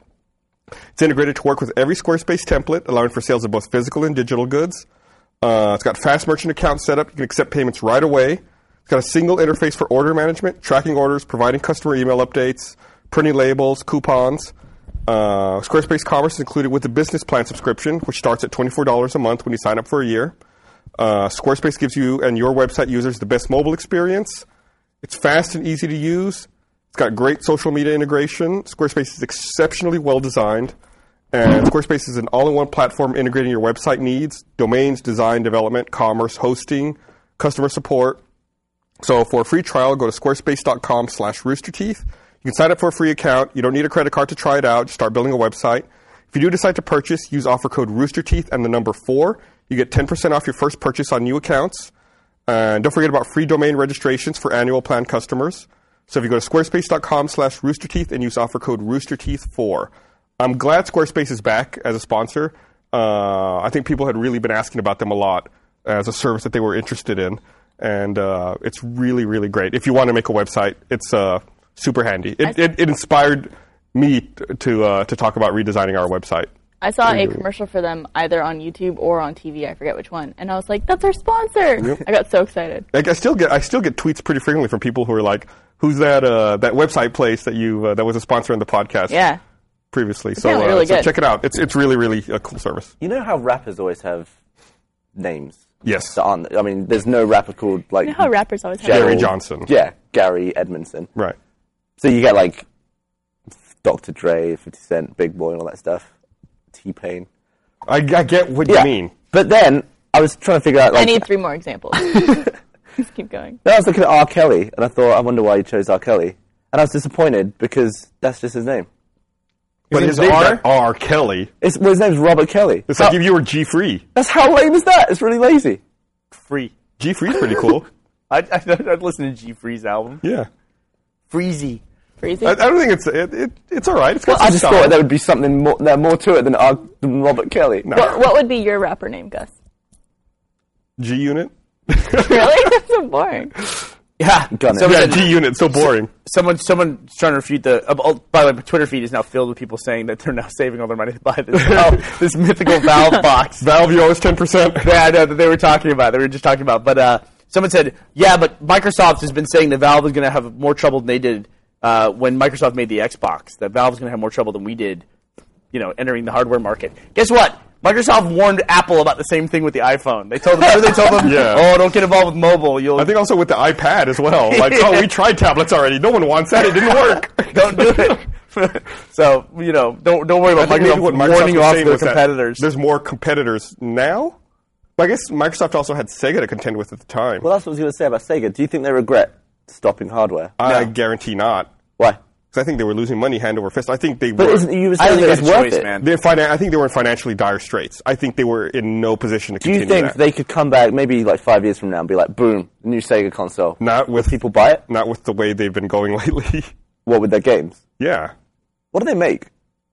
[SPEAKER 2] It's integrated to work with every Squarespace template, allowing for sales of both physical and digital goods. Uh, it's got fast merchant account setup. You can accept payments right away. It's got a single interface for order management, tracking orders, providing customer email updates, printing labels, coupons. Uh, Squarespace Commerce is included with the business plan subscription, which starts at $24 a month when you sign up for a year. Uh, Squarespace gives you and your website users the best mobile experience. It's fast and easy to use. It's got great social media integration. Squarespace is exceptionally well designed. And Squarespace is an all in one platform integrating your website needs, domains, design, development, commerce, hosting, customer support. So for a free trial, go to squarespace.com slash roosterteeth. You can sign up for a free account. You don't need a credit card to try it out. Just start building a website. If you do decide to purchase, use offer code roosterteeth and the number four. You get 10% off your first purchase on new accounts. And don't forget about free domain registrations for annual plan customers. So if you go to squarespace.com slash roosterteeth and use offer code roosterteeth4. I'm glad Squarespace is back as a sponsor. Uh, I think people had really been asking about them a lot as a service that they were interested in. And uh, it's really, really great. If you want to make a website, it's uh, super handy. It, it, it inspired me t- to, uh, to talk about redesigning our website.
[SPEAKER 4] I saw a commercial for them either on YouTube or on TV. I forget which one. And I was like, "That's our sponsor!" I got so excited.
[SPEAKER 2] Like, I still get I still get tweets pretty frequently from people who are like, "Who's that uh, that website place that you uh, that was a sponsor in the podcast
[SPEAKER 4] Yeah.
[SPEAKER 2] previously?" So,
[SPEAKER 4] sounded
[SPEAKER 2] uh,
[SPEAKER 4] really
[SPEAKER 2] so
[SPEAKER 4] good.
[SPEAKER 2] check it out. It's it's really really a cool service.
[SPEAKER 3] You know how rappers always have names?
[SPEAKER 2] Yes,
[SPEAKER 3] That aren't, I mean, there's no rapper called, like...
[SPEAKER 4] You know how rappers always have
[SPEAKER 2] Jerry
[SPEAKER 3] Gerald-
[SPEAKER 2] Johnson.
[SPEAKER 3] Yeah, Gary Edmondson.
[SPEAKER 2] right.
[SPEAKER 3] So you get, like, Dr. Dre, 50 Cent, Big Boy, and all that stuff. T-Pain.
[SPEAKER 2] I, I get what you mean.
[SPEAKER 3] But then, I was trying to figure out, like...
[SPEAKER 4] I need three more (laughs) examples. Just keep going.
[SPEAKER 3] Then I was looking at R. Kelly, and I thought, I wonder why you chose R. Kelly. And I was disappointed because that's just his name.
[SPEAKER 2] But
[SPEAKER 5] it
[SPEAKER 2] his
[SPEAKER 5] R?
[SPEAKER 2] name's not R. Kelly.
[SPEAKER 3] It's, well, his name's Robert Kelly.
[SPEAKER 2] It's like if you were G Free.
[SPEAKER 3] That's how lame is that? It's really lazy.
[SPEAKER 5] Free.
[SPEAKER 2] G Free's pretty cool.
[SPEAKER 5] I'd, I'd, I'd listen to G Free's album.
[SPEAKER 2] yeah.
[SPEAKER 5] Freezy.
[SPEAKER 4] Freezy.
[SPEAKER 2] I, I don't think it's it, it, it's all right. It's got
[SPEAKER 3] I
[SPEAKER 2] some
[SPEAKER 3] just
[SPEAKER 2] style.
[SPEAKER 3] thought there would be something more, there more to it than, our, than Robert Kelly.
[SPEAKER 4] what, what would be your rapper
[SPEAKER 2] (laughs)
[SPEAKER 4] name, Gus?
[SPEAKER 2] G Unit.
[SPEAKER 4] Really? (laughs) That's so boring.
[SPEAKER 5] Yeah,
[SPEAKER 3] Gun it.
[SPEAKER 5] someone,
[SPEAKER 2] Yeah,
[SPEAKER 5] said-
[SPEAKER 2] G Unit. So boring.
[SPEAKER 5] someone, someone's trying to refute the. Uh, oh, by the way, my Twitter feed is now filled with people saying that they're now (laughs) saving all their money to buy this, (laughs) Valve- this mythical Valve box.
[SPEAKER 2] Valve, you owe us ten (laughs) percent.
[SPEAKER 5] yeah, I know that they were talking about. They were just talking about. But uh, someone said, yeah, but Microsoft has been saying that Valve is going to have more trouble than they did uh, when Microsoft made the Xbox. That Valve is going to have more trouble than we did, you know, entering the hardware market. Guess what? Microsoft warned Apple about the same thing with the iPhone. They told them, remember they told
[SPEAKER 2] (laughs)
[SPEAKER 5] them,
[SPEAKER 2] Yeah.
[SPEAKER 5] oh, don't get involved with mobile. You'll (laughs)
[SPEAKER 2] I think also with the iPad as well. Like, oh, we tried tablets already. No one wants that. It
[SPEAKER 5] (laughs)
[SPEAKER 2] didn't work.
[SPEAKER 5] don't do it. (laughs) so you know, don't don't worry
[SPEAKER 2] I
[SPEAKER 5] about
[SPEAKER 2] think maybe
[SPEAKER 5] Microsoft,
[SPEAKER 2] what Microsoft
[SPEAKER 5] warning
[SPEAKER 2] was
[SPEAKER 5] off
[SPEAKER 2] saying
[SPEAKER 5] their
[SPEAKER 2] was that
[SPEAKER 5] competitors.
[SPEAKER 2] There's more competitors now. I guess Microsoft also had Sega to contend with at the time.
[SPEAKER 3] Well, that's what I was going to say about Sega. Do you think they regret stopping hardware?
[SPEAKER 2] I
[SPEAKER 5] no.
[SPEAKER 2] guarantee not,
[SPEAKER 3] Why?
[SPEAKER 2] because I think they were losing money hand over fist. I think they
[SPEAKER 3] But
[SPEAKER 2] were.
[SPEAKER 3] isn't, you were
[SPEAKER 5] I
[SPEAKER 3] saying
[SPEAKER 5] think
[SPEAKER 3] that
[SPEAKER 5] it's
[SPEAKER 3] it's worth
[SPEAKER 5] choice,
[SPEAKER 3] it.
[SPEAKER 5] man.
[SPEAKER 2] they're fina- I think they were in financially dire straits. I think they were in no position to
[SPEAKER 3] Do you
[SPEAKER 2] continue
[SPEAKER 3] think
[SPEAKER 2] that.
[SPEAKER 3] they could come back maybe like five years from now and be like, boom, new Sega console?
[SPEAKER 2] not with
[SPEAKER 3] People buy it?
[SPEAKER 2] Not with the way they've been going (laughs) lately.
[SPEAKER 3] What with their games?
[SPEAKER 2] yeah,
[SPEAKER 3] What do they make?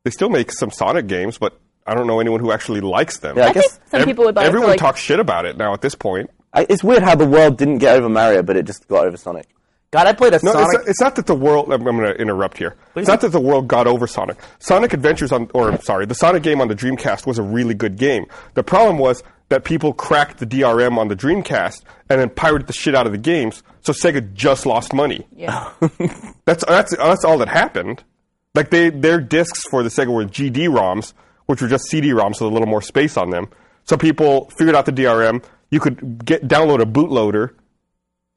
[SPEAKER 2] they still make some Sonic games, but I don't know anyone who actually likes them.
[SPEAKER 3] Yeah, I
[SPEAKER 4] I think
[SPEAKER 3] guess
[SPEAKER 4] some
[SPEAKER 2] Ev-
[SPEAKER 4] people would buy
[SPEAKER 2] everyone
[SPEAKER 4] it for like
[SPEAKER 2] talks shit about it now at this point.
[SPEAKER 3] I, it's weird how the world didn't get over Mario, but it just got over Sonic.
[SPEAKER 5] God, I played a
[SPEAKER 2] No, it's
[SPEAKER 5] Sonic.
[SPEAKER 2] not, it's not that the world. I'm, I'm going to interrupt here. it's not that the world got over Sonic. Sonic Adventures on, or I'm sorry, the Sonic game on the Dreamcast was a really good game. The problem was that people cracked the DRM on the Dreamcast and then pirated the shit out of the games. So Sega just lost money. (laughs)
[SPEAKER 4] yeah.
[SPEAKER 2] That's that's that's all that happened. Like they their discs for the Sega were GD ROMs, which were just CD ROMs with a little more space on them. So people figured out the DRM. You could get download a bootloader,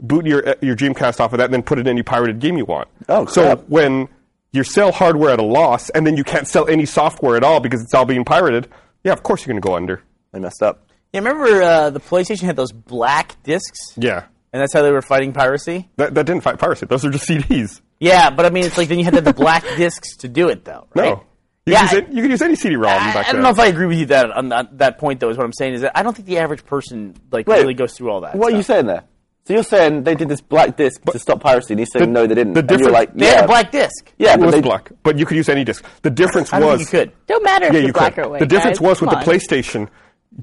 [SPEAKER 2] boot your your Dreamcast off of that, and then put it in any pirated game you want.
[SPEAKER 3] Oh,
[SPEAKER 2] so
[SPEAKER 3] crap.
[SPEAKER 2] when you sell hardware at a loss, and then you can't sell any software at all because it's all being pirated. Yeah, of course you're going to go under.
[SPEAKER 3] They messed up.
[SPEAKER 5] Yeah, remember uh, the PlayStation had those black discs,
[SPEAKER 2] Yeah,
[SPEAKER 5] and that's how they were fighting piracy.
[SPEAKER 2] that that didn't fight piracy. Those are just CDs.
[SPEAKER 5] Yeah, but I mean, it's like then you had to have the black (laughs) discs to do it, though. Right?
[SPEAKER 2] No, you,
[SPEAKER 5] Yeah,
[SPEAKER 2] could, use
[SPEAKER 5] I-
[SPEAKER 2] any, you could use any CD ROM.
[SPEAKER 5] I,
[SPEAKER 2] back
[SPEAKER 5] I don't
[SPEAKER 2] then.
[SPEAKER 5] know if I agree with you that on that, that point, though. Is what I'm saying is that I don't think the average person like
[SPEAKER 3] Wait,
[SPEAKER 5] really goes through all that.
[SPEAKER 3] What are you
[SPEAKER 5] stuff.
[SPEAKER 3] saying there? So you're saying they did this black disc to stop piracy, and he's saying no, they didn't.
[SPEAKER 2] the
[SPEAKER 3] and you're
[SPEAKER 2] difference-
[SPEAKER 3] like,
[SPEAKER 5] They
[SPEAKER 3] yeah,
[SPEAKER 5] had a black disc.
[SPEAKER 3] (laughs) yeah,
[SPEAKER 2] it
[SPEAKER 3] but
[SPEAKER 2] was
[SPEAKER 3] they,
[SPEAKER 2] black, but you could use any disc. The difference
[SPEAKER 5] I don't
[SPEAKER 2] was
[SPEAKER 5] think you could.
[SPEAKER 4] Don't matter
[SPEAKER 2] Yeah,
[SPEAKER 4] if
[SPEAKER 2] you
[SPEAKER 4] you're black
[SPEAKER 2] could.
[SPEAKER 4] or white.
[SPEAKER 2] the difference
[SPEAKER 4] guys.
[SPEAKER 2] was with
[SPEAKER 4] Come
[SPEAKER 2] the
[SPEAKER 4] on.
[SPEAKER 2] PlayStation,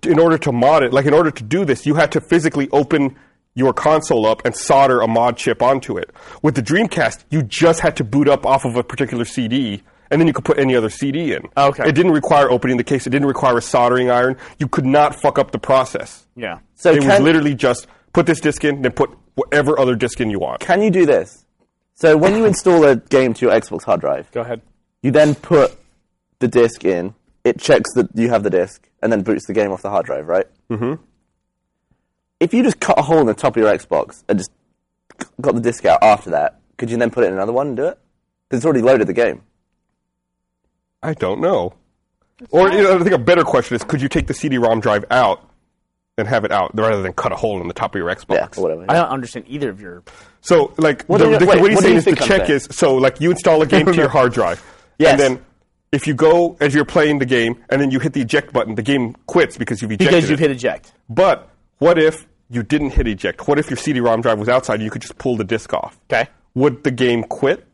[SPEAKER 2] d- in order to mod it, like in order to do this, you had to physically open your console up and solder a mod chip onto it. With the Dreamcast, you just had to boot up off of a particular CD. And then you could put any other CD in.
[SPEAKER 5] Okay.
[SPEAKER 2] It didn't require opening the case. It didn't require a soldering iron. You could not fuck up the process.
[SPEAKER 5] Yeah.
[SPEAKER 3] So
[SPEAKER 2] it was
[SPEAKER 3] can-
[SPEAKER 2] literally just put this disc in, then put whatever other disc in you want.
[SPEAKER 3] Can you do this? So when you install a game to your Xbox hard drive,
[SPEAKER 5] Go ahead.
[SPEAKER 3] you then put the disc in. It checks that you have the disc, and then boots the game off the hard drive, right? Mm-hmm. If you just cut a hole in the top of your Xbox and just got the disc out after that, could you then put it in another one and do it? Because it's already loaded the game.
[SPEAKER 2] I don't know. Or you know, I think a better question is: Could you take the CD-ROM drive out and have it out rather than cut a hole in the top of your
[SPEAKER 3] Yeah,
[SPEAKER 2] Xbox?
[SPEAKER 3] or whatever.
[SPEAKER 5] I don't understand either of your.
[SPEAKER 2] So, like,
[SPEAKER 3] What
[SPEAKER 2] the,
[SPEAKER 3] do you-
[SPEAKER 2] the-
[SPEAKER 3] wait,
[SPEAKER 2] what he's
[SPEAKER 3] what do
[SPEAKER 2] saying
[SPEAKER 3] you
[SPEAKER 2] is the
[SPEAKER 3] think I'm
[SPEAKER 2] check
[SPEAKER 3] saying?
[SPEAKER 2] is so, like, you
[SPEAKER 3] (laughs)
[SPEAKER 2] install a game to your hard drive,
[SPEAKER 3] Yes.
[SPEAKER 2] and then if you go as you're playing the game and then you hit the eject button, the game quits because you've ejected.
[SPEAKER 5] Because you've
[SPEAKER 2] it.
[SPEAKER 5] hit eject.
[SPEAKER 2] But what if you didn't hit eject? What if your CD-ROM drive was outside and you could just pull the disc off?
[SPEAKER 5] Okay.
[SPEAKER 2] Would the game quit?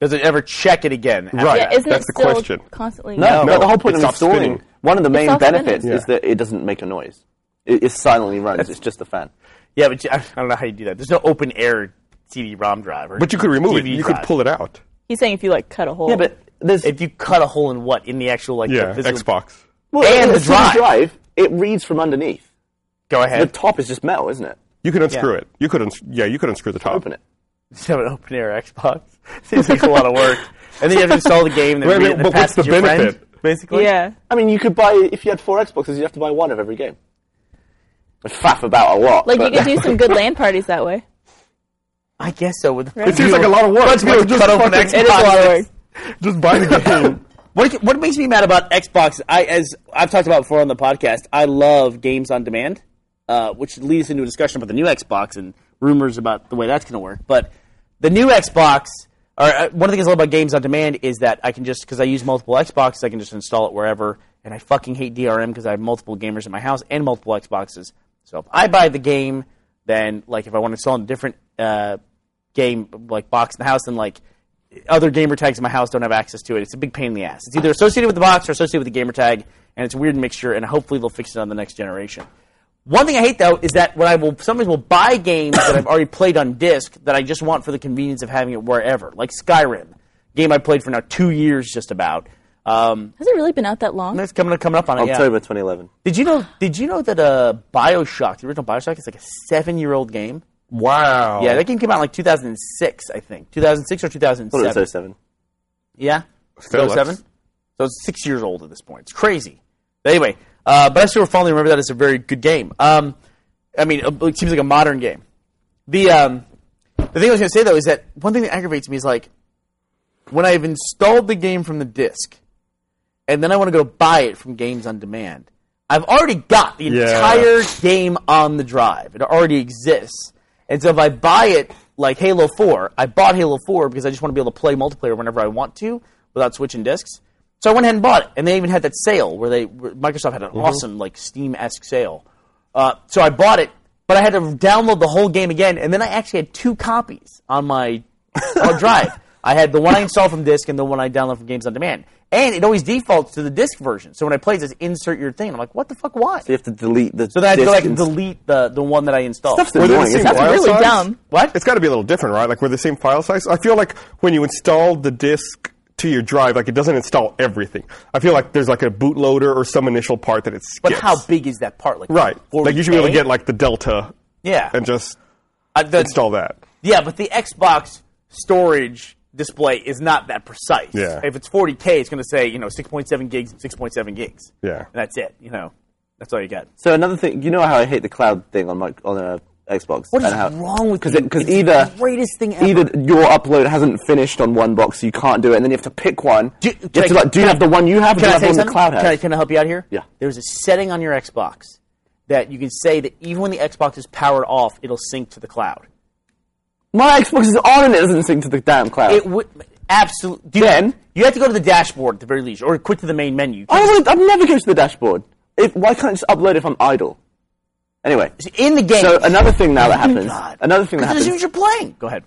[SPEAKER 5] Does it ever check it again? after
[SPEAKER 2] Right.
[SPEAKER 5] that?
[SPEAKER 4] Yeah, isn't
[SPEAKER 2] That's
[SPEAKER 4] it
[SPEAKER 2] the
[SPEAKER 4] still
[SPEAKER 2] question.
[SPEAKER 4] Constantly.
[SPEAKER 3] No,
[SPEAKER 2] No,
[SPEAKER 3] but the whole point
[SPEAKER 2] it
[SPEAKER 3] of
[SPEAKER 2] stops
[SPEAKER 3] installing
[SPEAKER 2] spinning.
[SPEAKER 3] one of the main
[SPEAKER 4] stops spinning.
[SPEAKER 3] benefits is
[SPEAKER 2] Yeah.
[SPEAKER 3] that it doesn't make a noise. It, it silently runs. it's just a fan.
[SPEAKER 5] Yeah, but you- I don't know how you do that. There's no open air CD-ROM drive. Or
[SPEAKER 2] But you could remove it.
[SPEAKER 5] DVD
[SPEAKER 2] You could
[SPEAKER 5] drive.
[SPEAKER 2] pull it out.
[SPEAKER 4] He's saying if you like cut a hole.
[SPEAKER 3] Yeah, but there's
[SPEAKER 5] If you cut a hole in what in the actual like
[SPEAKER 2] Yeah,
[SPEAKER 5] the physical-
[SPEAKER 2] Xbox.
[SPEAKER 3] in
[SPEAKER 5] and the
[SPEAKER 3] CD
[SPEAKER 5] drive.
[SPEAKER 3] drive. It reads from underneath.
[SPEAKER 5] Go
[SPEAKER 3] The
[SPEAKER 5] ahead.
[SPEAKER 3] top is just metal, isn't it?
[SPEAKER 2] You could unscrew
[SPEAKER 5] Yeah.
[SPEAKER 2] it. You could, uns- yeah, you could unscrew the top.
[SPEAKER 3] Open it.
[SPEAKER 5] Just have an open air Xbox. (laughs) Seems like a lot of work. And then you have to install the game. Then
[SPEAKER 2] Wait,
[SPEAKER 5] read
[SPEAKER 2] wait,
[SPEAKER 5] it and
[SPEAKER 2] but
[SPEAKER 5] pass
[SPEAKER 2] what's
[SPEAKER 5] it to
[SPEAKER 2] the
[SPEAKER 5] your friend,
[SPEAKER 2] benefit?
[SPEAKER 5] basically,
[SPEAKER 4] yeah.
[SPEAKER 3] I mean, you could buy if you had four Xboxes, you'd have to buy one of every game. I faff about a lot.
[SPEAKER 4] Like you
[SPEAKER 3] but- (laughs)
[SPEAKER 4] could do
[SPEAKER 2] (laughs)
[SPEAKER 4] some good land parties that way.
[SPEAKER 5] I guess so. With
[SPEAKER 4] Right.
[SPEAKER 2] It seems like a lot of work.
[SPEAKER 5] Let's go
[SPEAKER 2] Like, just
[SPEAKER 5] cut open
[SPEAKER 2] fucking-
[SPEAKER 5] Xbox. It is a lot of work.
[SPEAKER 2] Just buy
[SPEAKER 3] (laughs)
[SPEAKER 2] the game.
[SPEAKER 5] What what makes me mad about Xbox? I as I've talked about before on the podcast, I love games on demand, uh, which leads into a discussion about the new Xbox and rumors about the way that's going to work. But the new Xbox, or uh, one of the things I love about games on demand is that I can just because I use multiple Xboxes, I can just install it wherever. And I fucking hate DRM because I have multiple gamers in my house and multiple Xboxes. So if I buy the game, then like if I want to install in a different uh, game like box in the house, then like other gamer tags in my house don't have access to it. It's a big pain in the ass. It's either associated with the box or associated with the gamer tag, and it's a weird mixture. And hopefully they'll fix it on the next generation. One thing I hate though is that when I will sometimes will buy games that I've already played on disc that I just want for the convenience of having it wherever, like Skyrim, game I played for now two years just about. Um,
[SPEAKER 4] Has it really been out that long?
[SPEAKER 5] it's coming coming up on it. yeah.
[SPEAKER 3] October 2011.
[SPEAKER 5] Did you know? Did you know that uh, Bioshock, the original Bioshock, is like a seven-year-old game?
[SPEAKER 2] Wow.
[SPEAKER 5] Yeah, that game came out in like 2006, I think, 2006 or
[SPEAKER 3] I thought it
[SPEAKER 5] 2007.
[SPEAKER 3] was 07.
[SPEAKER 5] Yeah,
[SPEAKER 2] Still,
[SPEAKER 5] 07.
[SPEAKER 2] that's-
[SPEAKER 5] So it's six years old at this point. It's crazy. But anyway, uh, but I still fondly remember that as a very good game. Um, I mean, it seems like a modern game. The um, the thing I was going to say though is that one thing that aggravates me is like when I've installed the game from the disc, and then I want to go buy it from Games on Demand. I've already got the
[SPEAKER 2] Yeah.
[SPEAKER 5] entire game on the drive. It already exists, and so if I buy it like Halo Four, I bought Halo Four because I just want to be able to play multiplayer whenever I want to without switching discs. So I went ahead and bought it, and they even had that sale where they where Microsoft had an awesome like Steam esque sale. Uh, so I bought it, but I had to download the whole game again, and then I actually had two copies on my hard drive. I had the one I installed from disk and the one I downloaded from Games on Demand, and it always defaults to the disk version. So when I play, it says insert your thing. I'm like, what the fuck? Why?
[SPEAKER 3] So you have to delete the.
[SPEAKER 5] So then I had to go
[SPEAKER 3] disc
[SPEAKER 5] back and
[SPEAKER 3] and-
[SPEAKER 5] delete the, the one that I installed.
[SPEAKER 3] Stuff's
[SPEAKER 2] Were they the
[SPEAKER 3] annoying.
[SPEAKER 2] same
[SPEAKER 3] isn't it?
[SPEAKER 4] That's
[SPEAKER 2] file
[SPEAKER 4] really
[SPEAKER 2] size?
[SPEAKER 4] dumb. (laughs)
[SPEAKER 5] What?
[SPEAKER 2] It's got to be a little different, right? Like we're the same file size. I feel like when you install the disk to your drive, like it doesn't install everything. I feel like there's like a bootloader or some initial part that it skips.
[SPEAKER 5] But how big is that part? Like
[SPEAKER 2] Right.
[SPEAKER 5] 40K?
[SPEAKER 2] Like you should be able to get like the Delta
[SPEAKER 5] yeah
[SPEAKER 2] and just
[SPEAKER 5] Uh, the-
[SPEAKER 2] install that.
[SPEAKER 5] Yeah, but the Xbox storage display is not that precise.
[SPEAKER 2] Yeah.
[SPEAKER 5] If it's 40K, it's going to say, you know, 6.7 gigs and 6.7 gigs.
[SPEAKER 2] Yeah.
[SPEAKER 5] And that's it, you know. That's all you got.
[SPEAKER 3] So another thing, you know how I hate the cloud thing on my on uh, Xbox.
[SPEAKER 5] What is
[SPEAKER 3] and how,
[SPEAKER 5] wrong with
[SPEAKER 3] Because
[SPEAKER 5] you?
[SPEAKER 3] because
[SPEAKER 5] It's
[SPEAKER 3] either
[SPEAKER 5] the greatest thing ever.
[SPEAKER 3] either your upload hasn't finished on one box, so you can't do it, and then you have to pick one.
[SPEAKER 5] Do-
[SPEAKER 3] you
[SPEAKER 5] can
[SPEAKER 3] have to
[SPEAKER 5] I-
[SPEAKER 3] like, do you have the one you have, or do you have the
[SPEAKER 5] tell you
[SPEAKER 3] one the
[SPEAKER 5] something?
[SPEAKER 3] cloud has?
[SPEAKER 5] Can I, can I help you out here?
[SPEAKER 3] Yeah.
[SPEAKER 5] There's a setting on your Xbox that you can say that even when the Xbox is powered off, it'll sync to the cloud.
[SPEAKER 3] my Xbox is on and it doesn't sync to the damn cloud.
[SPEAKER 5] It would absolutely.
[SPEAKER 3] Then- Oh,
[SPEAKER 5] you have to go to the dashboard at the very least, or quit to the main menu. You
[SPEAKER 3] I
[SPEAKER 5] can't
[SPEAKER 3] don't want. I'm never going to the dashboard. If, why can't I just upload if I'm idle? Anyway,
[SPEAKER 5] just- in the game. Oh
[SPEAKER 3] so another thing now that happens.
[SPEAKER 5] God.
[SPEAKER 3] Another thing that
[SPEAKER 5] As soon as
[SPEAKER 3] happens.
[SPEAKER 5] you're playing, go ahead.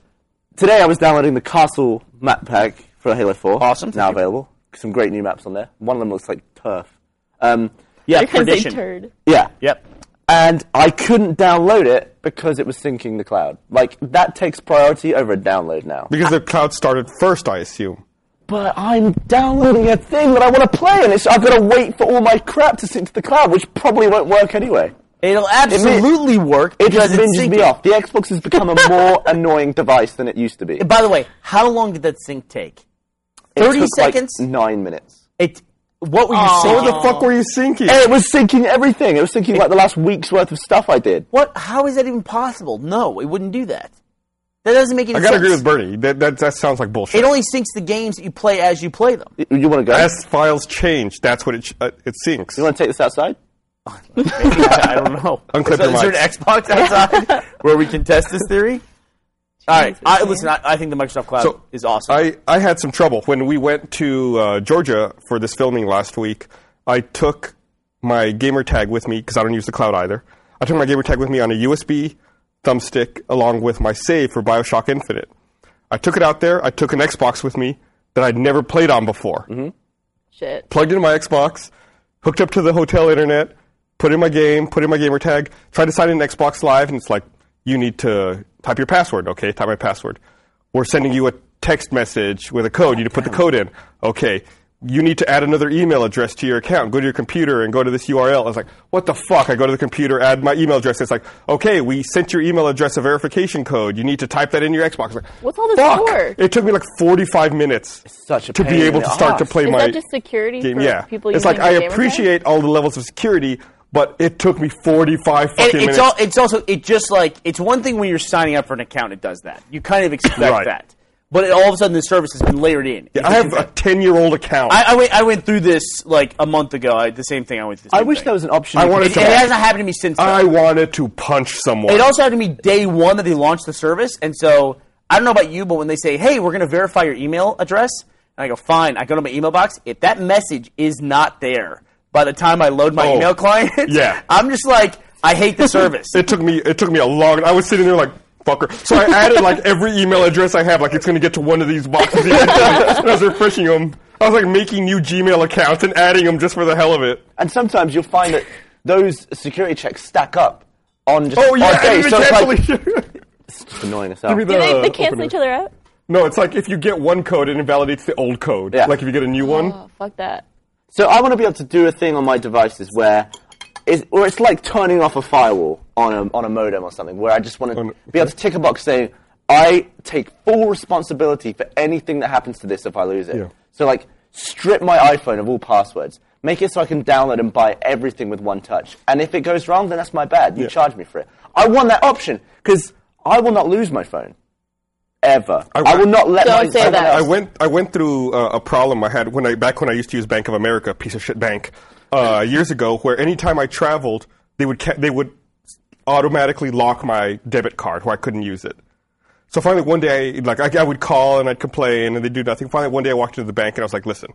[SPEAKER 3] Today I was downloading the Castle map pack for Halo 4.
[SPEAKER 5] Awesome,
[SPEAKER 3] Now
[SPEAKER 5] thank you.
[SPEAKER 3] available. Some great new maps on there. One of them looks like turf. Um, yeah,
[SPEAKER 4] Because they
[SPEAKER 5] Perdition.
[SPEAKER 4] turd.
[SPEAKER 3] Yeah.
[SPEAKER 5] Yep.
[SPEAKER 3] And I couldn't download it because it was syncing the cloud. Like that takes priority over a download now.
[SPEAKER 2] Because the cloud started first, I assume.
[SPEAKER 3] But I'm downloading a thing that I want to play, and it's, I've got to wait for all my crap to sync to the cloud, which probably won't work anyway.
[SPEAKER 5] It'll absolutely work.
[SPEAKER 3] It just
[SPEAKER 5] because it's
[SPEAKER 3] binges me
[SPEAKER 5] syncing.
[SPEAKER 3] off. The Xbox has become a
[SPEAKER 5] (laughs)
[SPEAKER 3] more annoying device than it used to be.
[SPEAKER 5] By the way, how long did that sync take?
[SPEAKER 3] It
[SPEAKER 5] 30
[SPEAKER 3] took, like, mm.
[SPEAKER 5] seconds?
[SPEAKER 3] nine minutes.
[SPEAKER 5] It. What were you
[SPEAKER 4] Aw.
[SPEAKER 5] syncing?
[SPEAKER 2] What the fuck were you syncing?
[SPEAKER 3] And it was syncing everything. It was syncing like the last week's worth of stuff I did.
[SPEAKER 5] What? How is that even possible? No, it wouldn't do that. That doesn't make any
[SPEAKER 2] I
[SPEAKER 5] sense.
[SPEAKER 2] gotta agree with Bernie. That, that, that sounds like bullshit.
[SPEAKER 5] It only syncs the games that you play as you play them.
[SPEAKER 3] You, want to go?
[SPEAKER 2] As files change, that's what it sh- uh, it syncs.
[SPEAKER 3] You want to take this outside?
[SPEAKER 5] (laughs) I don't know.
[SPEAKER 2] Unclip
[SPEAKER 5] is,
[SPEAKER 2] your
[SPEAKER 5] is there an
[SPEAKER 2] mics. (laughs)
[SPEAKER 5] Xbox outside where we can test this theory? All right.
[SPEAKER 4] Jesus,
[SPEAKER 5] I,
[SPEAKER 4] man.
[SPEAKER 5] listen, I, I think the Microsoft Cloud
[SPEAKER 2] So,
[SPEAKER 5] is awesome.
[SPEAKER 2] I, I had some trouble when we went to uh, Georgia for this filming last week. I took my gamer tag with me because I don't use the cloud either. I took my gamer tag with me on a USB thumbstick along with my save for Bioshock Infinite. I took it out there. I took an Xbox with me that I'd never played on before.
[SPEAKER 5] Mm-hmm.
[SPEAKER 4] Shit.
[SPEAKER 2] Plugged into my Xbox, hooked up to the hotel internet, put in my game, put in my gamer tag, tried to sign in to Xbox Live, and it's like, you need to type your password. Okay, type my password. We're sending you a text message with a code. You need to put the code in. Okay. You need to add another email address to your account. Go to your computer and go to this URL. I was like, what the fuck? I go to the computer, add my email address. It's like, okay, we sent your email address a verification code. You need to type that in your Xbox. I was Like,
[SPEAKER 4] What's all this
[SPEAKER 2] fuck!
[SPEAKER 4] for?
[SPEAKER 2] It took me like 45 minutes
[SPEAKER 3] such a
[SPEAKER 2] to
[SPEAKER 3] pain
[SPEAKER 2] be
[SPEAKER 3] in
[SPEAKER 2] able
[SPEAKER 3] the
[SPEAKER 2] to start to
[SPEAKER 3] ass.
[SPEAKER 2] play
[SPEAKER 4] Is
[SPEAKER 2] my
[SPEAKER 4] that just security
[SPEAKER 2] game.
[SPEAKER 4] for
[SPEAKER 2] yeah,
[SPEAKER 4] people
[SPEAKER 2] it's
[SPEAKER 4] using
[SPEAKER 2] like I
[SPEAKER 4] their gamer tag?
[SPEAKER 2] appreciate all the levels of security, but it took me forty-five
[SPEAKER 5] And
[SPEAKER 2] fucking minutes.
[SPEAKER 5] it's all. It's also. It just like it's one thing when you're signing up for an account, it does that. You kind of expect
[SPEAKER 2] Right.
[SPEAKER 5] that, but it, all of a sudden the service has been layered in.
[SPEAKER 2] I have a ten-year-old account.
[SPEAKER 5] I, I went. I went through this like a month ago. I, the same thing. I went through. The
[SPEAKER 3] I
[SPEAKER 5] same
[SPEAKER 3] wish
[SPEAKER 5] thing.
[SPEAKER 3] there was an option.
[SPEAKER 2] I
[SPEAKER 3] you could
[SPEAKER 2] wanted
[SPEAKER 5] It,
[SPEAKER 2] to-
[SPEAKER 5] it hasn't happened to me since. then.
[SPEAKER 2] I wanted to punch someone.
[SPEAKER 5] It also happened to me day one that they launched the service, and so I don't know about you, but when they say, "Hey, we're going to verify your email address," and I go, "Fine," I go to my email box. If that message is not there by the time I load my
[SPEAKER 2] Oh,
[SPEAKER 5] email client, (laughs)
[SPEAKER 2] yeah. (laughs)
[SPEAKER 5] I'm just like, I hate the service.
[SPEAKER 2] It took me. It took me a long. I was sitting there like, motherfucker. So I added like every email address I have. Like it's gonna get to one of these boxes. eventually. and I was refreshing them. I was like making new Gmail accounts and adding them just for the hell of it.
[SPEAKER 3] And sometimes you'll find that those security checks stack up on just
[SPEAKER 2] Oh yeah,
[SPEAKER 3] odd days.
[SPEAKER 2] and
[SPEAKER 3] So
[SPEAKER 2] even
[SPEAKER 3] it's like-
[SPEAKER 2] cancellation.
[SPEAKER 3] it's annoying as hell.
[SPEAKER 2] me the-
[SPEAKER 4] Do they,
[SPEAKER 2] Uh,
[SPEAKER 4] they cancel
[SPEAKER 2] opener.
[SPEAKER 4] each other out?
[SPEAKER 2] no, it's like if you get one code, it invalidates the old code.
[SPEAKER 3] Yeah.
[SPEAKER 2] Like if you get a new one.
[SPEAKER 4] Oh, fuck that.
[SPEAKER 3] So I want to be able to do a thing on my devices where, it's, or it's like turning off a firewall on a on a modem or something, where I just want
[SPEAKER 2] On-
[SPEAKER 3] to be able to tick a box saying I take full responsibility for anything that happens to this if I lose it.
[SPEAKER 2] Yeah.
[SPEAKER 3] So like strip my iPhone of all passwords, make it so I can download and buy everything with one touch. And if it goes wrong, then that's my bad. You
[SPEAKER 2] Yeah.
[SPEAKER 3] charge me for it. I want that option because I will not lose my phone. Ever. I,
[SPEAKER 2] wa-
[SPEAKER 3] will not let
[SPEAKER 4] Don't
[SPEAKER 3] my
[SPEAKER 4] say
[SPEAKER 3] someone
[SPEAKER 4] that.
[SPEAKER 3] else-
[SPEAKER 2] I went I went through uh, a problem I had when I back when I used to use Bank of America, piece of shit bank, uh, years ago. Where anytime I traveled, they would ca- they would automatically lock my debit card where I couldn't use it. So finally, one day, like I, I would call and I'd complain and they'd do nothing. Finally, one day I walked into the bank and I was like, "Listen,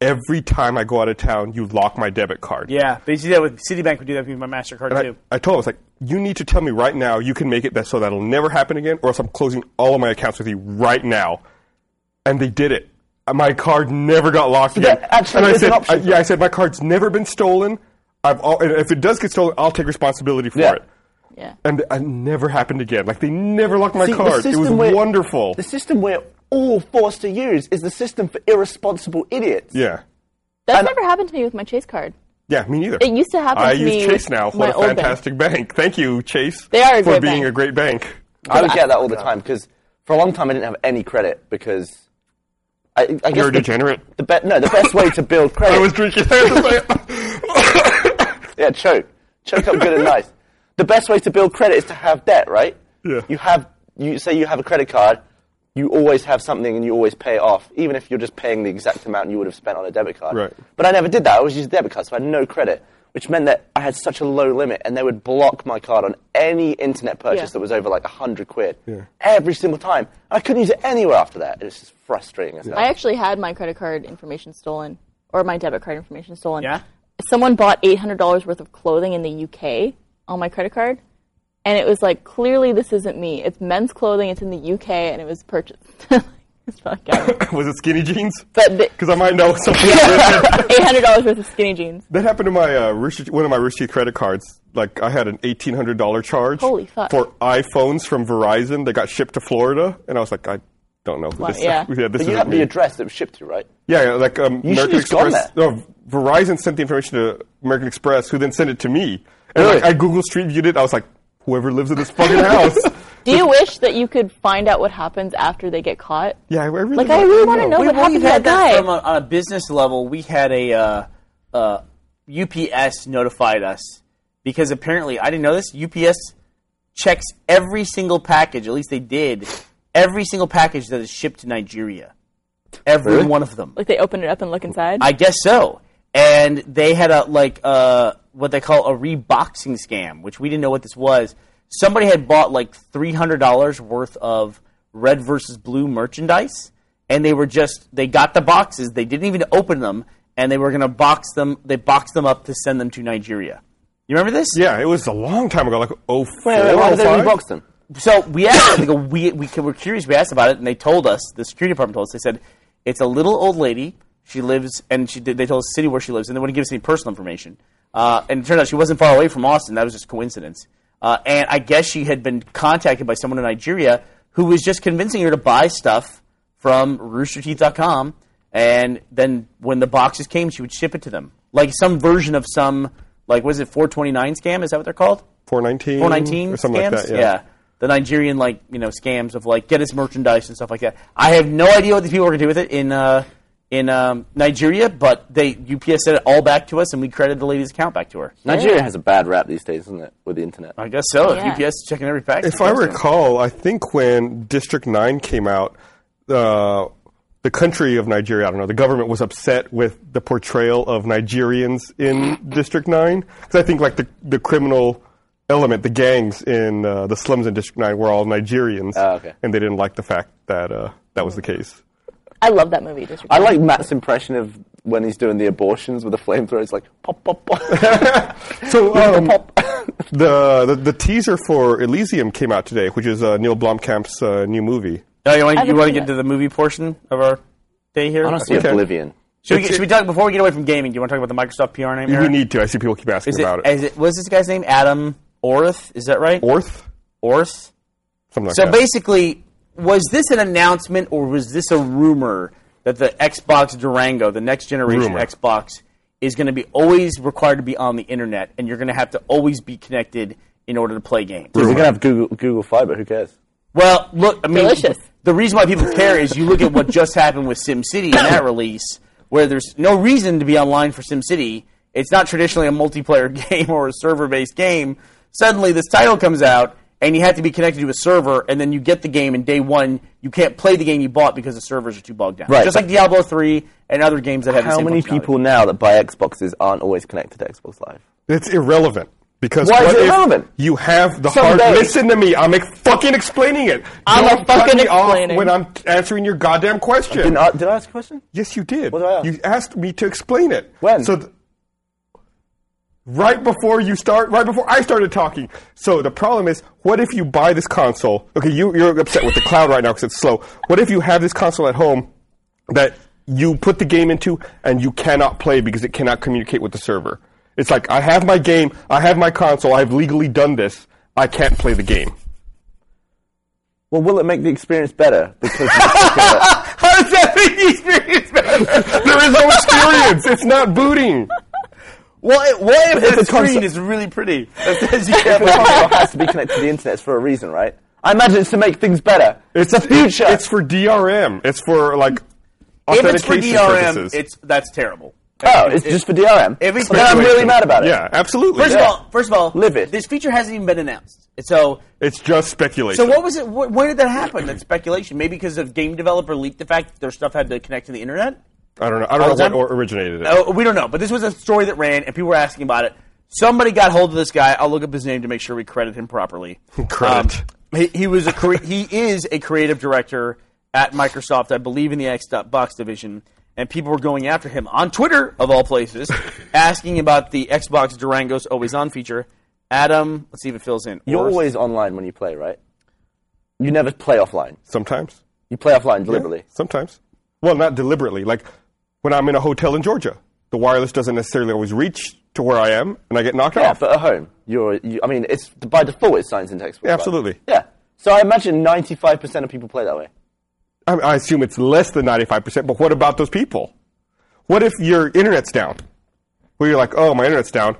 [SPEAKER 2] every time I go out of town, you lock my debit card."
[SPEAKER 5] Yeah, they do that with Citibank. Would do that with my Mastercard
[SPEAKER 2] And
[SPEAKER 5] too.
[SPEAKER 2] I, I told him, I was like, you need to tell me right now you can make it that so that'll never happen again, or else I'm closing all of my accounts with you right now. And they did it. Uh, My card never got locked
[SPEAKER 3] that
[SPEAKER 2] again.
[SPEAKER 3] actually
[SPEAKER 2] and I
[SPEAKER 3] is an
[SPEAKER 2] said,
[SPEAKER 3] option
[SPEAKER 2] I-
[SPEAKER 3] for
[SPEAKER 2] yeah,
[SPEAKER 3] it.
[SPEAKER 2] I said my card's never been stolen. I've all, and if it does get stolen, I'll take responsibility for
[SPEAKER 3] Yeah.
[SPEAKER 2] it.
[SPEAKER 4] Yeah.
[SPEAKER 2] And it uh, never happened again. Like they never locked my
[SPEAKER 3] See, the
[SPEAKER 2] card. It was
[SPEAKER 3] system we're-
[SPEAKER 2] wonderful.
[SPEAKER 3] The system we're all forced to use is the system for irresponsible idiots.
[SPEAKER 2] yeah.
[SPEAKER 4] That's
[SPEAKER 3] And-
[SPEAKER 4] never happened to me with my Chase card.
[SPEAKER 2] Yeah, me neither.
[SPEAKER 4] It used to happen
[SPEAKER 2] I
[SPEAKER 4] to
[SPEAKER 2] use
[SPEAKER 4] me
[SPEAKER 2] Chase
[SPEAKER 4] with
[SPEAKER 2] now.
[SPEAKER 4] my
[SPEAKER 2] What a
[SPEAKER 4] old bank.
[SPEAKER 2] fantastic bank. Thank you, Chase.
[SPEAKER 4] They are a
[SPEAKER 2] for
[SPEAKER 4] great
[SPEAKER 2] being
[SPEAKER 4] bank.
[SPEAKER 2] a great bank.
[SPEAKER 3] I would get that all the time because for a long time I didn't have any credit because I, I guess
[SPEAKER 2] You're a
[SPEAKER 3] the-
[SPEAKER 2] degenerate.
[SPEAKER 3] The be- no, the best way
[SPEAKER 2] (laughs)
[SPEAKER 3] to build credit.
[SPEAKER 2] I was drinking.
[SPEAKER 3] (coughs) yeah, choke, choke up good and nice. The best way to build credit is to have debt, right?
[SPEAKER 2] Yeah.
[SPEAKER 3] You have you say you have a credit card, you always have something and you always pay it off, even if you're just paying the exact amount you would have spent on a debit card.
[SPEAKER 2] Right.
[SPEAKER 3] But I never did that. I always used a debit card, so I had no credit, which meant that I had such a low limit, and they would block my card on any internet purchase
[SPEAKER 4] Yeah.
[SPEAKER 3] that was over like hundred quid every single time. I couldn't use it anywhere after that. It was just frustrating. As hell.
[SPEAKER 4] I actually had my credit card information stolen, or my debit card information stolen.
[SPEAKER 5] Yeah?
[SPEAKER 4] Someone bought eight hundred dollars worth of clothing in the UK on my credit card, and it was like clearly this isn't me. It's men's clothing. It's in the UK, and it was purchased. (laughs) It's not
[SPEAKER 2] (laughs)
[SPEAKER 4] good.
[SPEAKER 2] Was it skinny jeans?
[SPEAKER 4] But the- (laughs)
[SPEAKER 2] Because I might know something.
[SPEAKER 4] eight hundred dollars worth of skinny jeans.
[SPEAKER 2] that happened to my uh, Rooster- one of my Rooster Teeth credit cards. Like I had an eighteen hundred dollar charge
[SPEAKER 4] Holy fuck.
[SPEAKER 2] for iPhones from Verizon that got shipped to Florida, and I was like, I don't know who this.
[SPEAKER 4] yeah.
[SPEAKER 2] (laughs) yeah, this
[SPEAKER 3] but you
[SPEAKER 2] isn't
[SPEAKER 3] have
[SPEAKER 2] me.
[SPEAKER 3] the address that was shipped to, right?
[SPEAKER 2] yeah, yeah, like um,
[SPEAKER 3] You should've
[SPEAKER 2] American
[SPEAKER 3] just gone
[SPEAKER 2] Express.
[SPEAKER 3] there.
[SPEAKER 2] No, Verizon sent the information to American Express, who then sent it to me. And
[SPEAKER 3] Really?
[SPEAKER 2] like, I Google Street viewed it. I was like, whoever lives in this fucking house.
[SPEAKER 4] Do you wish that you could find out what happens after they get caught?
[SPEAKER 2] yeah, I really
[SPEAKER 4] Like, I really wanna know
[SPEAKER 5] we,
[SPEAKER 4] what happened
[SPEAKER 5] we've
[SPEAKER 4] to
[SPEAKER 5] had
[SPEAKER 4] that guy?
[SPEAKER 5] from a, on a business level. We had a uh, uh, UPS notified us because apparently I didn't know this. UPS checks every single package. At least they did every single package that is shipped to Nigeria. Every
[SPEAKER 3] Really?
[SPEAKER 5] one of them.
[SPEAKER 4] Like they open it up and look inside.
[SPEAKER 5] I guess so. And they had a like uh, what they call a reboxing scam, which we didn't know what this was. Somebody had bought like three hundred dollars worth of red versus blue merchandise, and they were just they got the boxes. They didn't even open them, and they were gonna box them. They boxed them up to send them to Nigeria. You remember this?
[SPEAKER 2] Yeah, it was a long time ago, like oh four,
[SPEAKER 3] Wait, wait, why did they
[SPEAKER 2] oh five?
[SPEAKER 3] rebox them?
[SPEAKER 5] so we asked them, they go, we, we were curious. We asked about it, and they told us the security department told us. They said it's a little old lady. She lives, and she did, they told us the city where she lives, and they wouldn't give us any personal information. Uh, and it turned out she wasn't far away from Austin. That was just coincidence. Uh, and I guess she had been contacted by someone in Nigeria who was just convincing her to buy stuff from roosterteeth.com. And then when the boxes came, she would ship it to them. Like some version of some, like, was it 429 scam? Is that what they're called?
[SPEAKER 2] 419,
[SPEAKER 5] 419
[SPEAKER 2] or something
[SPEAKER 5] scams?
[SPEAKER 2] like that.
[SPEAKER 5] yeah. The Nigerian, like, you know, scams of, like, get his merchandise and stuff like that. I have no idea what these people are going to do with it in, uh, in um, Nigeria, but they UPS sent it all back to us, and we credited the lady's account back to her.
[SPEAKER 3] Nigeria has a bad rap these days, isn't it, with the internet?
[SPEAKER 5] I guess so.
[SPEAKER 4] Yeah.
[SPEAKER 5] If UPS is checking every package.
[SPEAKER 2] If I recall, I think when District 9 came out, uh, the country of Nigeria, I don't know, the government was upset with the portrayal of Nigerians in District 9. Because I think, like, the, the criminal element, the gangs in uh, the slums in District 9 were all Nigerians.
[SPEAKER 5] Oh,
[SPEAKER 3] Ah, okay.
[SPEAKER 2] And they didn't like the fact that uh, that was the case.
[SPEAKER 4] I love that movie. District
[SPEAKER 3] I
[SPEAKER 4] Nine.
[SPEAKER 3] like Matt's impression of when he's doing the abortions with the flamethrower, it's like pop, pop, pop. (laughs)
[SPEAKER 2] So um, (laughs) the, the the teaser for Elysium came out today, which is uh, Neil Blomkamp's uh, new movie.
[SPEAKER 5] No, you want
[SPEAKER 4] haven't
[SPEAKER 5] you want
[SPEAKER 4] seen
[SPEAKER 5] to get
[SPEAKER 4] it.
[SPEAKER 5] to the movie portion of our day here?
[SPEAKER 3] Honestly,
[SPEAKER 2] Okay.
[SPEAKER 3] Oblivion.
[SPEAKER 5] should, we, should we talk before we get away from gaming? Do you want to talk about the Microsoft PR name?
[SPEAKER 2] We
[SPEAKER 5] Aaron?
[SPEAKER 2] need to. I see people keep asking
[SPEAKER 5] is
[SPEAKER 2] about
[SPEAKER 5] it,
[SPEAKER 2] it.
[SPEAKER 5] is it what's this guy's name? Adam Orth? Is that right?
[SPEAKER 2] Orth,
[SPEAKER 5] Orth.
[SPEAKER 2] something like
[SPEAKER 5] So
[SPEAKER 2] that.
[SPEAKER 5] basically, was this an announcement or was this a rumor that the Xbox Durango, the next generation
[SPEAKER 2] Rumor.
[SPEAKER 5] Xbox, is going to be always required to be on the internet, and you're going to have to always be connected in order to play games?
[SPEAKER 3] Because you're gonna have Google Google Fiber. Who cares?
[SPEAKER 5] Well, look, I mean,
[SPEAKER 4] Delicious.
[SPEAKER 5] the reason why people care is you look at what just happened with SimCity in that release, where there's no reason to be online for SimCity. It's not traditionally a multiplayer (laughs) game or a server-based game. Suddenly, this title comes out, and you have to be connected to a server, and then you get the game, and day one, you can't play the game you bought because the servers are too bogged down.
[SPEAKER 3] Right.
[SPEAKER 5] Just like Diablo 3 and other games that have the
[SPEAKER 3] How
[SPEAKER 5] same
[SPEAKER 3] many
[SPEAKER 5] functionality.
[SPEAKER 3] people now that buy Xboxes aren't always connected to Xbox Live?
[SPEAKER 2] it's irrelevant because
[SPEAKER 3] Why is
[SPEAKER 2] what
[SPEAKER 3] it
[SPEAKER 2] if
[SPEAKER 3] irrelevant?
[SPEAKER 2] You have the
[SPEAKER 3] Someday.
[SPEAKER 2] hard. Listen to me. I'm ex- fucking explaining it.
[SPEAKER 4] I'm
[SPEAKER 2] Don't
[SPEAKER 4] a
[SPEAKER 2] cut
[SPEAKER 4] fucking
[SPEAKER 2] me off
[SPEAKER 4] explaining.
[SPEAKER 2] when I'm t- answering your goddamn question.
[SPEAKER 3] Didn't I, did I ask a question?
[SPEAKER 2] Yes, you did.
[SPEAKER 3] What did I ask?
[SPEAKER 2] You asked me to explain it.
[SPEAKER 3] When?
[SPEAKER 2] So, th- right before you start, right before I started talking. So the problem is, what if you buy this console? Okay, you, you're upset with the cloud right now because it's slow. What if you have this console at home that you put the game into and you cannot play because it cannot communicate with the server? It's like I have my game, I have my console, I've legally done this. I can't play the game.
[SPEAKER 3] Well, will it make the experience better? Because you (laughs) can't-
[SPEAKER 2] How does that make the experience better? (laughs) there is no experience. It's not booting.
[SPEAKER 5] What, what
[SPEAKER 3] It's
[SPEAKER 5] if the
[SPEAKER 3] a concept.
[SPEAKER 5] screen is really
[SPEAKER 3] (laughs)
[SPEAKER 5] pretty? That says you
[SPEAKER 3] the
[SPEAKER 5] can't
[SPEAKER 3] console has to (laughs) be connected to the internet it's for a reason, right? I imagine it's to make things better. It's the future.
[SPEAKER 2] It's for DRM. It's for like
[SPEAKER 5] If it's for
[SPEAKER 2] authentication
[SPEAKER 5] DRM,
[SPEAKER 2] purposes.
[SPEAKER 5] it's, that's terrible.
[SPEAKER 3] oh, it's just for DRM.
[SPEAKER 5] If it's
[SPEAKER 3] then I'm really
[SPEAKER 5] situation.
[SPEAKER 3] mad about it.
[SPEAKER 2] yeah, absolutely.
[SPEAKER 5] First
[SPEAKER 2] Yeah.
[SPEAKER 5] of all, first of all,
[SPEAKER 3] Live it.
[SPEAKER 5] This feature hasn't even been announced. And So,
[SPEAKER 2] it's just speculation.
[SPEAKER 5] so what was it? Wh- when did that happen? That speculation, maybe because of game developer leaked the fact that their stuff had to connect to the internet.
[SPEAKER 2] I don't know. I
[SPEAKER 5] All
[SPEAKER 2] don't
[SPEAKER 5] the
[SPEAKER 2] know what
[SPEAKER 5] time?
[SPEAKER 2] or originated it.
[SPEAKER 5] Oh, we don't know, but this was a story that ran, and people were asking about it. Somebody got hold of this guy. I'll look up his name to make sure we credit
[SPEAKER 3] (laughs)
[SPEAKER 5] him properly.
[SPEAKER 2] Credit.
[SPEAKER 5] Um, he, he was a cre- he is a creative director at Microsoft, I believe, in the Xbox division. And people were going after him on Twitter, of
[SPEAKER 3] (laughs)
[SPEAKER 5] all places, asking about the Xbox Durango's always on feature. Adam, let's see if it fills in.
[SPEAKER 3] You're
[SPEAKER 5] Orth.
[SPEAKER 3] always online when you play, right? You never play offline.
[SPEAKER 2] Sometimes.
[SPEAKER 3] You play offline deliberately.
[SPEAKER 2] Sometimes. Well, not deliberately. Like when I'm in a hotel in Georgia, the wireless doesn't necessarily always reach to where I am, and I get knocked
[SPEAKER 3] Yeah,
[SPEAKER 2] off.
[SPEAKER 3] but at home, you're. You, I mean, it's by default it's signs and text.
[SPEAKER 2] Yeah, absolutely.
[SPEAKER 3] Yeah. So I imagine 95% of people play that way.
[SPEAKER 2] I, I assume it's less than 95%, but what about those people? What if your internet's down? Where you're like, oh, my internet's down.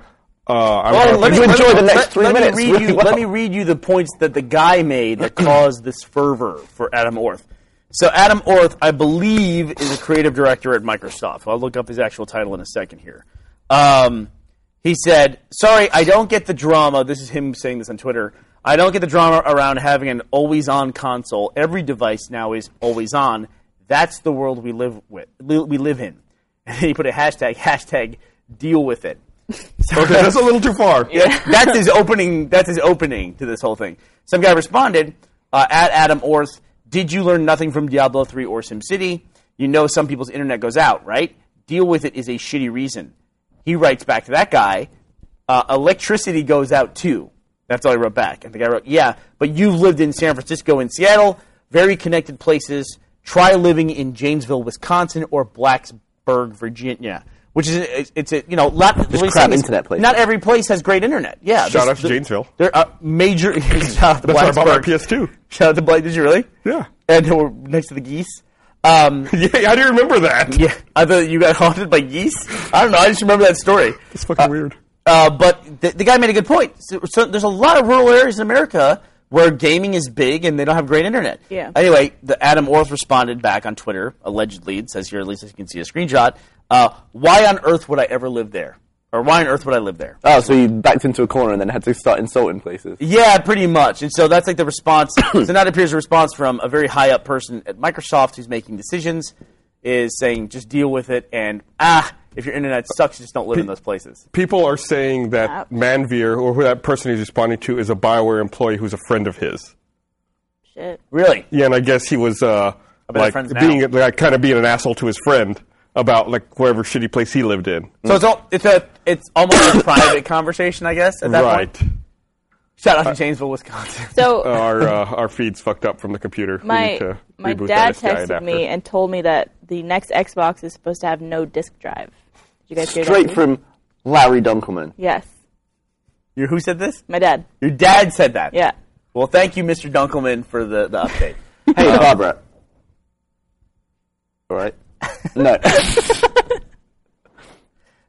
[SPEAKER 2] Uh, I'm
[SPEAKER 5] Oh,
[SPEAKER 2] gonna
[SPEAKER 5] let
[SPEAKER 2] play
[SPEAKER 5] me,
[SPEAKER 3] You
[SPEAKER 5] let
[SPEAKER 3] enjoy
[SPEAKER 5] me-
[SPEAKER 3] the next
[SPEAKER 5] let-
[SPEAKER 3] three
[SPEAKER 5] let me
[SPEAKER 3] minutes
[SPEAKER 5] read
[SPEAKER 3] really
[SPEAKER 5] you,
[SPEAKER 3] well.
[SPEAKER 5] Let me read you the points that the guy
[SPEAKER 3] (clears throat)
[SPEAKER 5] made that caused this fervor for Adam Orth. So Adam Orth, I believe, is a creative director at Microsoft. I'll look up his actual title in a second here. Um, he said, "Sorry, I don't get the drama." This is him saying this on Twitter. I don't get the drama around having an always-on console. Every device now is always on. That's the world we live with. li- We live in. (laughs) And he put a hashtag hashtag deal with it. (laughs) So-
[SPEAKER 2] Okay, that's a little too far. (laughs)
[SPEAKER 5] that- that's his opening. That's his opening to this whole thing. Some guy responded uh, at Adam Orth. Did you learn nothing from Diablo 3 or SimCity? You know some people's internet goes out, right? Deal with it is a shitty reason. He writes back to that guy. Uh, electricity goes out too. That's all he wrote back. And the guy wrote, "Yeah, but you've lived in San Francisco and Seattle, very connected places. Try living in Janesville, Wisconsin, or Blacksburg, Virginia." Which is it's, it's a you know lot, what he's
[SPEAKER 3] crap
[SPEAKER 5] saying is
[SPEAKER 3] internet places.
[SPEAKER 5] Not every place has great internet. Yeah.
[SPEAKER 2] Shout
[SPEAKER 5] this-
[SPEAKER 2] out to
[SPEAKER 5] th-
[SPEAKER 2] Janesville.
[SPEAKER 5] There are major. (laughs) shout out to
[SPEAKER 2] That's why I bought my
[SPEAKER 5] Blacksburg.
[SPEAKER 2] PS2.
[SPEAKER 5] Shout out to Blake. Did you really?
[SPEAKER 2] Yeah.
[SPEAKER 5] And they we're next to the geese. Um, (laughs)
[SPEAKER 2] Yeah, how do you remember that?
[SPEAKER 5] yeah. I thought you got (laughs) haunted by geese. I don't know. I just remember that story.
[SPEAKER 2] It's fucking weird.
[SPEAKER 5] Uh, but the, the guy made a good point. So, so there's a lot of rural areas in America where gaming is big and they don't have great internet.
[SPEAKER 4] Yeah.
[SPEAKER 5] Anyway, the Adam Orth responded back on Twitter, allegedly. It says here, at least as you can see a screenshot. Uh, why on earth would I ever live there? Or why on earth would I live there?
[SPEAKER 3] Oh, so you backed into a corner and then had to start insulting places.
[SPEAKER 5] Yeah, pretty much. And so that's like the response. so now it appears a response from a very high up person at Microsoft who's making decisions is saying just deal with it and ah, if your internet sucks, just don't live in those places.
[SPEAKER 2] People are saying that
[SPEAKER 4] Ouch.
[SPEAKER 2] Manveer, or who that person he's responding to, is a Bioware employee who's a friend of his.
[SPEAKER 4] Shit.
[SPEAKER 5] Really?
[SPEAKER 2] Yeah, and I guess he was uh,
[SPEAKER 5] they're
[SPEAKER 2] like
[SPEAKER 5] friends now.
[SPEAKER 2] being like kind of being an asshole to his friend, about like wherever shitty place he lived in.
[SPEAKER 5] So it's all, it's a it's almost a private conversation, I guess. At that
[SPEAKER 2] right.
[SPEAKER 5] Point. Shout out to Janesville, Wisconsin.
[SPEAKER 4] So
[SPEAKER 2] our uh, our feed's fucked up from the computer. we need
[SPEAKER 4] my
[SPEAKER 2] to
[SPEAKER 4] my
[SPEAKER 2] reboot
[SPEAKER 4] dad
[SPEAKER 2] that SDI
[SPEAKER 4] texted
[SPEAKER 2] adapter.
[SPEAKER 4] me and told me that the next Xbox is supposed to have no disk drive. Did you guys hear that?
[SPEAKER 3] Straight from Larry
[SPEAKER 5] (laughs)
[SPEAKER 3] Dunkelman.
[SPEAKER 4] Yes,
[SPEAKER 5] Your who said this?
[SPEAKER 4] my dad.
[SPEAKER 5] Your dad said that.
[SPEAKER 4] Yeah.
[SPEAKER 5] Well, thank you, Mr. Dunkelman, for the, the update.
[SPEAKER 3] Hey, Barbara. All right. No.
[SPEAKER 5] (laughs)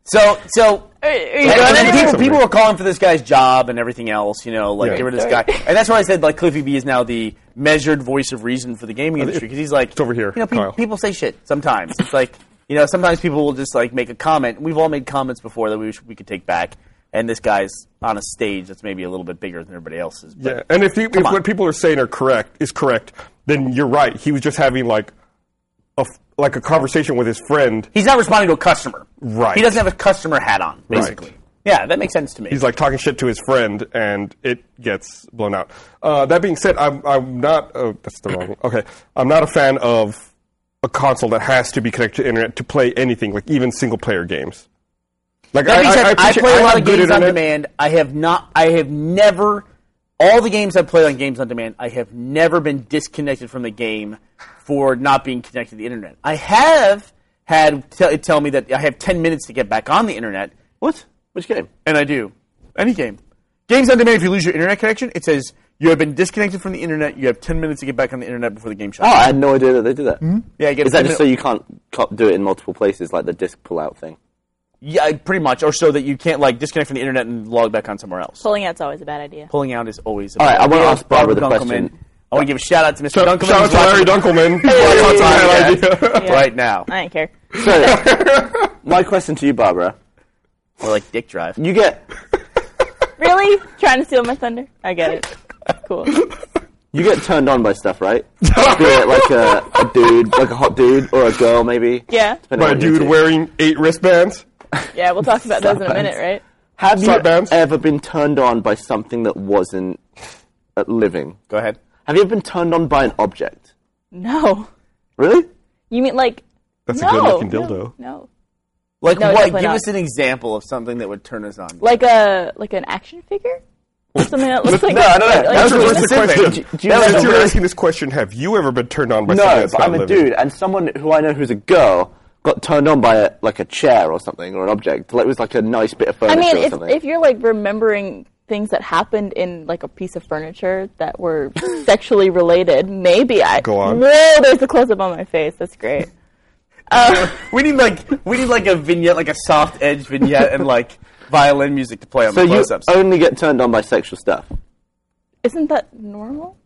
[SPEAKER 5] so so
[SPEAKER 4] Are, are you going
[SPEAKER 5] And, and
[SPEAKER 4] anywhere?
[SPEAKER 5] people, people were calling for this guy's job and everything else, you know, like
[SPEAKER 2] Yeah.
[SPEAKER 5] get rid of this guy. And that's why I said like Cliffy B is now the measured voice of reason for the gaming industry because he's like,
[SPEAKER 2] Uh, it's over here,
[SPEAKER 5] You know, pe-
[SPEAKER 2] Kyle.
[SPEAKER 5] people say shit sometimes. It's like you know, sometimes people will just like make a comment. We've all made comments before that we wish we could take back. And this guy's on a stage that's maybe a little bit bigger than everybody else's. But
[SPEAKER 2] Yeah, and if, he, if
[SPEAKER 5] on.
[SPEAKER 2] what people are saying are correct is correct, then you're right. He was just having like a f- like a conversation with his friend.
[SPEAKER 5] He's not responding to a customer.
[SPEAKER 2] Right.
[SPEAKER 5] He doesn't have a customer hat on,
[SPEAKER 2] Right.
[SPEAKER 5] basically. Yeah, that makes sense to me.
[SPEAKER 2] He's like talking shit to his friend, and it gets blown out. Uh, that being said, I'm I'm not. Oh, that's the wrong. one. Okay, I'm not a fan of a console that has to be connected to the internet to play anything, like even single player games. Like
[SPEAKER 5] That being said, I,
[SPEAKER 2] appreciate-
[SPEAKER 5] play a lot
[SPEAKER 2] have
[SPEAKER 5] of
[SPEAKER 2] good
[SPEAKER 5] games on
[SPEAKER 2] internet.
[SPEAKER 5] demand. I have not. I have never. All the games I played on games on demand, I have never been disconnected from the game for not being connected to the internet. I have had t- it tell me that I have ten minutes to get back on the internet,
[SPEAKER 3] what? Which game?
[SPEAKER 5] and I do. Any game, games on demand. If you lose your internet connection, it says you have been disconnected from the internet. You have ten minutes to get back on the internet before the game
[SPEAKER 3] Oh,
[SPEAKER 5] shuts.
[SPEAKER 3] I had no idea that they did that.
[SPEAKER 5] Hmm? yeah, I get
[SPEAKER 3] Is
[SPEAKER 5] a
[SPEAKER 3] that
[SPEAKER 5] 10
[SPEAKER 3] just so you
[SPEAKER 5] minute-
[SPEAKER 3] can't can't do it in multiple places, like the disc pull-out thing?
[SPEAKER 5] yeah, pretty much, or so that you can't like disconnect from the internet and log back on somewhere else.
[SPEAKER 4] Pulling out's always a bad idea.
[SPEAKER 5] pulling out is always.
[SPEAKER 3] All right, I wanna
[SPEAKER 5] Yeah,
[SPEAKER 3] ask Barbara the
[SPEAKER 5] Dunkelman.
[SPEAKER 3] question.
[SPEAKER 5] I want to give a shout out to Mr.
[SPEAKER 2] So,
[SPEAKER 5] Dunkelman.
[SPEAKER 2] shout out
[SPEAKER 5] who's
[SPEAKER 2] to Larry
[SPEAKER 5] watching
[SPEAKER 2] Dunkelman.
[SPEAKER 5] Hey.
[SPEAKER 2] That's not a bad (laughs) idea.
[SPEAKER 5] right now.
[SPEAKER 4] I didn't care.
[SPEAKER 3] So, (laughs) my question to you, Barbara:
[SPEAKER 5] Or like Dick Drive.
[SPEAKER 3] You get
[SPEAKER 4] Really? Trying to steal my thunder? I get it. Cool.
[SPEAKER 3] you get turned on by stuff, right? Be it like a, a dude, like a hot dude, or a girl, maybe.
[SPEAKER 4] Yeah.
[SPEAKER 3] Depending
[SPEAKER 2] By a
[SPEAKER 3] on what you're
[SPEAKER 2] dude
[SPEAKER 3] into.
[SPEAKER 2] wearing eight wristbands.
[SPEAKER 4] Yeah, we'll talk about those in a minute, right?
[SPEAKER 3] Have you
[SPEAKER 2] Slap bands.
[SPEAKER 3] ever been turned on by something that wasn't uh, living?
[SPEAKER 5] Go ahead.
[SPEAKER 3] Have you ever been turned on by an object?
[SPEAKER 4] No.
[SPEAKER 3] Really?
[SPEAKER 4] You mean like
[SPEAKER 2] That's
[SPEAKER 4] no,
[SPEAKER 2] a good looking
[SPEAKER 4] no,
[SPEAKER 2] dildo.
[SPEAKER 4] No.
[SPEAKER 5] Like
[SPEAKER 4] No,
[SPEAKER 5] what?
[SPEAKER 4] definitely
[SPEAKER 5] Give
[SPEAKER 4] not.
[SPEAKER 5] us an example of something that would turn us on.
[SPEAKER 4] Like a like an action figure? Or something
[SPEAKER 3] (laughs)
[SPEAKER 4] that looks like
[SPEAKER 3] No, I don't know.
[SPEAKER 4] like- like-
[SPEAKER 3] That's
[SPEAKER 2] That's
[SPEAKER 3] really
[SPEAKER 2] the
[SPEAKER 3] specific.
[SPEAKER 2] question.
[SPEAKER 3] Do- do you know
[SPEAKER 2] Since
[SPEAKER 3] the
[SPEAKER 2] you're
[SPEAKER 3] real-
[SPEAKER 2] asking this question, have you ever been turned on by something
[SPEAKER 3] No,
[SPEAKER 2] that's
[SPEAKER 3] but
[SPEAKER 2] not
[SPEAKER 3] I'm a
[SPEAKER 2] living?
[SPEAKER 3] dude, and someone who I know who's a girl got turned on by a, like a chair or something or an object. Like it was like a nice bit of
[SPEAKER 4] I
[SPEAKER 3] furniture
[SPEAKER 4] mean,
[SPEAKER 3] or
[SPEAKER 4] if
[SPEAKER 3] something.
[SPEAKER 4] if you're like remembering things that happened in like a piece of furniture
[SPEAKER 3] (laughs)
[SPEAKER 4] that were sexually related, maybe I
[SPEAKER 2] Go on.
[SPEAKER 4] Whoa, there's a close up on my face. That's great.
[SPEAKER 5] (laughs) we need like we need like a vignette, like a soft edge vignette, and like violin music to play on
[SPEAKER 3] so
[SPEAKER 5] the
[SPEAKER 3] you
[SPEAKER 5] close-ups.
[SPEAKER 3] only get turned on by sexual stuff.
[SPEAKER 4] Isn't that normal?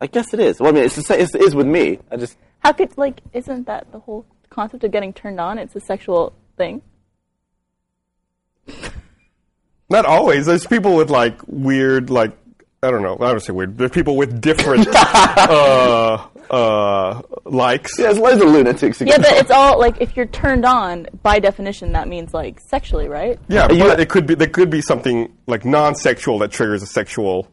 [SPEAKER 3] I guess it is. Well, I mean, it's the same. It's, it is with me. I just
[SPEAKER 4] How could like isn't that the whole concept of getting turned on? It's a sexual thing.
[SPEAKER 2] Not always. There's people with like weird, like I don't know. I don't say weird. There's people with (laughs) different uh, uh, likes.
[SPEAKER 3] there's loads of lunatics.
[SPEAKER 4] Yeah, but it's all like if you're turned on by definition, that means like sexually, right?
[SPEAKER 2] Yeah,
[SPEAKER 3] you-
[SPEAKER 2] but it could be there could be something like non-sexual that triggers a sexual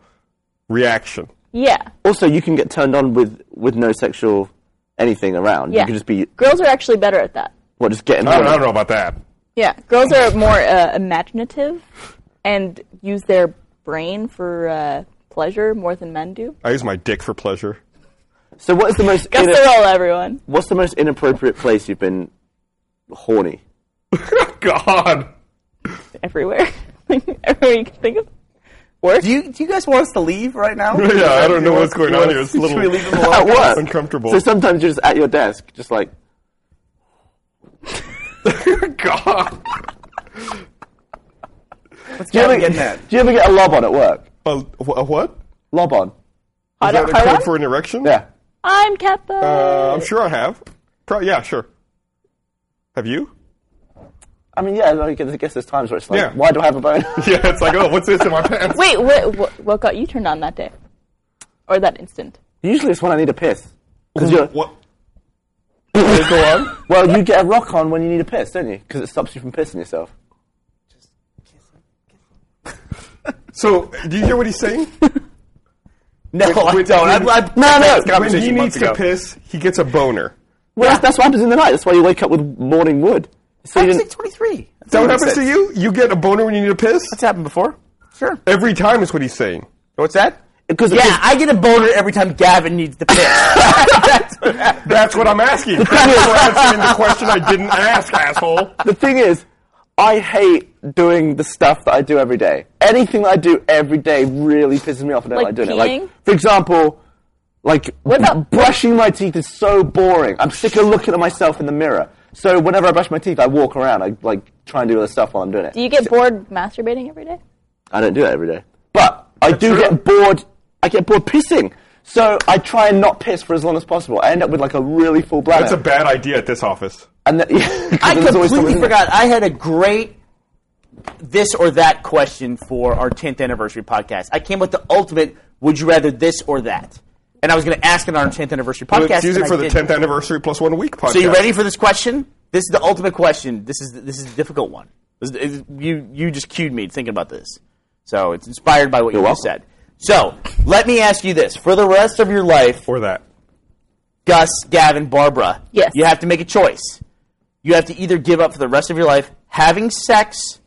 [SPEAKER 2] reaction.
[SPEAKER 4] Yeah,
[SPEAKER 3] also you can get turned on with with no sexual anything around.
[SPEAKER 4] yeah.
[SPEAKER 3] You can just be
[SPEAKER 4] girls are actually better at that.
[SPEAKER 3] what just getting.
[SPEAKER 2] I don't,
[SPEAKER 3] on.
[SPEAKER 2] I don't know about that.
[SPEAKER 4] Yeah, girls are more uh, imaginative and use their brain for uh, pleasure more than men do.
[SPEAKER 2] I use my dick for pleasure.
[SPEAKER 3] So what is the most
[SPEAKER 4] That's
[SPEAKER 3] ina-
[SPEAKER 4] the role, everyone.
[SPEAKER 3] what's the most inappropriate place you've been horny?
[SPEAKER 2] God,
[SPEAKER 4] Everywhere, (laughs) like everywhere you can think of. Work.
[SPEAKER 5] do you do you guys want us to leave right (laughs) now?
[SPEAKER 2] yeah, I don't know what's going on here. It's a
[SPEAKER 5] Should we leave
[SPEAKER 2] little
[SPEAKER 5] them
[SPEAKER 3] (laughs)
[SPEAKER 5] alone? (laughs)
[SPEAKER 3] At work.
[SPEAKER 2] uncomfortable.
[SPEAKER 3] So sometimes you're just at your desk, just like
[SPEAKER 2] God,
[SPEAKER 5] Let's get
[SPEAKER 3] ever-
[SPEAKER 5] getting that.
[SPEAKER 3] Do you ever get a lob on at work?
[SPEAKER 2] a, wh- a what? Is
[SPEAKER 3] Lob on.
[SPEAKER 4] Hard
[SPEAKER 2] that
[SPEAKER 4] on,
[SPEAKER 2] a
[SPEAKER 4] hard
[SPEAKER 2] code
[SPEAKER 4] on?
[SPEAKER 2] for an erection?
[SPEAKER 3] Yeah.
[SPEAKER 4] I'm Kappa.
[SPEAKER 2] Uh, I'm sure I have. Pro- yeah, sure. Have you? (laughs)
[SPEAKER 3] I mean, yeah, like, I guess there's times where it's like,
[SPEAKER 2] Yeah.
[SPEAKER 3] why do I have a bone?
[SPEAKER 2] Yeah, it's like, oh, what's this in my (laughs) pants?
[SPEAKER 4] Wait, what, what, what got you turned on that day, or that instant?
[SPEAKER 3] (laughs) Usually it's when I need a piss. Because you're,
[SPEAKER 2] What? Please go on.
[SPEAKER 3] well, you get a rock on when you need a piss, don't you? Because it stops you from pissing yourself.
[SPEAKER 2] So, do you hear what he's saying?
[SPEAKER 5] No, I
[SPEAKER 2] Wait,
[SPEAKER 5] don't.
[SPEAKER 2] wait,
[SPEAKER 5] I'm, I'm,
[SPEAKER 2] no,
[SPEAKER 5] This
[SPEAKER 2] When
[SPEAKER 5] conversation
[SPEAKER 2] he
[SPEAKER 5] months
[SPEAKER 2] needs to
[SPEAKER 5] ago.
[SPEAKER 2] piss, he gets a boner.
[SPEAKER 3] Well, that's, that's what happens in the night. That's why you wake up with morning wood. So you
[SPEAKER 5] I was
[SPEAKER 3] didn't-
[SPEAKER 5] like 23. That's
[SPEAKER 2] That
[SPEAKER 5] what I
[SPEAKER 2] happens
[SPEAKER 5] said.
[SPEAKER 2] to you? You get a boner when you need to piss?
[SPEAKER 5] That's happened before. Sure.
[SPEAKER 2] Every time is what he's saying.
[SPEAKER 5] What's that?
[SPEAKER 3] because
[SPEAKER 5] Yeah, I get a boner every time Gavin needs to piss. That's what happens.
[SPEAKER 2] That's what I'm
[SPEAKER 5] (laughs)
[SPEAKER 2] asking. Thanks for answering the question I didn't ask, asshole.
[SPEAKER 3] the thing is, I hate doing the stuff that I do every day. Anything that I do every day really pisses me off. I don't
[SPEAKER 4] Like
[SPEAKER 3] like doing it.
[SPEAKER 4] peeing?
[SPEAKER 3] Like, for example, like
[SPEAKER 4] about-
[SPEAKER 3] brushing my teeth is so boring. I'm sick of looking at myself in the mirror. So whenever I brush my teeth, I walk around. I like try and do other stuff while I'm doing it.
[SPEAKER 4] Do you get bored masturbating every day?
[SPEAKER 3] I don't do that every day. But I do get bored. I get bored pissing. So I try and not piss for as long as possible. I end up with like a really full bladder.
[SPEAKER 2] That's a bad idea at this office.
[SPEAKER 3] and that, (laughs) yeah,
[SPEAKER 5] I completely forgot. I had a great this or that question for our 10th anniversary podcast. I came with the ultimate would you rather this or that? And I was going to ask it on our 10th anniversary podcast.
[SPEAKER 2] Let's use
[SPEAKER 5] and
[SPEAKER 2] it
[SPEAKER 5] I
[SPEAKER 2] for the
[SPEAKER 5] didn't.
[SPEAKER 2] 10th anniversary plus one week podcast.
[SPEAKER 5] So you ready for this question? This is the ultimate question. This is this is a difficult one. This is- is- you you just cued me thinking about this. So it's inspired by what you just said. So let me ask you this: for the rest of your life,
[SPEAKER 2] Or that.
[SPEAKER 5] Gus, Gavin, Barbara,
[SPEAKER 4] Yes.
[SPEAKER 5] you have to make a choice. You have to either give up for the rest of your life having sex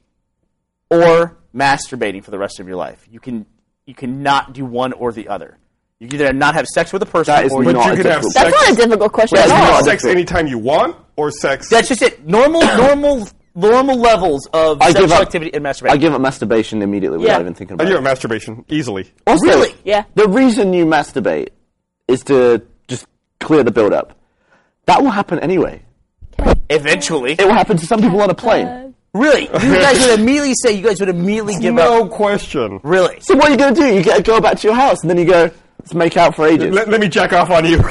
[SPEAKER 5] or masturbating for the rest of your life. You can you cannot do one or the other. You can either not have sex with a person
[SPEAKER 3] That is
[SPEAKER 5] or
[SPEAKER 3] not
[SPEAKER 5] you
[SPEAKER 3] a
[SPEAKER 2] you could have
[SPEAKER 3] difficult-
[SPEAKER 2] sex-
[SPEAKER 4] That's not a difficult question
[SPEAKER 5] Well,
[SPEAKER 4] at
[SPEAKER 2] You
[SPEAKER 4] all.
[SPEAKER 2] have
[SPEAKER 3] No,
[SPEAKER 2] sex
[SPEAKER 3] that's-
[SPEAKER 2] anytime you want, or sex.
[SPEAKER 5] That's just it. Normal, normal, normal levels of
[SPEAKER 3] I
[SPEAKER 5] sexual
[SPEAKER 3] give up.
[SPEAKER 5] activity and masturbation.
[SPEAKER 3] I give up masturbation immediately without
[SPEAKER 4] Yeah.
[SPEAKER 3] even thinking
[SPEAKER 2] I
[SPEAKER 3] about
[SPEAKER 2] do
[SPEAKER 3] it.
[SPEAKER 2] have masturbation easily.
[SPEAKER 3] Also,
[SPEAKER 5] Really?
[SPEAKER 4] Yeah.
[SPEAKER 3] The reason you masturbate is to just clear the build up. That will happen anyway.
[SPEAKER 5] Eventually,
[SPEAKER 3] It will happen to some people on a plane.
[SPEAKER 5] really, you
[SPEAKER 3] (laughs)
[SPEAKER 5] guys would immediately say you guys would immediately give up.
[SPEAKER 2] No question.
[SPEAKER 5] Really,
[SPEAKER 3] So what are you going to do? You get, go back to your house and then you go, let's make out for ages.
[SPEAKER 2] Let, let me jack off on
[SPEAKER 5] (laughs)
[SPEAKER 2] you.
[SPEAKER 3] (laughs)
[SPEAKER 5] that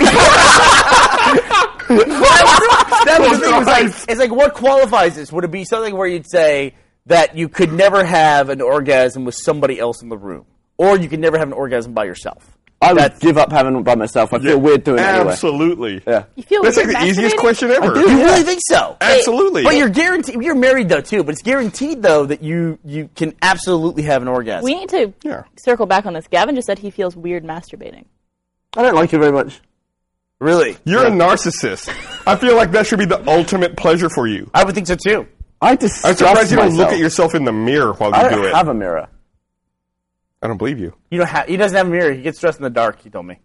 [SPEAKER 5] was the thing. Was like,
[SPEAKER 2] Christ.
[SPEAKER 5] it's like what qualifies this? Would it be something where you'd say that you could never have an orgasm with somebody else in the room, or you could never have an orgasm by yourself?
[SPEAKER 3] I would
[SPEAKER 5] That's-
[SPEAKER 3] give up having it by myself. I feel weird doing it anyway.
[SPEAKER 2] Absolutely.
[SPEAKER 3] Yeah.
[SPEAKER 4] You feel
[SPEAKER 2] That's like
[SPEAKER 4] weird
[SPEAKER 2] the easiest
[SPEAKER 4] masturbating?
[SPEAKER 2] question ever.
[SPEAKER 5] You really think so?
[SPEAKER 2] Absolutely.
[SPEAKER 5] But you're guaranteed. You're married though too. But it's guaranteed though that you you can absolutely have an orgasm.
[SPEAKER 4] We need to
[SPEAKER 2] Yeah.
[SPEAKER 4] circle back on this. Gavin just said he feels weird masturbating.
[SPEAKER 3] I don't like it very much.
[SPEAKER 5] really,
[SPEAKER 2] You're a narcissist. I feel like that should be the ultimate pleasure for you.
[SPEAKER 5] I would think so too.
[SPEAKER 3] I disgust
[SPEAKER 2] I'm surprised you don't
[SPEAKER 3] myself.
[SPEAKER 2] look at yourself in the mirror while you
[SPEAKER 3] I
[SPEAKER 2] do
[SPEAKER 3] don't
[SPEAKER 2] it.
[SPEAKER 3] have a mirror.
[SPEAKER 2] I don't believe you.
[SPEAKER 5] You don't have. He doesn't have a mirror. He gets dressed in the dark. He told me.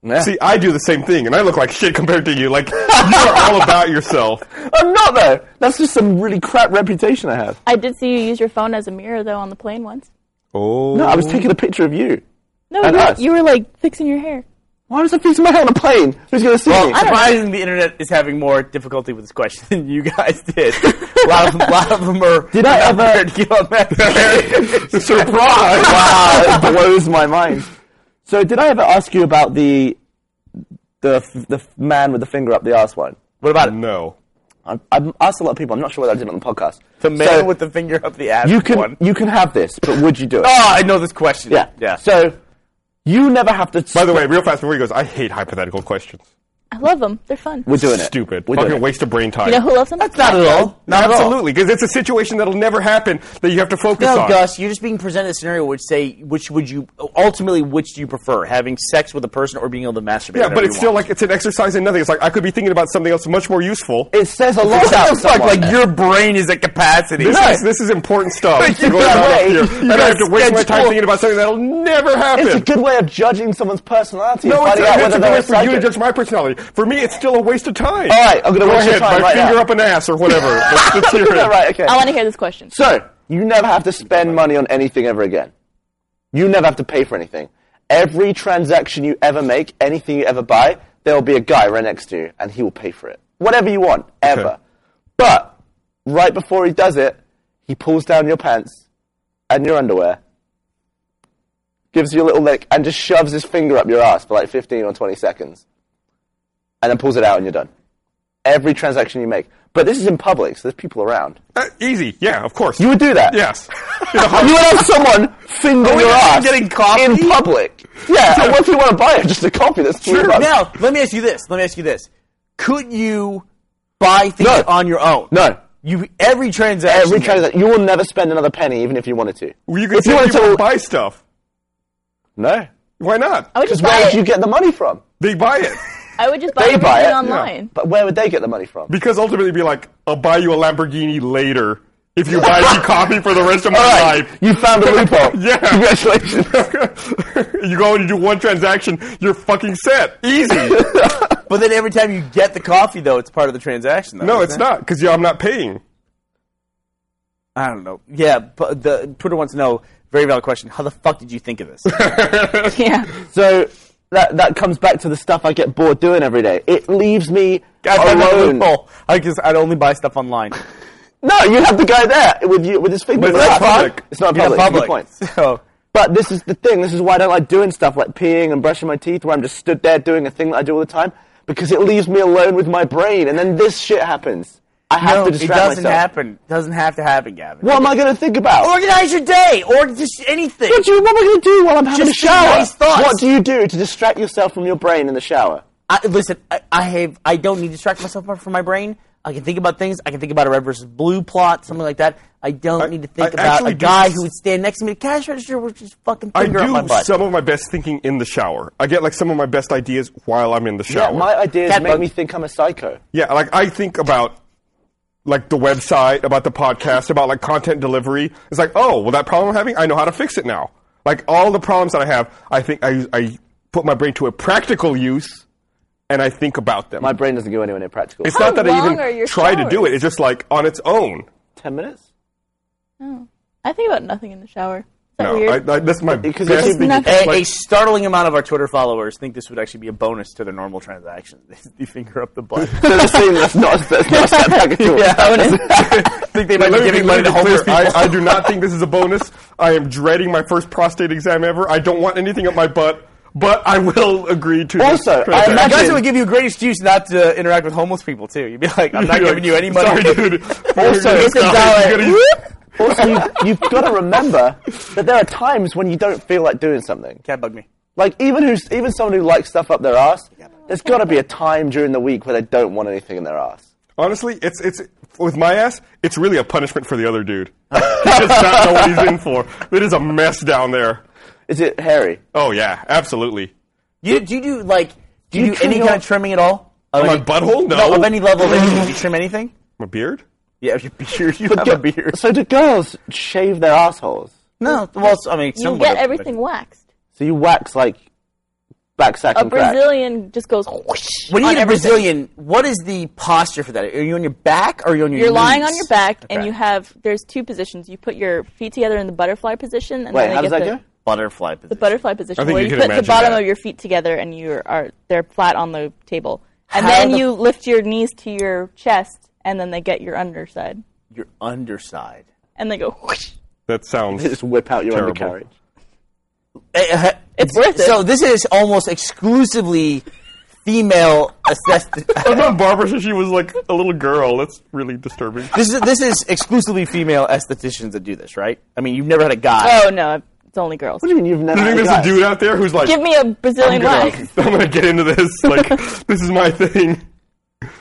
[SPEAKER 3] Yeah.
[SPEAKER 2] See, I do the same thing, and I look like shit compared to you. Like, you're all about yourself.
[SPEAKER 3] I'm not though. That's just some really crap reputation I have.
[SPEAKER 4] I did see you use your phone as a mirror though on the plane once.
[SPEAKER 2] Oh.
[SPEAKER 3] No, I was taking a picture of you.
[SPEAKER 4] No,
[SPEAKER 3] And
[SPEAKER 4] you were,
[SPEAKER 3] us.
[SPEAKER 4] you were like fixing your hair.
[SPEAKER 3] Why was I fixing my hair on a plane? Who's going to
[SPEAKER 2] (laughs)
[SPEAKER 3] see me?
[SPEAKER 5] Well, surprising the internet is having more difficulty with this question than you guys did. (laughs) a lot of, lot of them are.
[SPEAKER 3] Did I
[SPEAKER 5] not
[SPEAKER 3] ever-
[SPEAKER 5] prepared to give
[SPEAKER 3] (laughs)
[SPEAKER 5] up that.
[SPEAKER 2] Surprise!
[SPEAKER 3] wow, it blows my mind. So, did I ever ask you about the the f- the f- man with the finger up the arse one?
[SPEAKER 5] What about it?
[SPEAKER 2] No.
[SPEAKER 3] I- I've asked a lot of people. I'm not sure whether I did it on the podcast.
[SPEAKER 5] the man
[SPEAKER 3] So,
[SPEAKER 5] with the finger up the ass?
[SPEAKER 3] you can
[SPEAKER 5] One.
[SPEAKER 3] you can have this, but would you do it?
[SPEAKER 5] oh, I know this question.
[SPEAKER 3] yeah,
[SPEAKER 5] yeah.
[SPEAKER 3] So you never have to.
[SPEAKER 2] By the way, real fast before he goes, I hate hypothetical questions.
[SPEAKER 4] I love them. They're fun.
[SPEAKER 3] we're doing it.
[SPEAKER 2] Stupid.
[SPEAKER 3] We're doing
[SPEAKER 2] Fucking
[SPEAKER 3] it.
[SPEAKER 2] waste of brain time.
[SPEAKER 4] you know who loves them?
[SPEAKER 5] that's not at all. Not at all.
[SPEAKER 2] Absolutely, because it's a situation that'll never happen that you have to focus
[SPEAKER 5] No,
[SPEAKER 2] on.
[SPEAKER 5] Gus, you're just being presented a scenario which say which would you ultimately which do you prefer having sex with a person or being able to masturbate?
[SPEAKER 2] Yeah,
[SPEAKER 5] whenever
[SPEAKER 2] but
[SPEAKER 5] you
[SPEAKER 2] it's still
[SPEAKER 5] want?
[SPEAKER 2] like it's an exercise in nothing. It's like I could be thinking about something else much more useful.
[SPEAKER 3] It says a lot
[SPEAKER 5] what
[SPEAKER 3] about
[SPEAKER 5] the fuck?
[SPEAKER 3] someone.
[SPEAKER 5] Like your brain is at capacity.
[SPEAKER 2] This, is, this is important stuff.
[SPEAKER 5] Thank you.
[SPEAKER 2] going on up
[SPEAKER 3] Way.
[SPEAKER 2] here.
[SPEAKER 3] You
[SPEAKER 2] And I have to
[SPEAKER 5] got
[SPEAKER 2] waste my time
[SPEAKER 5] scheduled.
[SPEAKER 2] thinking about something that'll never happen.
[SPEAKER 3] it's a good way of judging someone's personality.
[SPEAKER 2] no,
[SPEAKER 3] and
[SPEAKER 2] it's,
[SPEAKER 3] finding
[SPEAKER 2] it's
[SPEAKER 3] out whether
[SPEAKER 2] a
[SPEAKER 3] they're
[SPEAKER 2] good way for you to
[SPEAKER 3] psychic.
[SPEAKER 2] judge my personality. For me, it's still a waste of time.
[SPEAKER 3] All right, I'm gonna
[SPEAKER 2] Go
[SPEAKER 3] waste your
[SPEAKER 2] ahead,
[SPEAKER 3] time
[SPEAKER 2] my
[SPEAKER 3] right
[SPEAKER 2] finger
[SPEAKER 3] now.
[SPEAKER 2] up an ass or whatever.
[SPEAKER 3] (laughs)
[SPEAKER 2] let's, let's hear it.
[SPEAKER 3] (laughs) right, okay.
[SPEAKER 4] I want to hear this question.
[SPEAKER 3] So, you never have to spend money on anything ever again. You never have to pay for anything. Every transaction you ever make, anything you ever buy, there will be a guy right next to you and he will pay for it. Whatever you want, ever.
[SPEAKER 2] Okay.
[SPEAKER 3] But, right before he does it, he pulls down your pants and your underwear, gives you a little lick, and just shoves his finger up your ass for like 15 or 20 seconds. And then pulls it out and you're done. Every transaction you make. But this is in public, so there's people around.
[SPEAKER 2] Uh, easy. Yeah, of course.
[SPEAKER 3] You would do that?
[SPEAKER 2] Yes.
[SPEAKER 3] (laughs) you would have someone finger your ass
[SPEAKER 5] getting coffee?
[SPEAKER 3] in public. Yeah, and what if you want to buy it? Just a copy that's three bucks.
[SPEAKER 5] Now, let me ask you this. Let me ask you this. Could you buy things
[SPEAKER 3] No.
[SPEAKER 5] on your own?
[SPEAKER 3] No.
[SPEAKER 5] You every transaction.
[SPEAKER 3] Every transaction, you will never spend another penny, even if you wanted to.
[SPEAKER 2] Well, you can
[SPEAKER 3] if you
[SPEAKER 2] say
[SPEAKER 3] wanted
[SPEAKER 2] people
[SPEAKER 3] to,
[SPEAKER 2] buy stuff.
[SPEAKER 3] no,
[SPEAKER 2] Why not?
[SPEAKER 4] I would
[SPEAKER 3] because
[SPEAKER 4] just
[SPEAKER 3] where
[SPEAKER 4] buy
[SPEAKER 3] would you
[SPEAKER 4] it.
[SPEAKER 3] get the money from?
[SPEAKER 2] They buy it.
[SPEAKER 4] I would just buy
[SPEAKER 3] They
[SPEAKER 4] everything
[SPEAKER 3] buy it.
[SPEAKER 4] online.
[SPEAKER 3] But where would they get the money from?
[SPEAKER 2] Because ultimately, it'd be like, I'll buy you a Lamborghini later if you buy me
[SPEAKER 3] (laughs)
[SPEAKER 2] coffee for the rest of my
[SPEAKER 3] All right,
[SPEAKER 2] life.
[SPEAKER 3] you (laughs) found a loophole.
[SPEAKER 2] Yeah.
[SPEAKER 3] Congratulations.
[SPEAKER 2] (laughs) you go and you do one transaction, you're fucking set.
[SPEAKER 3] (laughs)
[SPEAKER 2] Easy.
[SPEAKER 5] But then every time you get the coffee, though, it's part of the transaction. Though,
[SPEAKER 2] no,
[SPEAKER 5] isn't
[SPEAKER 2] it's
[SPEAKER 5] it?
[SPEAKER 2] not because I'm not paying.
[SPEAKER 5] I don't know. Yeah, but the Twitter wants to know. Very valid question. How the fuck did you think of this?
[SPEAKER 4] (laughs) Yeah.
[SPEAKER 3] (laughs) So that that comes back to the stuff I get bored doing every day. It leaves me alone.
[SPEAKER 5] I guess I'd only buy stuff online.
[SPEAKER 3] No, you have the guy there with you with his finger.
[SPEAKER 2] But it's
[SPEAKER 3] up.
[SPEAKER 2] not public.
[SPEAKER 3] It's not
[SPEAKER 5] Yeah,
[SPEAKER 3] public.
[SPEAKER 5] public.
[SPEAKER 3] Good point.
[SPEAKER 5] (laughs) So
[SPEAKER 3] But this is the thing. This is why I don't like doing stuff like peeing and brushing my teeth, where I'm just stood there doing a thing that I do all the time, because it leaves me alone with my brain, and then this shit happens. I have
[SPEAKER 5] no,
[SPEAKER 3] to
[SPEAKER 5] it
[SPEAKER 3] distract
[SPEAKER 5] doesn't
[SPEAKER 3] myself.
[SPEAKER 5] happen. It doesn't have to happen, Gavin.
[SPEAKER 3] What am I going to think about?
[SPEAKER 6] Organize your day, or just anything.
[SPEAKER 3] What, do you, what am I going to do while I'm having
[SPEAKER 6] Just
[SPEAKER 3] a shower?
[SPEAKER 6] nice thoughts.
[SPEAKER 3] What do you do to distract yourself from your brain in the shower?
[SPEAKER 6] I, listen, I, I have. I don't need to distract myself from my brain. I can think about things. I can think about a red versus blue plot, something like that. I don't need to think
[SPEAKER 2] I
[SPEAKER 6] about
[SPEAKER 2] actually
[SPEAKER 6] a
[SPEAKER 2] do
[SPEAKER 6] guy
[SPEAKER 2] s-
[SPEAKER 6] who would stand next to me at the cash register with his fucking
[SPEAKER 2] I
[SPEAKER 6] finger up my
[SPEAKER 2] do
[SPEAKER 6] (laughs) butt.
[SPEAKER 2] some of my best thinking in the shower. I get like some of my best ideas while I'm in the shower.
[SPEAKER 3] My ideas
[SPEAKER 6] Cat
[SPEAKER 3] make
[SPEAKER 6] bug.
[SPEAKER 3] me think I'm a psycho.
[SPEAKER 2] Yeah, like I think about like the website, about the podcast, about like content delivery. It's like, oh, well, that problem I'm having, I know how to fix it now. Like all the problems that I have, I think I, I put my brain to a practical use, and I think about them.
[SPEAKER 3] My brain doesn't go anywhere near practical.
[SPEAKER 2] it's
[SPEAKER 4] How
[SPEAKER 2] not that I
[SPEAKER 4] long are
[SPEAKER 2] even
[SPEAKER 4] your
[SPEAKER 2] try to do
[SPEAKER 4] showers?
[SPEAKER 2] it. It's just like on its own.
[SPEAKER 3] ten minutes. (laughs)
[SPEAKER 4] No. I think about nothing in the shower. Is that
[SPEAKER 2] No, I,
[SPEAKER 4] weird?
[SPEAKER 2] I, that's my
[SPEAKER 3] Because
[SPEAKER 2] best
[SPEAKER 3] it's
[SPEAKER 2] thinking.
[SPEAKER 4] nothing.
[SPEAKER 5] A,
[SPEAKER 2] Like,
[SPEAKER 5] a startling amount of our Twitter followers think this would actually be a bonus to their normal
[SPEAKER 6] (laughs)
[SPEAKER 5] transactions. the finger up the (laughs) butt.
[SPEAKER 3] So the scene that's not that's not a
[SPEAKER 5] (laughs)
[SPEAKER 3] setback at all.
[SPEAKER 5] think they
[SPEAKER 2] Let
[SPEAKER 5] might be
[SPEAKER 2] me be
[SPEAKER 5] giving money
[SPEAKER 2] let
[SPEAKER 5] to
[SPEAKER 2] me be
[SPEAKER 5] homeless
[SPEAKER 2] clear.
[SPEAKER 5] people.
[SPEAKER 2] I, I do not think this is a bonus. I am dreading my first prostate exam ever. I don't want anything up my butt, but I will agree to. this
[SPEAKER 3] Also, I
[SPEAKER 2] transaction.
[SPEAKER 3] imagine-
[SPEAKER 5] Guys, it would give you a great excuse not to interact with homeless people too. You'd be like, I'm
[SPEAKER 2] (laughs)
[SPEAKER 5] not
[SPEAKER 2] You're like,
[SPEAKER 5] giving you any money.
[SPEAKER 2] Sorry,
[SPEAKER 5] (laughs)
[SPEAKER 2] dude.
[SPEAKER 3] Also,
[SPEAKER 2] (laughs) You're
[SPEAKER 3] it's a
[SPEAKER 2] gonna-
[SPEAKER 3] dollar.
[SPEAKER 2] you're gonna-
[SPEAKER 3] Also, you've, you've got to remember that there are times when you don't feel like doing something.
[SPEAKER 5] Cat bug me.
[SPEAKER 3] Like even who's even someone who likes stuff up their ass, there's got to be a time during the week where they don't want anything in their ass.
[SPEAKER 2] Honestly, it's it's with my ass. It's really a punishment for the other
[SPEAKER 5] (laughs)
[SPEAKER 2] dude. he does not know what he's in for. It is a mess down there.
[SPEAKER 3] Is it hairy?
[SPEAKER 2] Oh yeah, absolutely.
[SPEAKER 5] You, do you do like do
[SPEAKER 3] you
[SPEAKER 5] you, do
[SPEAKER 3] trim
[SPEAKER 5] any
[SPEAKER 3] your-
[SPEAKER 5] kind of trimming at all? Of
[SPEAKER 2] My
[SPEAKER 5] any-
[SPEAKER 2] butthole? No.
[SPEAKER 5] of any level of (laughs) anything. Do you trim anything?
[SPEAKER 2] My beard?
[SPEAKER 5] Yeah, your beard. You have a beard.
[SPEAKER 3] So do girls shave their assholes?
[SPEAKER 5] (laughs) No, well, it's- I mean,
[SPEAKER 4] you
[SPEAKER 5] some
[SPEAKER 4] get
[SPEAKER 5] would-
[SPEAKER 4] everything waxed.
[SPEAKER 3] So you wax like back sack
[SPEAKER 4] A
[SPEAKER 3] and crack.
[SPEAKER 4] Brazilian just goes whoosh.
[SPEAKER 5] When you
[SPEAKER 4] on
[SPEAKER 5] get a
[SPEAKER 4] everything.
[SPEAKER 5] Brazilian, what is the posture for that? Are you on your back or are you on your?
[SPEAKER 4] You're lying
[SPEAKER 5] knees?
[SPEAKER 4] on your back, and
[SPEAKER 5] Okay.
[SPEAKER 4] you have there's two positions. You put your feet together in the butterfly position, and
[SPEAKER 3] Wait,
[SPEAKER 4] then
[SPEAKER 3] how
[SPEAKER 4] they
[SPEAKER 3] does
[SPEAKER 4] get
[SPEAKER 3] that
[SPEAKER 4] the,
[SPEAKER 3] go?
[SPEAKER 5] butterfly position.
[SPEAKER 4] the butterfly position,
[SPEAKER 2] think
[SPEAKER 4] where
[SPEAKER 2] you
[SPEAKER 4] you,
[SPEAKER 2] can
[SPEAKER 4] put the
[SPEAKER 2] imagine
[SPEAKER 4] bottom
[SPEAKER 2] that.
[SPEAKER 4] of your feet together, and you are they're flat on the table, and
[SPEAKER 5] How
[SPEAKER 4] then
[SPEAKER 5] the-
[SPEAKER 4] you lift your knees to your chest, and then they get your underside,
[SPEAKER 5] your underside.
[SPEAKER 4] and they go whoosh.
[SPEAKER 2] That
[SPEAKER 5] (laughs)
[SPEAKER 2] sounds. (laughs)
[SPEAKER 3] Just whip out your
[SPEAKER 2] Terrible.
[SPEAKER 3] undercarriage.
[SPEAKER 5] It's
[SPEAKER 4] worth it.
[SPEAKER 5] Eh, So this is almost exclusively female (laughs) assessed.
[SPEAKER 2] I thought Barbara said she was like a little girl. That's really disturbing.
[SPEAKER 5] this is this is exclusively female estheticians that do this, right? I mean, you've never had a guy.
[SPEAKER 4] Oh no, it's only girls.
[SPEAKER 3] What do you mean you've never?
[SPEAKER 2] Do you think
[SPEAKER 3] had
[SPEAKER 2] there's a
[SPEAKER 3] guy?
[SPEAKER 2] dude out there who's like,
[SPEAKER 4] Give me a Brazilian
[SPEAKER 2] I'm
[SPEAKER 4] wax.
[SPEAKER 2] gonna, (laughs) I'm gonna get into this. Like, this is my thing.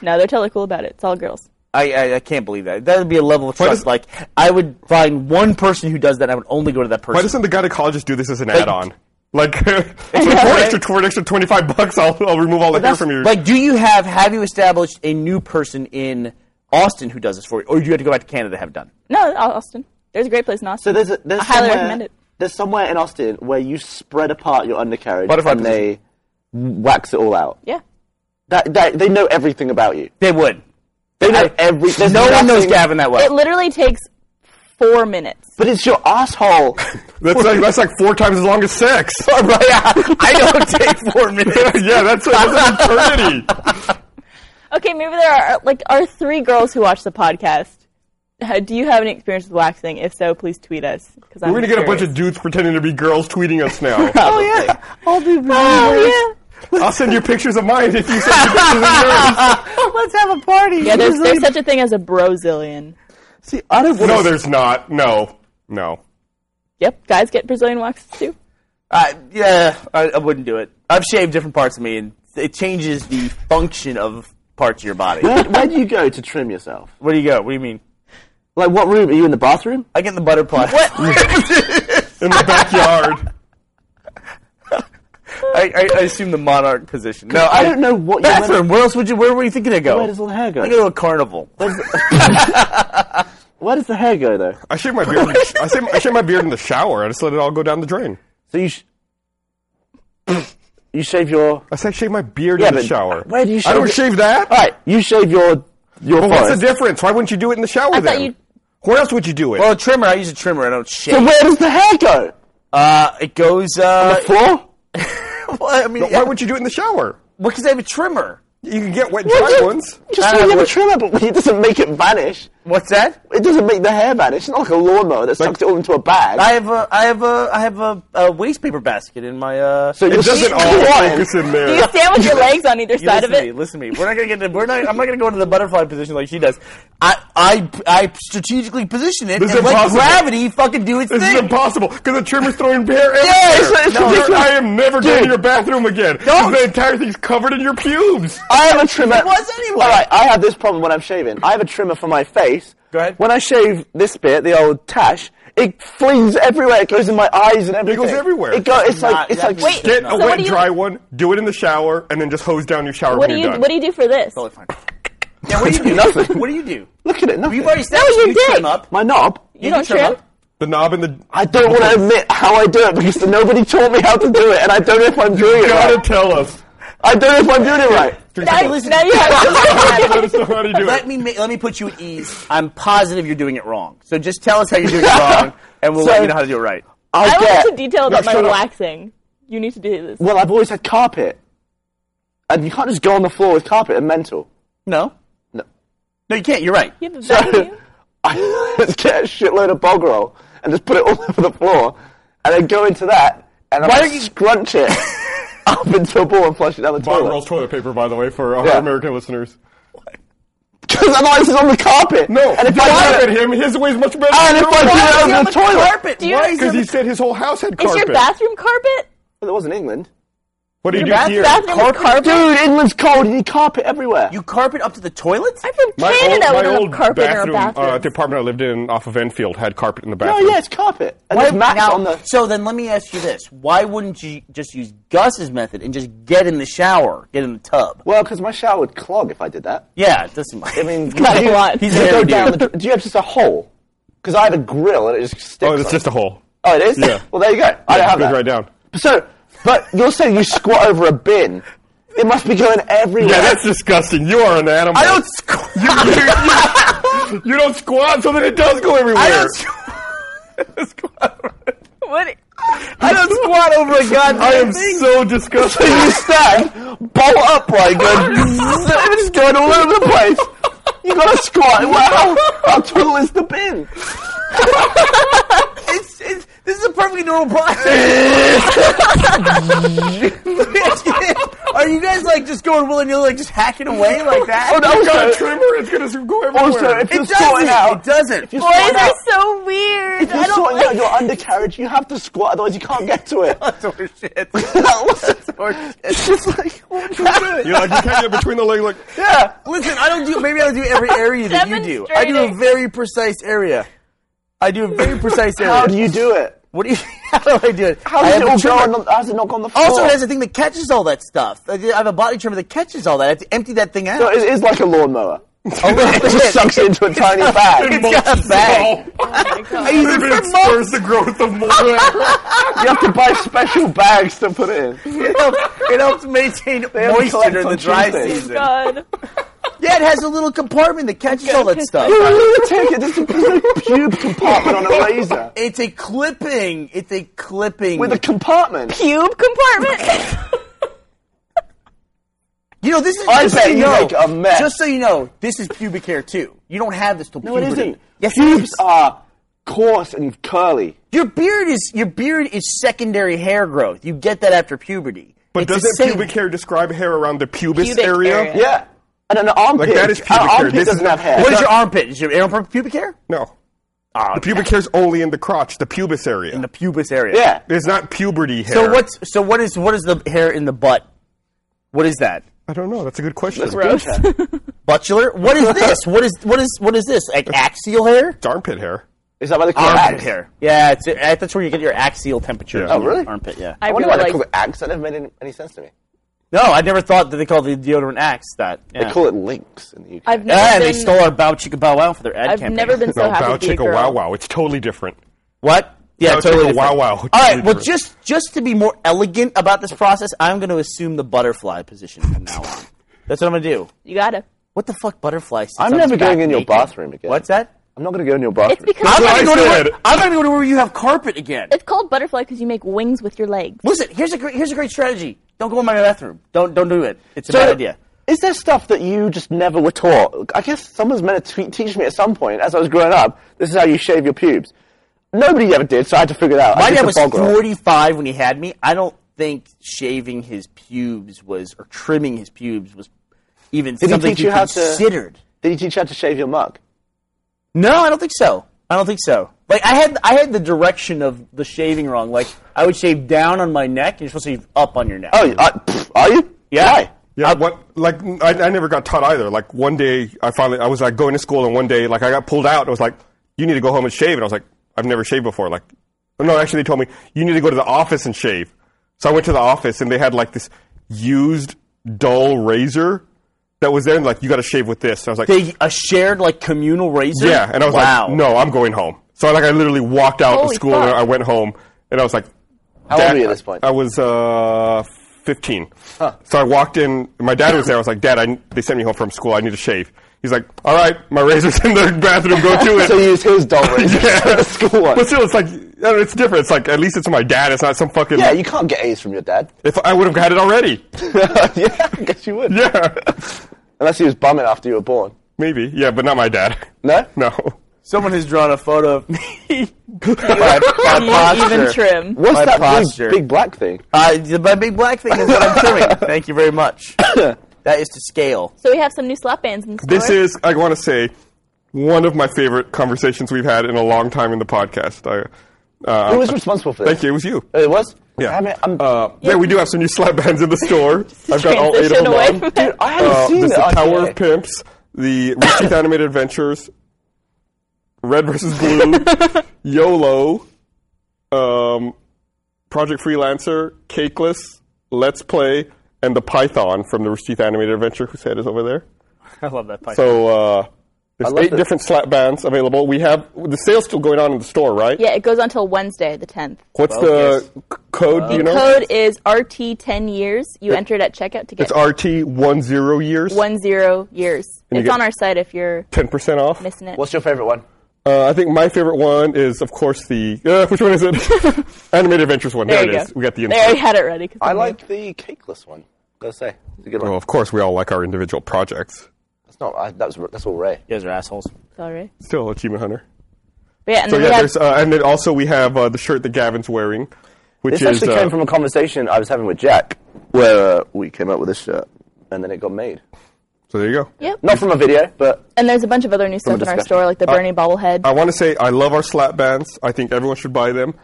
[SPEAKER 4] No, they're totally cool about it. It's all girls.
[SPEAKER 5] I, I I can't believe that. That would be a level of
[SPEAKER 2] Why
[SPEAKER 5] trust.
[SPEAKER 2] does-
[SPEAKER 5] like I would find one person who does that. and I would only go to that
[SPEAKER 2] Why doesn't
[SPEAKER 5] person.
[SPEAKER 2] the gynecologist do this as an add-on? Like, (laughs) for, an extra, for an extra twenty-five bucks, I'll, I'll remove all the hair from your.
[SPEAKER 5] Like, do you have have you established a new person in Austin who does this for you, or do you have to go back to Canada to have it done?
[SPEAKER 4] No, Austin. There's a great place in
[SPEAKER 3] So
[SPEAKER 4] Austin.
[SPEAKER 3] there's a, there's
[SPEAKER 4] I highly
[SPEAKER 3] somewhere,
[SPEAKER 4] recommend it.
[SPEAKER 3] There's somewhere in Austin where you spread apart your undercarriage
[SPEAKER 5] Butterfly
[SPEAKER 3] and they wax it all out.
[SPEAKER 4] Yeah.
[SPEAKER 3] That, that they know everything about you.
[SPEAKER 5] They would.
[SPEAKER 3] They know
[SPEAKER 5] I-
[SPEAKER 3] every. there's
[SPEAKER 5] no one knows
[SPEAKER 3] nothing-
[SPEAKER 5] Gavin that well. (laughs)
[SPEAKER 4] It literally takes four minutes.
[SPEAKER 3] But it's your asshole.
[SPEAKER 2] (laughs) That's like that's like four times as long as sex.
[SPEAKER 5] Right, I I don't take four minutes.
[SPEAKER 2] (laughs) yeah, that's, that's an eternity.
[SPEAKER 4] Okay, maybe there are uh, like are three girls who watch the podcast. Uh, Do you have any experience with waxing? If so, please tweet us. We're
[SPEAKER 2] We're gonna get a bunch of dudes pretending to be girls tweeting us now.
[SPEAKER 4] Oh yeah, I'll be
[SPEAKER 2] (laughs)
[SPEAKER 4] oh,
[SPEAKER 2] I'll send you pictures of mine if you send me pictures of yours.
[SPEAKER 5] Let's have a party.
[SPEAKER 4] yeah. Yeah, there's, there's such a thing as a Brazilian.
[SPEAKER 3] See, I don't want
[SPEAKER 2] No, there's not. No, no.
[SPEAKER 4] Yep, guys get Brazilian waxes too.
[SPEAKER 5] I, yeah, I, I wouldn't do it. I've shaved different parts of me, and it changes the function of parts of your body.
[SPEAKER 3] Where, where do you go to trim yourself?
[SPEAKER 5] Where do you go? What do you mean?
[SPEAKER 3] Like, what room? Are you in the bathroom?
[SPEAKER 5] I get in the butterfly. What?
[SPEAKER 2] In the backyard.
[SPEAKER 5] (laughs) I, I, I assume the monarch position.
[SPEAKER 2] Oh,
[SPEAKER 5] No,
[SPEAKER 3] I don't know what you
[SPEAKER 5] bathroom. Where else would you? Where were you thinking to go?
[SPEAKER 3] Where does all the hair go?
[SPEAKER 5] I go to a carnival.
[SPEAKER 2] (laughs)
[SPEAKER 3] Where does the hair go though?
[SPEAKER 2] I shave my beard. I shave, I shave my beard in the shower. I just let it all go down the drain.
[SPEAKER 3] So you sh- you shave your
[SPEAKER 2] I say shave my beard
[SPEAKER 3] Yeah,
[SPEAKER 2] in the
[SPEAKER 3] but
[SPEAKER 2] shower.
[SPEAKER 3] where do you
[SPEAKER 2] I
[SPEAKER 3] shave
[SPEAKER 2] don't
[SPEAKER 3] it?
[SPEAKER 2] shave that.
[SPEAKER 3] all right. You shave your your
[SPEAKER 2] Well, what's
[SPEAKER 3] forest.
[SPEAKER 2] the difference? Why wouldn't you do it in the shower
[SPEAKER 4] thought
[SPEAKER 2] then?
[SPEAKER 4] you-
[SPEAKER 2] Where else would you do it?
[SPEAKER 5] Well, a trimmer. I use a trimmer. I don't shave.
[SPEAKER 3] so where does the hair go?
[SPEAKER 5] Uh, it goes. Uh,
[SPEAKER 3] Floor?
[SPEAKER 5] (laughs) well, I mean,
[SPEAKER 2] Why would you do it in the shower?
[SPEAKER 5] because I have a trimmer.
[SPEAKER 2] You can get wet, dry
[SPEAKER 3] you-
[SPEAKER 2] ones.
[SPEAKER 3] Just
[SPEAKER 5] Uh,
[SPEAKER 3] you have a
[SPEAKER 5] what-
[SPEAKER 3] trimmer, but it doesn't make it vanish.
[SPEAKER 5] What's that?
[SPEAKER 3] It doesn't make the hair vanish. It's not like a lawnmower that sucks it all into a bag.
[SPEAKER 5] I have a, I have a, I have a, a waste paper basket in my. Uh,
[SPEAKER 3] so
[SPEAKER 2] It
[SPEAKER 3] you're
[SPEAKER 2] doesn't all
[SPEAKER 3] lying.
[SPEAKER 2] focus in
[SPEAKER 4] Do you
[SPEAKER 2] there.
[SPEAKER 4] stand with your legs on either
[SPEAKER 5] you
[SPEAKER 4] side
[SPEAKER 5] listen
[SPEAKER 4] of
[SPEAKER 5] to me.
[SPEAKER 4] it?
[SPEAKER 5] Listen to me. We're not gonna get. To, we're not. I'm not gonna go into the butterfly position like she does. I, I, I strategically position it
[SPEAKER 2] This is
[SPEAKER 5] and let
[SPEAKER 2] impossible.
[SPEAKER 5] gravity fucking do its
[SPEAKER 2] This is
[SPEAKER 5] thing.
[SPEAKER 2] impossible because the trimmer's throwing hair everywhere.
[SPEAKER 3] it's- it's
[SPEAKER 2] You're-
[SPEAKER 3] ridiculous.
[SPEAKER 2] I am never going to your bathroom again.
[SPEAKER 5] Don't.
[SPEAKER 2] The entire thing's covered in your pubes.
[SPEAKER 3] I have a trimmer.
[SPEAKER 5] It was anyway.
[SPEAKER 3] All right, I have this problem when I'm shaving. I have a trimmer for my face.
[SPEAKER 5] Go ahead.
[SPEAKER 3] When I shave this bit, the old tash, it flings everywhere. It goes in my eyes and everything.
[SPEAKER 2] everywhere.
[SPEAKER 3] It go, it's
[SPEAKER 5] Not-
[SPEAKER 3] like it's
[SPEAKER 5] that
[SPEAKER 3] like
[SPEAKER 5] is Wait,
[SPEAKER 2] Get
[SPEAKER 5] No.
[SPEAKER 2] a
[SPEAKER 5] So
[SPEAKER 4] what
[SPEAKER 2] wet,
[SPEAKER 4] do you-
[SPEAKER 2] dry one. Do it in the shower, and then just hose down your shower
[SPEAKER 4] What do
[SPEAKER 2] when
[SPEAKER 4] you
[SPEAKER 2] you're done.
[SPEAKER 4] What do you do for this?
[SPEAKER 5] Totally fine. Yeah, what do you do?
[SPEAKER 3] Nothing.
[SPEAKER 5] What do you do?
[SPEAKER 3] look at it. Nothing.
[SPEAKER 5] You've already said
[SPEAKER 4] No, you
[SPEAKER 5] you
[SPEAKER 4] did.
[SPEAKER 5] trim up.
[SPEAKER 3] my knob.
[SPEAKER 4] You don't
[SPEAKER 5] trim
[SPEAKER 4] trim.
[SPEAKER 5] up.
[SPEAKER 2] the knob and the.
[SPEAKER 3] I don't want to admit how I do it because (laughs) nobody taught me how to do it, and I don't know if I'm doing
[SPEAKER 2] You
[SPEAKER 3] it
[SPEAKER 2] gotta
[SPEAKER 3] right.
[SPEAKER 2] tell us.
[SPEAKER 3] I don't know if I'm doing it right.
[SPEAKER 4] Now,
[SPEAKER 5] listen.
[SPEAKER 4] now you (laughs) have
[SPEAKER 2] Let us know how to do
[SPEAKER 5] Let
[SPEAKER 2] it.
[SPEAKER 5] me ma- let me put you at ease. I'm positive you're doing it wrong. So just tell us how you're doing
[SPEAKER 2] (laughs)
[SPEAKER 5] it wrong, and we'll let
[SPEAKER 3] So-
[SPEAKER 5] you know how to do it right.
[SPEAKER 3] I,
[SPEAKER 4] I
[SPEAKER 3] get.
[SPEAKER 4] went into detail about my
[SPEAKER 2] shut up.
[SPEAKER 4] relaxing. You need to do this.
[SPEAKER 3] well, I've always had carpet, and you can't just go on the floor with carpet and mental.
[SPEAKER 5] No,
[SPEAKER 3] No.
[SPEAKER 5] no, you can't. You're right. (laughs)
[SPEAKER 4] You have a
[SPEAKER 3] So
[SPEAKER 4] vacuum.
[SPEAKER 3] (laughs) I just get a shitload of bog roll and just put it all (laughs) over the floor, and then go into that and I
[SPEAKER 5] Why
[SPEAKER 3] like
[SPEAKER 5] don't you-
[SPEAKER 3] scrunch it up into a ball and flush it down the
[SPEAKER 2] Bob
[SPEAKER 3] toilet.
[SPEAKER 2] rolls toilet paper, by the way, for our
[SPEAKER 3] Yeah.
[SPEAKER 2] American listeners.
[SPEAKER 3] Because otherwise it's on the carpet.
[SPEAKER 2] No,
[SPEAKER 3] and if
[SPEAKER 2] don't
[SPEAKER 3] I
[SPEAKER 2] look
[SPEAKER 3] do
[SPEAKER 2] at
[SPEAKER 3] it,
[SPEAKER 2] him. His way is much better.
[SPEAKER 3] and if
[SPEAKER 2] than yours.
[SPEAKER 3] I do
[SPEAKER 5] Why
[SPEAKER 3] it on the
[SPEAKER 5] is he on the
[SPEAKER 3] toilet,
[SPEAKER 5] carpet?
[SPEAKER 4] Do you-
[SPEAKER 5] Why is
[SPEAKER 2] Because
[SPEAKER 5] he
[SPEAKER 2] he said his whole house had
[SPEAKER 4] Is
[SPEAKER 2] carpet.
[SPEAKER 4] your bathroom carpet?
[SPEAKER 3] But it was in England.
[SPEAKER 2] what do you do
[SPEAKER 4] Bath-
[SPEAKER 2] here?
[SPEAKER 4] bathroom carpet? carpet?
[SPEAKER 3] Dude, England's cold. You need carpet everywhere.
[SPEAKER 5] you carpet up to the toilet?
[SPEAKER 4] I'm from
[SPEAKER 2] My old,
[SPEAKER 4] Canada.
[SPEAKER 2] my
[SPEAKER 4] we don't
[SPEAKER 2] old
[SPEAKER 4] have carpet
[SPEAKER 2] bathroom,
[SPEAKER 4] in our bathroom.
[SPEAKER 2] Uh, the apartment I lived in off of Enfield had carpet in the
[SPEAKER 3] no,
[SPEAKER 2] bathroom.
[SPEAKER 3] yeah, it's carpet. And there's mats
[SPEAKER 5] now,
[SPEAKER 3] on the.
[SPEAKER 5] So then let me ask you this. Why wouldn't you just use Gus's method and just get in the shower, get in the tub?
[SPEAKER 3] Well, because my shower would clog if I did that.
[SPEAKER 5] Yeah, it doesn't matter.
[SPEAKER 3] I
[SPEAKER 5] (laughs)
[SPEAKER 3] mean,
[SPEAKER 4] not a
[SPEAKER 3] you-
[SPEAKER 4] lot.
[SPEAKER 3] you
[SPEAKER 5] He's a
[SPEAKER 3] go
[SPEAKER 5] hairy
[SPEAKER 3] down
[SPEAKER 5] (laughs) dude.
[SPEAKER 3] the- do you have just a hole? Because I had a grill and it just sticks.
[SPEAKER 2] Oh, it's
[SPEAKER 3] on
[SPEAKER 2] just a hole.
[SPEAKER 3] Oh, it is.
[SPEAKER 2] Yeah.
[SPEAKER 3] Well, there you go. I don't
[SPEAKER 2] It
[SPEAKER 3] have
[SPEAKER 2] goes
[SPEAKER 3] that.
[SPEAKER 2] right down.
[SPEAKER 3] So, but you're saying you squat over a bin. It must be going everywhere.
[SPEAKER 2] Yeah, that's disgusting. You are an animal.
[SPEAKER 5] I don't squat.
[SPEAKER 2] You, you don't squat, so that it does go everywhere.
[SPEAKER 5] I don't squat.
[SPEAKER 4] What?
[SPEAKER 5] I don't squat over a goddamn
[SPEAKER 2] I am
[SPEAKER 5] thing.
[SPEAKER 2] so disgusted.
[SPEAKER 3] (laughs) you stand bolt upright, going, it's (laughs) going all over the place. You gotta squat. Wow, how tall is the bin?
[SPEAKER 5] It's, it's, this is a perfectly normal process. (laughs) Are you guys like just going willy nilly, like just hacking away like that?
[SPEAKER 3] Oh, no,
[SPEAKER 2] I've got a
[SPEAKER 3] also,
[SPEAKER 2] trimmer. It's gonna go everywhere.
[SPEAKER 3] also, if
[SPEAKER 5] It
[SPEAKER 3] you're
[SPEAKER 5] doesn't.
[SPEAKER 3] sorting out,
[SPEAKER 5] It doesn't.
[SPEAKER 3] if you're
[SPEAKER 5] (laughs)
[SPEAKER 4] Boys
[SPEAKER 3] sorting
[SPEAKER 4] are
[SPEAKER 3] out,
[SPEAKER 4] so weird.
[SPEAKER 3] if
[SPEAKER 4] I
[SPEAKER 3] you're
[SPEAKER 4] don't
[SPEAKER 3] sorting out
[SPEAKER 4] like.
[SPEAKER 3] your undercarriage, you have to squat, otherwise you can't get to it.
[SPEAKER 5] That's (laughs) horseshit.
[SPEAKER 3] That's
[SPEAKER 5] horseshit.
[SPEAKER 3] (laughs) It's just like, what do you do?
[SPEAKER 2] You're like you can't get between the leg. Like
[SPEAKER 3] (laughs)
[SPEAKER 2] Oh,
[SPEAKER 3] Yeah.
[SPEAKER 5] Listen, I don't do. Maybe I don't do every area that you do. I do a
[SPEAKER 4] Demonstrating.
[SPEAKER 5] very precise area. I do a very precise area.
[SPEAKER 3] How do you do it?
[SPEAKER 5] What do you? (laughs) How do I do it?
[SPEAKER 3] How does
[SPEAKER 5] I have
[SPEAKER 3] it
[SPEAKER 5] a
[SPEAKER 3] all
[SPEAKER 5] trimmer.
[SPEAKER 3] go on the, how's it not go on the floor?
[SPEAKER 5] Also, it has a thing that catches all that stuff. I do- I have a body trimmer that catches all that. I have to empty that thing out.
[SPEAKER 3] So it is like a lawnmower.
[SPEAKER 5] A
[SPEAKER 3] (laughs)
[SPEAKER 5] little
[SPEAKER 3] It just
[SPEAKER 5] bit.
[SPEAKER 3] sucks it into a tiny bag.
[SPEAKER 5] It's got a bag.
[SPEAKER 4] Oh
[SPEAKER 5] I use
[SPEAKER 2] It
[SPEAKER 5] it for mulch.
[SPEAKER 2] spurs the growth of
[SPEAKER 3] (laughs)
[SPEAKER 2] more.
[SPEAKER 3] You have to buy special bags to put it (laughs) in.
[SPEAKER 5] It helps, it helps (laughs) maintain
[SPEAKER 3] have
[SPEAKER 5] moisture
[SPEAKER 3] collect
[SPEAKER 5] during
[SPEAKER 3] on
[SPEAKER 5] the dry
[SPEAKER 3] Tuesdays.
[SPEAKER 5] season.
[SPEAKER 4] God.
[SPEAKER 5] Yeah, it has a little compartment that catches all that stuff.
[SPEAKER 3] (laughs) You really take it. There's a, there's a pube compartment on (laughs) a razor
[SPEAKER 5] It's a clipping. It's a clipping.
[SPEAKER 3] with a compartment.
[SPEAKER 4] Cube compartment.
[SPEAKER 5] You know, this is.
[SPEAKER 3] I
[SPEAKER 5] just
[SPEAKER 3] bet
[SPEAKER 5] so you
[SPEAKER 3] you
[SPEAKER 5] know,
[SPEAKER 3] make a mess.
[SPEAKER 5] Just so you know, this is pubic hair too. You don't have this till
[SPEAKER 3] No, it
[SPEAKER 5] puberty.
[SPEAKER 3] isn't.
[SPEAKER 5] Yes, it
[SPEAKER 3] Pubes
[SPEAKER 5] is.
[SPEAKER 3] are coarse and curly.
[SPEAKER 5] your beard is your beard is secondary hair growth. You get that after puberty.
[SPEAKER 2] But
[SPEAKER 5] It's the
[SPEAKER 2] doesn't
[SPEAKER 5] same-
[SPEAKER 2] pubic hair describe hair around the pubis
[SPEAKER 4] Pubic
[SPEAKER 2] area?
[SPEAKER 4] area.
[SPEAKER 3] Yeah. And an armpit.
[SPEAKER 2] that is pubic
[SPEAKER 3] an
[SPEAKER 2] hair.
[SPEAKER 3] armpit
[SPEAKER 2] This is
[SPEAKER 3] doesn't
[SPEAKER 2] not-
[SPEAKER 3] have hair.
[SPEAKER 5] What is your armpit? Is your armpit pubic hair?
[SPEAKER 2] No,
[SPEAKER 5] Oh,
[SPEAKER 2] the pubic hair's only in the crotch, the pubis area.
[SPEAKER 5] in the pubis area.
[SPEAKER 3] Yeah.
[SPEAKER 2] It's not puberty hair.
[SPEAKER 5] So what's so what is what is the hair in the butt? What is that?
[SPEAKER 2] I don't know. That's a good question.
[SPEAKER 4] Gross.
[SPEAKER 5] Buttular? What is this? what is what is what is this? Like axial hair?
[SPEAKER 2] It's armpit hair.
[SPEAKER 3] Is that why they call it
[SPEAKER 5] Armpit
[SPEAKER 3] axe?
[SPEAKER 5] hair. Yeah, it's, I- that's where you get your axial temperature.
[SPEAKER 2] Yeah.
[SPEAKER 5] is in
[SPEAKER 3] Oh, really?
[SPEAKER 5] your Armpit, yeah.
[SPEAKER 4] I,
[SPEAKER 3] I wonder
[SPEAKER 4] really
[SPEAKER 3] why they
[SPEAKER 4] like
[SPEAKER 3] call it axe. That never made any, any sense to me.
[SPEAKER 5] no, I never thought that they called the deodorant axe that. Yeah.
[SPEAKER 3] They call it links in the UK.
[SPEAKER 4] I've never
[SPEAKER 5] yeah,
[SPEAKER 4] been,
[SPEAKER 5] they stole our Bow Chicka Bow Wow for their ad
[SPEAKER 4] I've
[SPEAKER 5] campaign.
[SPEAKER 4] never been so
[SPEAKER 2] No,
[SPEAKER 4] happy
[SPEAKER 2] bow
[SPEAKER 4] to be a
[SPEAKER 2] chicka
[SPEAKER 4] girl.
[SPEAKER 2] wow wow. It's totally different.
[SPEAKER 5] What? Yeah,
[SPEAKER 2] Bow
[SPEAKER 5] totally.
[SPEAKER 2] Chicka Wow
[SPEAKER 5] different.
[SPEAKER 2] Wow.
[SPEAKER 5] All right. Well,
[SPEAKER 2] Different.
[SPEAKER 5] just just to be more elegant about this process, I'm going to assume the butterfly position from now on. That's what I'm going to do.
[SPEAKER 4] You gotta.
[SPEAKER 5] What the fuck, butterfly? sits
[SPEAKER 3] I'm
[SPEAKER 5] on
[SPEAKER 3] never
[SPEAKER 5] its back
[SPEAKER 3] going in your
[SPEAKER 5] naked?
[SPEAKER 3] bathroom again.
[SPEAKER 5] What's that?
[SPEAKER 3] I'm not going to go in your bathroom.
[SPEAKER 4] It's because
[SPEAKER 5] I'm
[SPEAKER 2] I
[SPEAKER 5] going to go to
[SPEAKER 2] said.
[SPEAKER 5] where, I'm going to go to where you have carpet again.
[SPEAKER 4] it's called butterfly because you make wings with your legs.
[SPEAKER 5] Listen, here's a great, here's a great strategy. Don't go in my bathroom. Don't don't do it. It's a
[SPEAKER 3] So,
[SPEAKER 5] bad idea.
[SPEAKER 3] Is there stuff that you just never were taught? I guess someone's meant to te- teach me at some point as I was growing up. This is how you shave your pubes. Nobody ever did, so I had to figure it out. I
[SPEAKER 5] My
[SPEAKER 3] did
[SPEAKER 5] dad
[SPEAKER 3] the
[SPEAKER 5] was
[SPEAKER 3] bog roll.
[SPEAKER 5] 45 when he had me. I don't think shaving his pubes was or trimming his pubes was even
[SPEAKER 3] Did he
[SPEAKER 5] something
[SPEAKER 3] teach you how to?
[SPEAKER 5] considered.
[SPEAKER 3] Did he teach you how to shave your mug?
[SPEAKER 5] No, I don't think so. I don't think so. Like I had I had the direction of the shaving wrong. Like I would shave down on my neck, and you're supposed to shave up on your neck.
[SPEAKER 3] Oh, I, pff, are you?
[SPEAKER 2] (laughs)
[SPEAKER 5] yeah.
[SPEAKER 3] Why?
[SPEAKER 2] Yeah, what like I, I never got taught either. Like one day I finally I was like going to school and one day like I got pulled out and I was like, You need to go home and shave and I was like, I've never shaved before. Like no, actually they told me you need to go to the office and shave. So I went to the office and they had like this used dull razor that was there and like you gotta shave with this. So I was like
[SPEAKER 5] They a shared like communal razor.
[SPEAKER 2] Yeah and I was
[SPEAKER 5] wow.
[SPEAKER 2] like, No, I'm going home. So like I literally walked out of
[SPEAKER 4] Holy
[SPEAKER 2] school and
[SPEAKER 4] fuck.
[SPEAKER 2] I went home and I was like
[SPEAKER 3] How old were you at this point?
[SPEAKER 2] I was uh, 15. So I walked in. My dad was there. I was like, Dad, I, they sent me home from school. I need to shave. He's like, All right, my razor's in the bathroom. Go to it.
[SPEAKER 3] (laughs) so you use his doll razor, (laughs)
[SPEAKER 2] Yeah.
[SPEAKER 3] the school one.
[SPEAKER 2] But still, it's like I don't know, it's different. It's like at least it's my dad. It's not some fucking.
[SPEAKER 3] Yeah, you can't get A's from
[SPEAKER 2] (laughs)
[SPEAKER 3] your dad.
[SPEAKER 2] if I would have had it already.
[SPEAKER 3] (laughs) yeah, I guess you would.
[SPEAKER 2] Yeah,
[SPEAKER 3] Unless he was bumming after you were born.
[SPEAKER 2] maybe. Yeah, but not my dad.
[SPEAKER 3] No?
[SPEAKER 2] (laughs) No.
[SPEAKER 5] Someone has drawn a photo of me.
[SPEAKER 3] (laughs)
[SPEAKER 4] You don't even trim.
[SPEAKER 3] What's
[SPEAKER 5] My
[SPEAKER 3] that
[SPEAKER 5] posture.
[SPEAKER 3] big, big black thing?
[SPEAKER 5] (laughs) Uh, the- my big black thing is what I'm
[SPEAKER 2] (laughs)
[SPEAKER 5] trimming. Thank you very much.
[SPEAKER 2] (coughs)
[SPEAKER 5] that is to scale.
[SPEAKER 4] So we have some new slap bands in the store.
[SPEAKER 2] This is. I want to say one of my favorite conversations we've had in a long time in the podcast. I. Uh, (laughs)
[SPEAKER 3] Who was responsible for this?
[SPEAKER 2] Thank you. It was you.
[SPEAKER 3] It was?
[SPEAKER 2] Yeah.
[SPEAKER 3] Damn it, I'm,
[SPEAKER 2] uh, yeah, we do have some new slap bands in the store. I've got all eight of
[SPEAKER 4] Transition
[SPEAKER 2] them
[SPEAKER 4] away
[SPEAKER 2] on.
[SPEAKER 4] from
[SPEAKER 3] dude,
[SPEAKER 4] it.
[SPEAKER 3] I
[SPEAKER 2] (laughs)
[SPEAKER 3] haven't
[SPEAKER 2] Uh,
[SPEAKER 3] seen
[SPEAKER 2] there's
[SPEAKER 3] it.
[SPEAKER 2] the Tower
[SPEAKER 3] Okay.
[SPEAKER 2] of Pimps, the Rich Teeth Animated Adventures, Red versus Blue, YOLO, um, Project Freelancer, Cakeless, Let's Play, and the Python from the Rich Teeth Animated Adventure, whose head is over there.
[SPEAKER 5] I love that pipe.
[SPEAKER 2] So uh, there's
[SPEAKER 3] love
[SPEAKER 2] eight
[SPEAKER 3] this.
[SPEAKER 2] different slap bands available. We have the sale's still going on in the store, right?
[SPEAKER 4] Yeah, it goes on till Wednesday, the 10th.
[SPEAKER 2] What's
[SPEAKER 5] Well,
[SPEAKER 2] the c- code? Do you know?
[SPEAKER 4] Code is RT10 years. You enter it at checkout to get
[SPEAKER 2] It's RT one zero years.
[SPEAKER 4] 10 years.
[SPEAKER 2] you
[SPEAKER 4] It's
[SPEAKER 2] get-
[SPEAKER 4] on our site if you're
[SPEAKER 2] Ten percent off.
[SPEAKER 4] missing it.
[SPEAKER 3] What's your favorite one?
[SPEAKER 2] Uh, I think my favorite one is, of course, the uh, (laughs) which one is
[SPEAKER 4] (laughs)
[SPEAKER 2] it? Animated Adventures one.
[SPEAKER 4] there
[SPEAKER 2] it
[SPEAKER 4] you
[SPEAKER 2] is.
[SPEAKER 4] go.
[SPEAKER 2] We got the
[SPEAKER 4] There, I
[SPEAKER 2] insert.
[SPEAKER 4] had it ready. 'cause
[SPEAKER 3] I
[SPEAKER 4] knew.
[SPEAKER 3] like the cakeless one. Gotta say, it's a good one.
[SPEAKER 2] Well, Oh, of course, we all like our individual projects.
[SPEAKER 3] That's not. I, that's that's all Ray.
[SPEAKER 5] You guys are assholes.
[SPEAKER 4] Sorry.
[SPEAKER 2] Still achievement hunter.
[SPEAKER 4] But yeah, and
[SPEAKER 2] So
[SPEAKER 4] then
[SPEAKER 2] yeah,
[SPEAKER 4] we have
[SPEAKER 2] there's uh, and then also we have uh, the shirt that Gavin's wearing, which
[SPEAKER 3] This
[SPEAKER 2] is
[SPEAKER 3] actually
[SPEAKER 2] uh,
[SPEAKER 3] came from a conversation I was having with Jack, where uh, we came up with this shirt, and then it got made.
[SPEAKER 2] so there you go.
[SPEAKER 4] Yep.
[SPEAKER 3] Not from a video, but
[SPEAKER 4] And there's a bunch of other new stuff in our
[SPEAKER 3] discussion.
[SPEAKER 4] store,
[SPEAKER 2] Uh,
[SPEAKER 4] like the Bernie bobblehead.
[SPEAKER 2] I want to say I love our slap bands. I think everyone should buy them.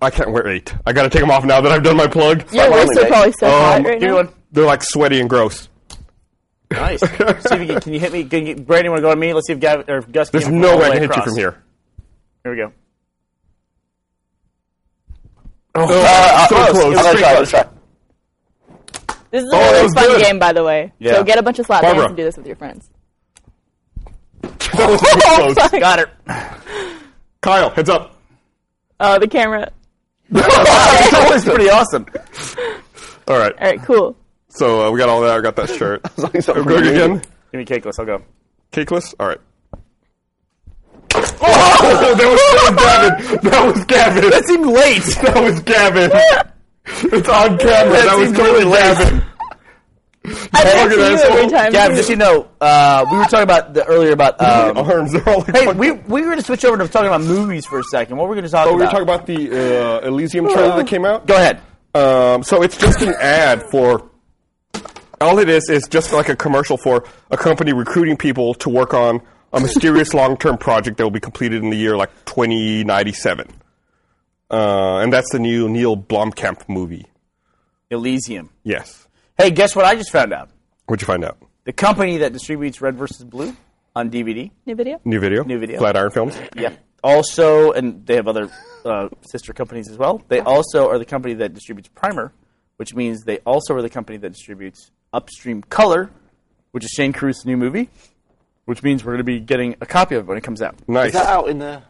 [SPEAKER 2] I can't wear eight. I got to take them off now that I've done my plug.
[SPEAKER 4] Your wrists are
[SPEAKER 3] Mate.
[SPEAKER 4] probably
[SPEAKER 2] Um,
[SPEAKER 4] so hot right
[SPEAKER 5] Um, Give me
[SPEAKER 4] now.
[SPEAKER 5] one.
[SPEAKER 2] They're like sweaty and gross. (laughs)
[SPEAKER 5] Nice. see if you can, can you hit me? Can you, Brandon, want to go to me? Let's see if Gavin or if Gus.
[SPEAKER 2] There's
[SPEAKER 5] can
[SPEAKER 2] no
[SPEAKER 5] all the
[SPEAKER 2] way I can hit
[SPEAKER 5] across.
[SPEAKER 2] you from here.
[SPEAKER 5] Here we go.
[SPEAKER 3] uh,
[SPEAKER 2] so
[SPEAKER 3] uh,
[SPEAKER 5] Oh,
[SPEAKER 2] close.
[SPEAKER 3] I'm gonna
[SPEAKER 2] Pretty
[SPEAKER 3] try, I'm
[SPEAKER 2] close. (laughs)
[SPEAKER 3] gonna try.
[SPEAKER 4] This is
[SPEAKER 2] Oh,
[SPEAKER 4] a
[SPEAKER 2] that
[SPEAKER 4] really
[SPEAKER 2] was
[SPEAKER 4] fun
[SPEAKER 2] good.
[SPEAKER 4] game, by the way.
[SPEAKER 5] Yeah.
[SPEAKER 4] So get a bunch of slap
[SPEAKER 2] Barbara.
[SPEAKER 4] bands and do this with
[SPEAKER 2] (laughs)
[SPEAKER 4] your friends.
[SPEAKER 2] That was
[SPEAKER 4] (laughs)
[SPEAKER 2] pretty
[SPEAKER 5] (laughs)
[SPEAKER 2] close.
[SPEAKER 5] Got her.
[SPEAKER 2] Kyle, heads up.
[SPEAKER 4] Oh, the camera.
[SPEAKER 5] (laughs) that
[SPEAKER 3] (laughs)
[SPEAKER 5] was pretty awesome.
[SPEAKER 2] All right.
[SPEAKER 4] All right,
[SPEAKER 2] (laughs)
[SPEAKER 4] cool.
[SPEAKER 2] So uh, we got all that. I got that
[SPEAKER 5] (laughs)
[SPEAKER 2] shirt.
[SPEAKER 3] like something
[SPEAKER 2] Go
[SPEAKER 3] from a
[SPEAKER 2] again.
[SPEAKER 5] Give me cakeless. I'll go.
[SPEAKER 2] Cakeless? All right. Oh, (laughs) that was so Gavin. That was Gavin.
[SPEAKER 5] That seemed late.
[SPEAKER 3] (laughs)
[SPEAKER 2] that was
[SPEAKER 5] (laughs)
[SPEAKER 2] Gavin. It's on camera. That,
[SPEAKER 5] That
[SPEAKER 2] was
[SPEAKER 5] seems
[SPEAKER 2] totally
[SPEAKER 5] really lame.
[SPEAKER 2] Gavin.
[SPEAKER 4] I do
[SPEAKER 2] Look at Oh,
[SPEAKER 4] see you
[SPEAKER 2] that.
[SPEAKER 4] every time.
[SPEAKER 5] Gavin, just so you know, uh, we were talking about the earlier about. Um,
[SPEAKER 2] Arms are all like.
[SPEAKER 5] hey,
[SPEAKER 2] fuck-
[SPEAKER 5] we, we were going to switch over to talking about movies for a second. What were we going to talk
[SPEAKER 2] oh, we
[SPEAKER 5] about?
[SPEAKER 2] were talking about the uh, Elysium trailer that came out.
[SPEAKER 5] Go ahead.
[SPEAKER 2] Um, so it's just an ad for. All it is is just like a commercial for a company recruiting people to work on a mysterious
[SPEAKER 5] (laughs)
[SPEAKER 2] long-term project that will be completed in the year like 2097, uh, and that's the new Neil Blomkamp movie.
[SPEAKER 5] Elysium.
[SPEAKER 2] Yes,
[SPEAKER 5] Hey, guess what I just found out?
[SPEAKER 2] what'd you find out?
[SPEAKER 5] The company that distributes Red versus Blue on DVD.
[SPEAKER 4] New video?
[SPEAKER 2] New video,
[SPEAKER 5] New video.
[SPEAKER 2] Flatiron Films.
[SPEAKER 5] Yeah. also, and they have other uh, sister companies as well. They also are the company that distributes Primer, which means they also are the company that distributes Upstream Color, which is Shane Cruz's new movie. Which means we're going to be getting a copy of it when it comes out.
[SPEAKER 2] Nice.
[SPEAKER 3] Is that out in the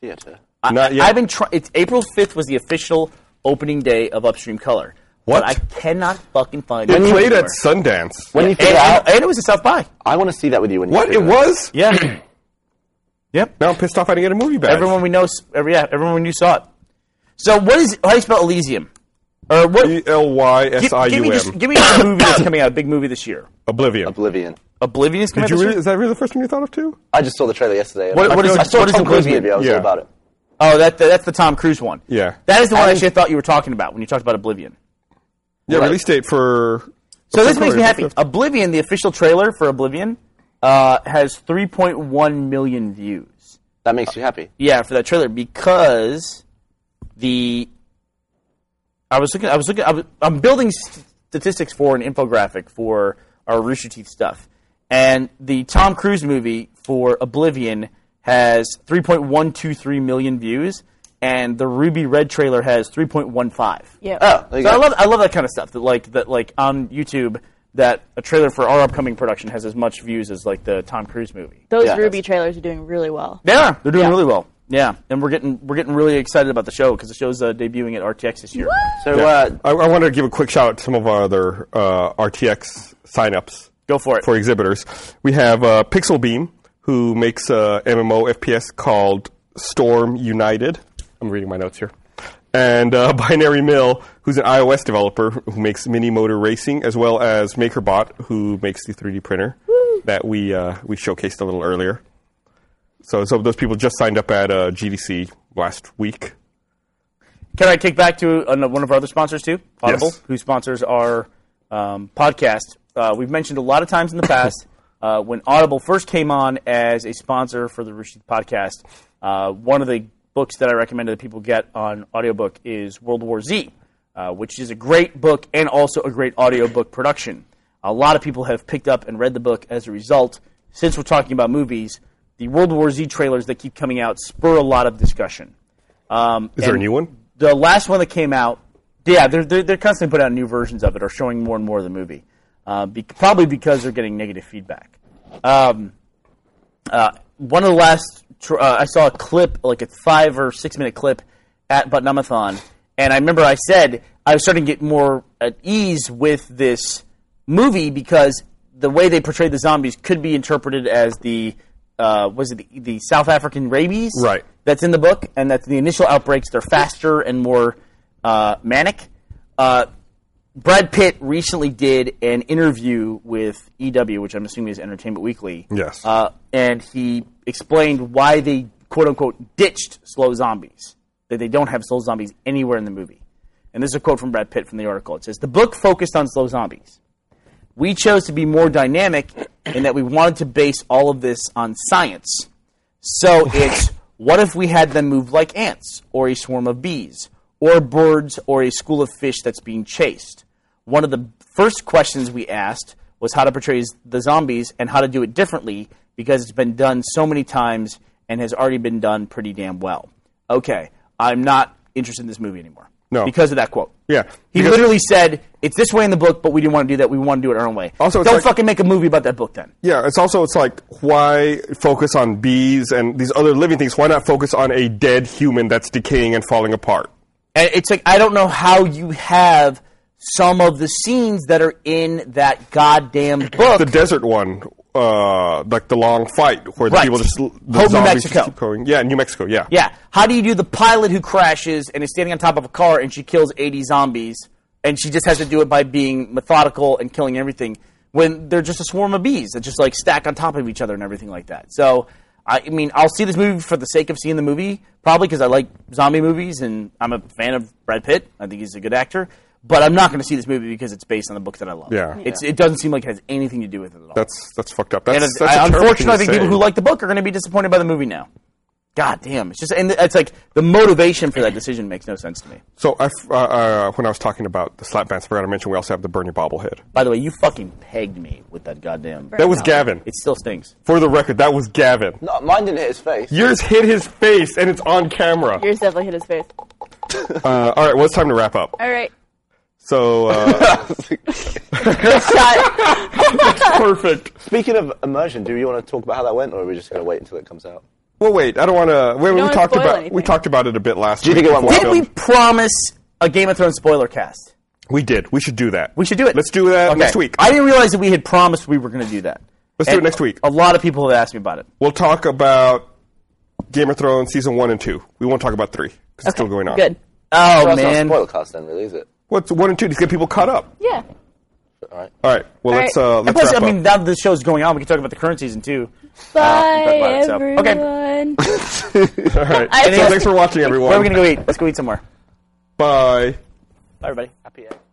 [SPEAKER 3] theater?
[SPEAKER 2] Not yet.
[SPEAKER 5] I've been trying. It's April fifth was the official opening day of Upstream Color.
[SPEAKER 2] What?
[SPEAKER 5] But I cannot fucking find
[SPEAKER 2] It
[SPEAKER 5] it.
[SPEAKER 2] played at
[SPEAKER 5] anywhere.
[SPEAKER 2] Sundance.
[SPEAKER 3] When you
[SPEAKER 5] and,
[SPEAKER 3] figure out,
[SPEAKER 5] and- and it was at South by.
[SPEAKER 3] I want to see that with you when you
[SPEAKER 2] What?
[SPEAKER 3] figure
[SPEAKER 2] It was?
[SPEAKER 5] (clears throat) Yeah. yep.
[SPEAKER 2] Now I'm pissed off I didn't get a movie back.
[SPEAKER 5] Everyone we know, s- every yeah, everyone we knew saw it. So what is how do you spell Elysium? Or what?
[SPEAKER 2] E L Y S
[SPEAKER 5] give,
[SPEAKER 2] I
[SPEAKER 5] give me
[SPEAKER 2] U
[SPEAKER 5] just,
[SPEAKER 2] M.
[SPEAKER 5] give me a movie that's coming out, a big movie this year.
[SPEAKER 2] Oblivion.
[SPEAKER 3] Oblivion.
[SPEAKER 5] Oblivion is coming
[SPEAKER 2] Did you
[SPEAKER 5] out this
[SPEAKER 2] really,
[SPEAKER 5] year.
[SPEAKER 2] is that really the first one you thought of too?
[SPEAKER 3] I just saw the trailer yesterday. and
[SPEAKER 5] What-
[SPEAKER 3] I-
[SPEAKER 5] what is-
[SPEAKER 3] I saw
[SPEAKER 5] what is
[SPEAKER 3] Tom Cruise
[SPEAKER 5] Oblivion?
[SPEAKER 3] movie. I was
[SPEAKER 2] Yeah.
[SPEAKER 3] all about it.
[SPEAKER 5] Oh, that, that's the Tom Cruise one.
[SPEAKER 2] Yeah.
[SPEAKER 5] That is the one I
[SPEAKER 3] I'm-
[SPEAKER 5] actually thought you were talking about when you talked about Oblivion.
[SPEAKER 2] Yeah,
[SPEAKER 3] Right.
[SPEAKER 2] release date for.
[SPEAKER 5] So this makes me
[SPEAKER 2] October
[SPEAKER 5] happy.
[SPEAKER 2] 5th.
[SPEAKER 5] Oblivion, the official trailer for Oblivion, uh, has 3.1 million views.
[SPEAKER 3] That makes you happy.
[SPEAKER 5] Yeah, for that trailer because the I was looking. I was looking. I was, I'm building st- statistics for an infographic for our Rooster Teeth stuff, and the Tom Cruise movie for Oblivion has 3.123 million views, and the Ruby Red trailer has 3.15.
[SPEAKER 4] Yeah.
[SPEAKER 3] Oh, there you
[SPEAKER 5] So I
[SPEAKER 3] go.
[SPEAKER 5] love I love that kind of stuff. That like that like on YouTube that a trailer for our upcoming production has as much views as like the Tom Cruise movie.
[SPEAKER 4] Those
[SPEAKER 3] Yeah,
[SPEAKER 4] Ruby trailers are doing really well.
[SPEAKER 5] They are. They're doing
[SPEAKER 4] Yeah.
[SPEAKER 5] really well. Yeah, and we're getting we're getting really excited about the show because the show's uh, debuting at RTX this year.
[SPEAKER 3] So, uh,
[SPEAKER 2] I, I wanted to give a quick shout out to some of our other uh, RTX signups
[SPEAKER 5] Go for it.
[SPEAKER 2] for exhibitors. We have uh, Pixel Beam, who makes uh, a MMO FPS called Storm United. I'm reading my notes here. And uh, (laughs) Binary Mill, who's an iOS developer who makes Mini Motor Racing, as well as MakerBot, who makes the 3D printer that we uh, we showcased a little earlier. So, so those people just signed up at uh, GDC last week.
[SPEAKER 5] Can I kick back to an- one of our other sponsors too, Audible,
[SPEAKER 2] Yes.
[SPEAKER 5] who sponsors our um, podcast? Uh, we've mentioned a lot of times in the past uh, when Audible first came on as a sponsor for the Rooster Teeth podcast. Uh, one of the books that I recommend that people get on audiobook is World War Z, uh, which is a great book and also a great audiobook production. A lot of people have picked up and read the book as a result. Since we're talking about movies, the World War Z trailers that keep coming out spur a lot of discussion. Um,
[SPEAKER 2] Is there a
[SPEAKER 5] and-
[SPEAKER 2] new one?
[SPEAKER 5] the last one that came out, yeah, they're, they're, they're constantly putting out new versions of it or showing more and more of the movie. Uh, be, probably because they're getting negative feedback. Um, uh, one of the last, tr- uh, I saw a clip, like a five or six minute clip at Butnamathon, and I remember I said I was starting to get more at ease with this movie because the way they portrayed the zombies could be interpreted as the, uh, was it the, the South African rabies?
[SPEAKER 2] Right.
[SPEAKER 5] that's in the book, and that's the initial outbreaks. They're faster and more uh, manic. Uh, Brad Pitt recently did an interview with EW, which I'm assuming is Entertainment Weekly.
[SPEAKER 2] Yes.
[SPEAKER 5] Uh, and he explained why they quote unquote ditched slow zombies, that they don't have slow zombies anywhere in the movie. And this is a quote from Brad Pitt from the article. It says, The book focused on slow zombies. We chose to be more dynamic in that we wanted to base all of this on science. So it's what if we had them move like ants, or a swarm of bees, or birds, or a school of fish that's being chased? One of the first questions we asked was how to portray the zombies and how to do it differently because it's been done so many times and has already been done pretty damn well. Okay, I'm not interested in this movie anymore.
[SPEAKER 2] No.
[SPEAKER 5] Because of that quote.
[SPEAKER 2] Yeah,
[SPEAKER 5] He
[SPEAKER 2] because-
[SPEAKER 5] literally said, it's this way in the book, but we didn't want to do that. We want to do it our own way.
[SPEAKER 2] Also, it's
[SPEAKER 5] Don't
[SPEAKER 2] like-
[SPEAKER 5] fucking make a movie about that book then.
[SPEAKER 2] Yeah, it's also it's like why focus on bees and these other living things? Why not focus on a dead human that's decaying and falling apart?
[SPEAKER 5] And it's like I don't know how you have some of the scenes that are in that goddamn book.
[SPEAKER 2] The desert one, uh, like the long fight where the
[SPEAKER 5] Right.
[SPEAKER 2] people just the
[SPEAKER 5] Hold New
[SPEAKER 2] zombies just
[SPEAKER 5] Mexico.
[SPEAKER 2] keep going. Yeah, New Mexico. Yeah,
[SPEAKER 5] yeah. How do you do the pilot who crashes and is standing on top of a car and she kills 80 zombies and she just has to do it by being methodical and killing everything when they're just a swarm of bees that just like stack on top of each other and everything like that. So I I mean, I'll see this movie for the sake of seeing the movie, probably because I like zombie movies and I'm a fan of Brad Pitt. I think he's a good actor, but I'm not going to see this movie because it's based on the book that I love.
[SPEAKER 2] Yeah.
[SPEAKER 5] It's, it doesn't seem like it has anything to do with it at all.
[SPEAKER 2] That's that's fucked up. That's,
[SPEAKER 5] And uh,
[SPEAKER 2] that's a
[SPEAKER 5] I,
[SPEAKER 2] terrible thing
[SPEAKER 5] unfortunately, I
[SPEAKER 2] to
[SPEAKER 5] think
[SPEAKER 2] say.
[SPEAKER 5] people who like the book are going to be disappointed by the movie now. God damn, it's just and it's like the motivation for that decision makes no sense to me.
[SPEAKER 2] So I f- uh, uh, when I was talking about the slap bands, I forgot to mention we also have the Bernie bobblehead.
[SPEAKER 5] By the way, you fucking pegged me with that goddamn.
[SPEAKER 2] That was Gavin.
[SPEAKER 5] It still stings.
[SPEAKER 2] For the record, that was Gavin.
[SPEAKER 3] No, mine didn't hit his face.
[SPEAKER 2] Yours hit his face, and it's on camera.
[SPEAKER 4] Yours definitely hit his face.
[SPEAKER 2] Uh, all right, well, it's time to wrap up.
[SPEAKER 4] All right.
[SPEAKER 2] So
[SPEAKER 5] (laughs)
[SPEAKER 2] uh,
[SPEAKER 4] Shot.
[SPEAKER 2] perfect.
[SPEAKER 3] Speaking of immersion, do you want to talk about how that went, or are we just going to wait until it comes out?
[SPEAKER 2] Well, wait. I don't want to. Wait, we
[SPEAKER 4] wanna
[SPEAKER 2] talked
[SPEAKER 4] spoil
[SPEAKER 2] about we
[SPEAKER 4] anything.
[SPEAKER 2] talked about it a bit last.
[SPEAKER 3] Do you
[SPEAKER 2] week
[SPEAKER 3] think it went
[SPEAKER 2] before
[SPEAKER 3] well?
[SPEAKER 5] Did we promise a Game of Thrones spoiler cast?
[SPEAKER 2] We did. We should do that.
[SPEAKER 5] We should do it.
[SPEAKER 2] Let's do that
[SPEAKER 5] Okay.
[SPEAKER 2] next week.
[SPEAKER 5] I didn't realize that we had promised we were going to do that.
[SPEAKER 2] Let's do it next week.
[SPEAKER 5] A lot of people have asked me about it.
[SPEAKER 2] We'll talk about Game of Thrones season one and two. We won't talk about three because it's still going on. Uh,
[SPEAKER 4] Good.
[SPEAKER 5] Oh
[SPEAKER 3] Well, that's
[SPEAKER 5] man,
[SPEAKER 3] not a spoiler cast then, really, is it?
[SPEAKER 2] What's one and two? Just get people caught up.
[SPEAKER 4] Yeah.
[SPEAKER 3] All right.
[SPEAKER 2] All right. Well,
[SPEAKER 4] All
[SPEAKER 2] let's
[SPEAKER 4] right.
[SPEAKER 2] uh,
[SPEAKER 5] And
[SPEAKER 2] let's
[SPEAKER 5] plus, I
[SPEAKER 2] wrap
[SPEAKER 5] mean,
[SPEAKER 2] up.
[SPEAKER 5] now that the show's going on, we can talk about the current season too.
[SPEAKER 4] Bye,
[SPEAKER 5] that's about it, so- okay.
[SPEAKER 4] everyone.
[SPEAKER 2] All right.
[SPEAKER 4] (laughs) I
[SPEAKER 2] so
[SPEAKER 4] just-
[SPEAKER 2] thanks for watching, everyone.
[SPEAKER 5] Where are we going to go eat? Let's go eat somewhere.
[SPEAKER 2] Bye.
[SPEAKER 5] Bye, everybody.
[SPEAKER 3] Happy end.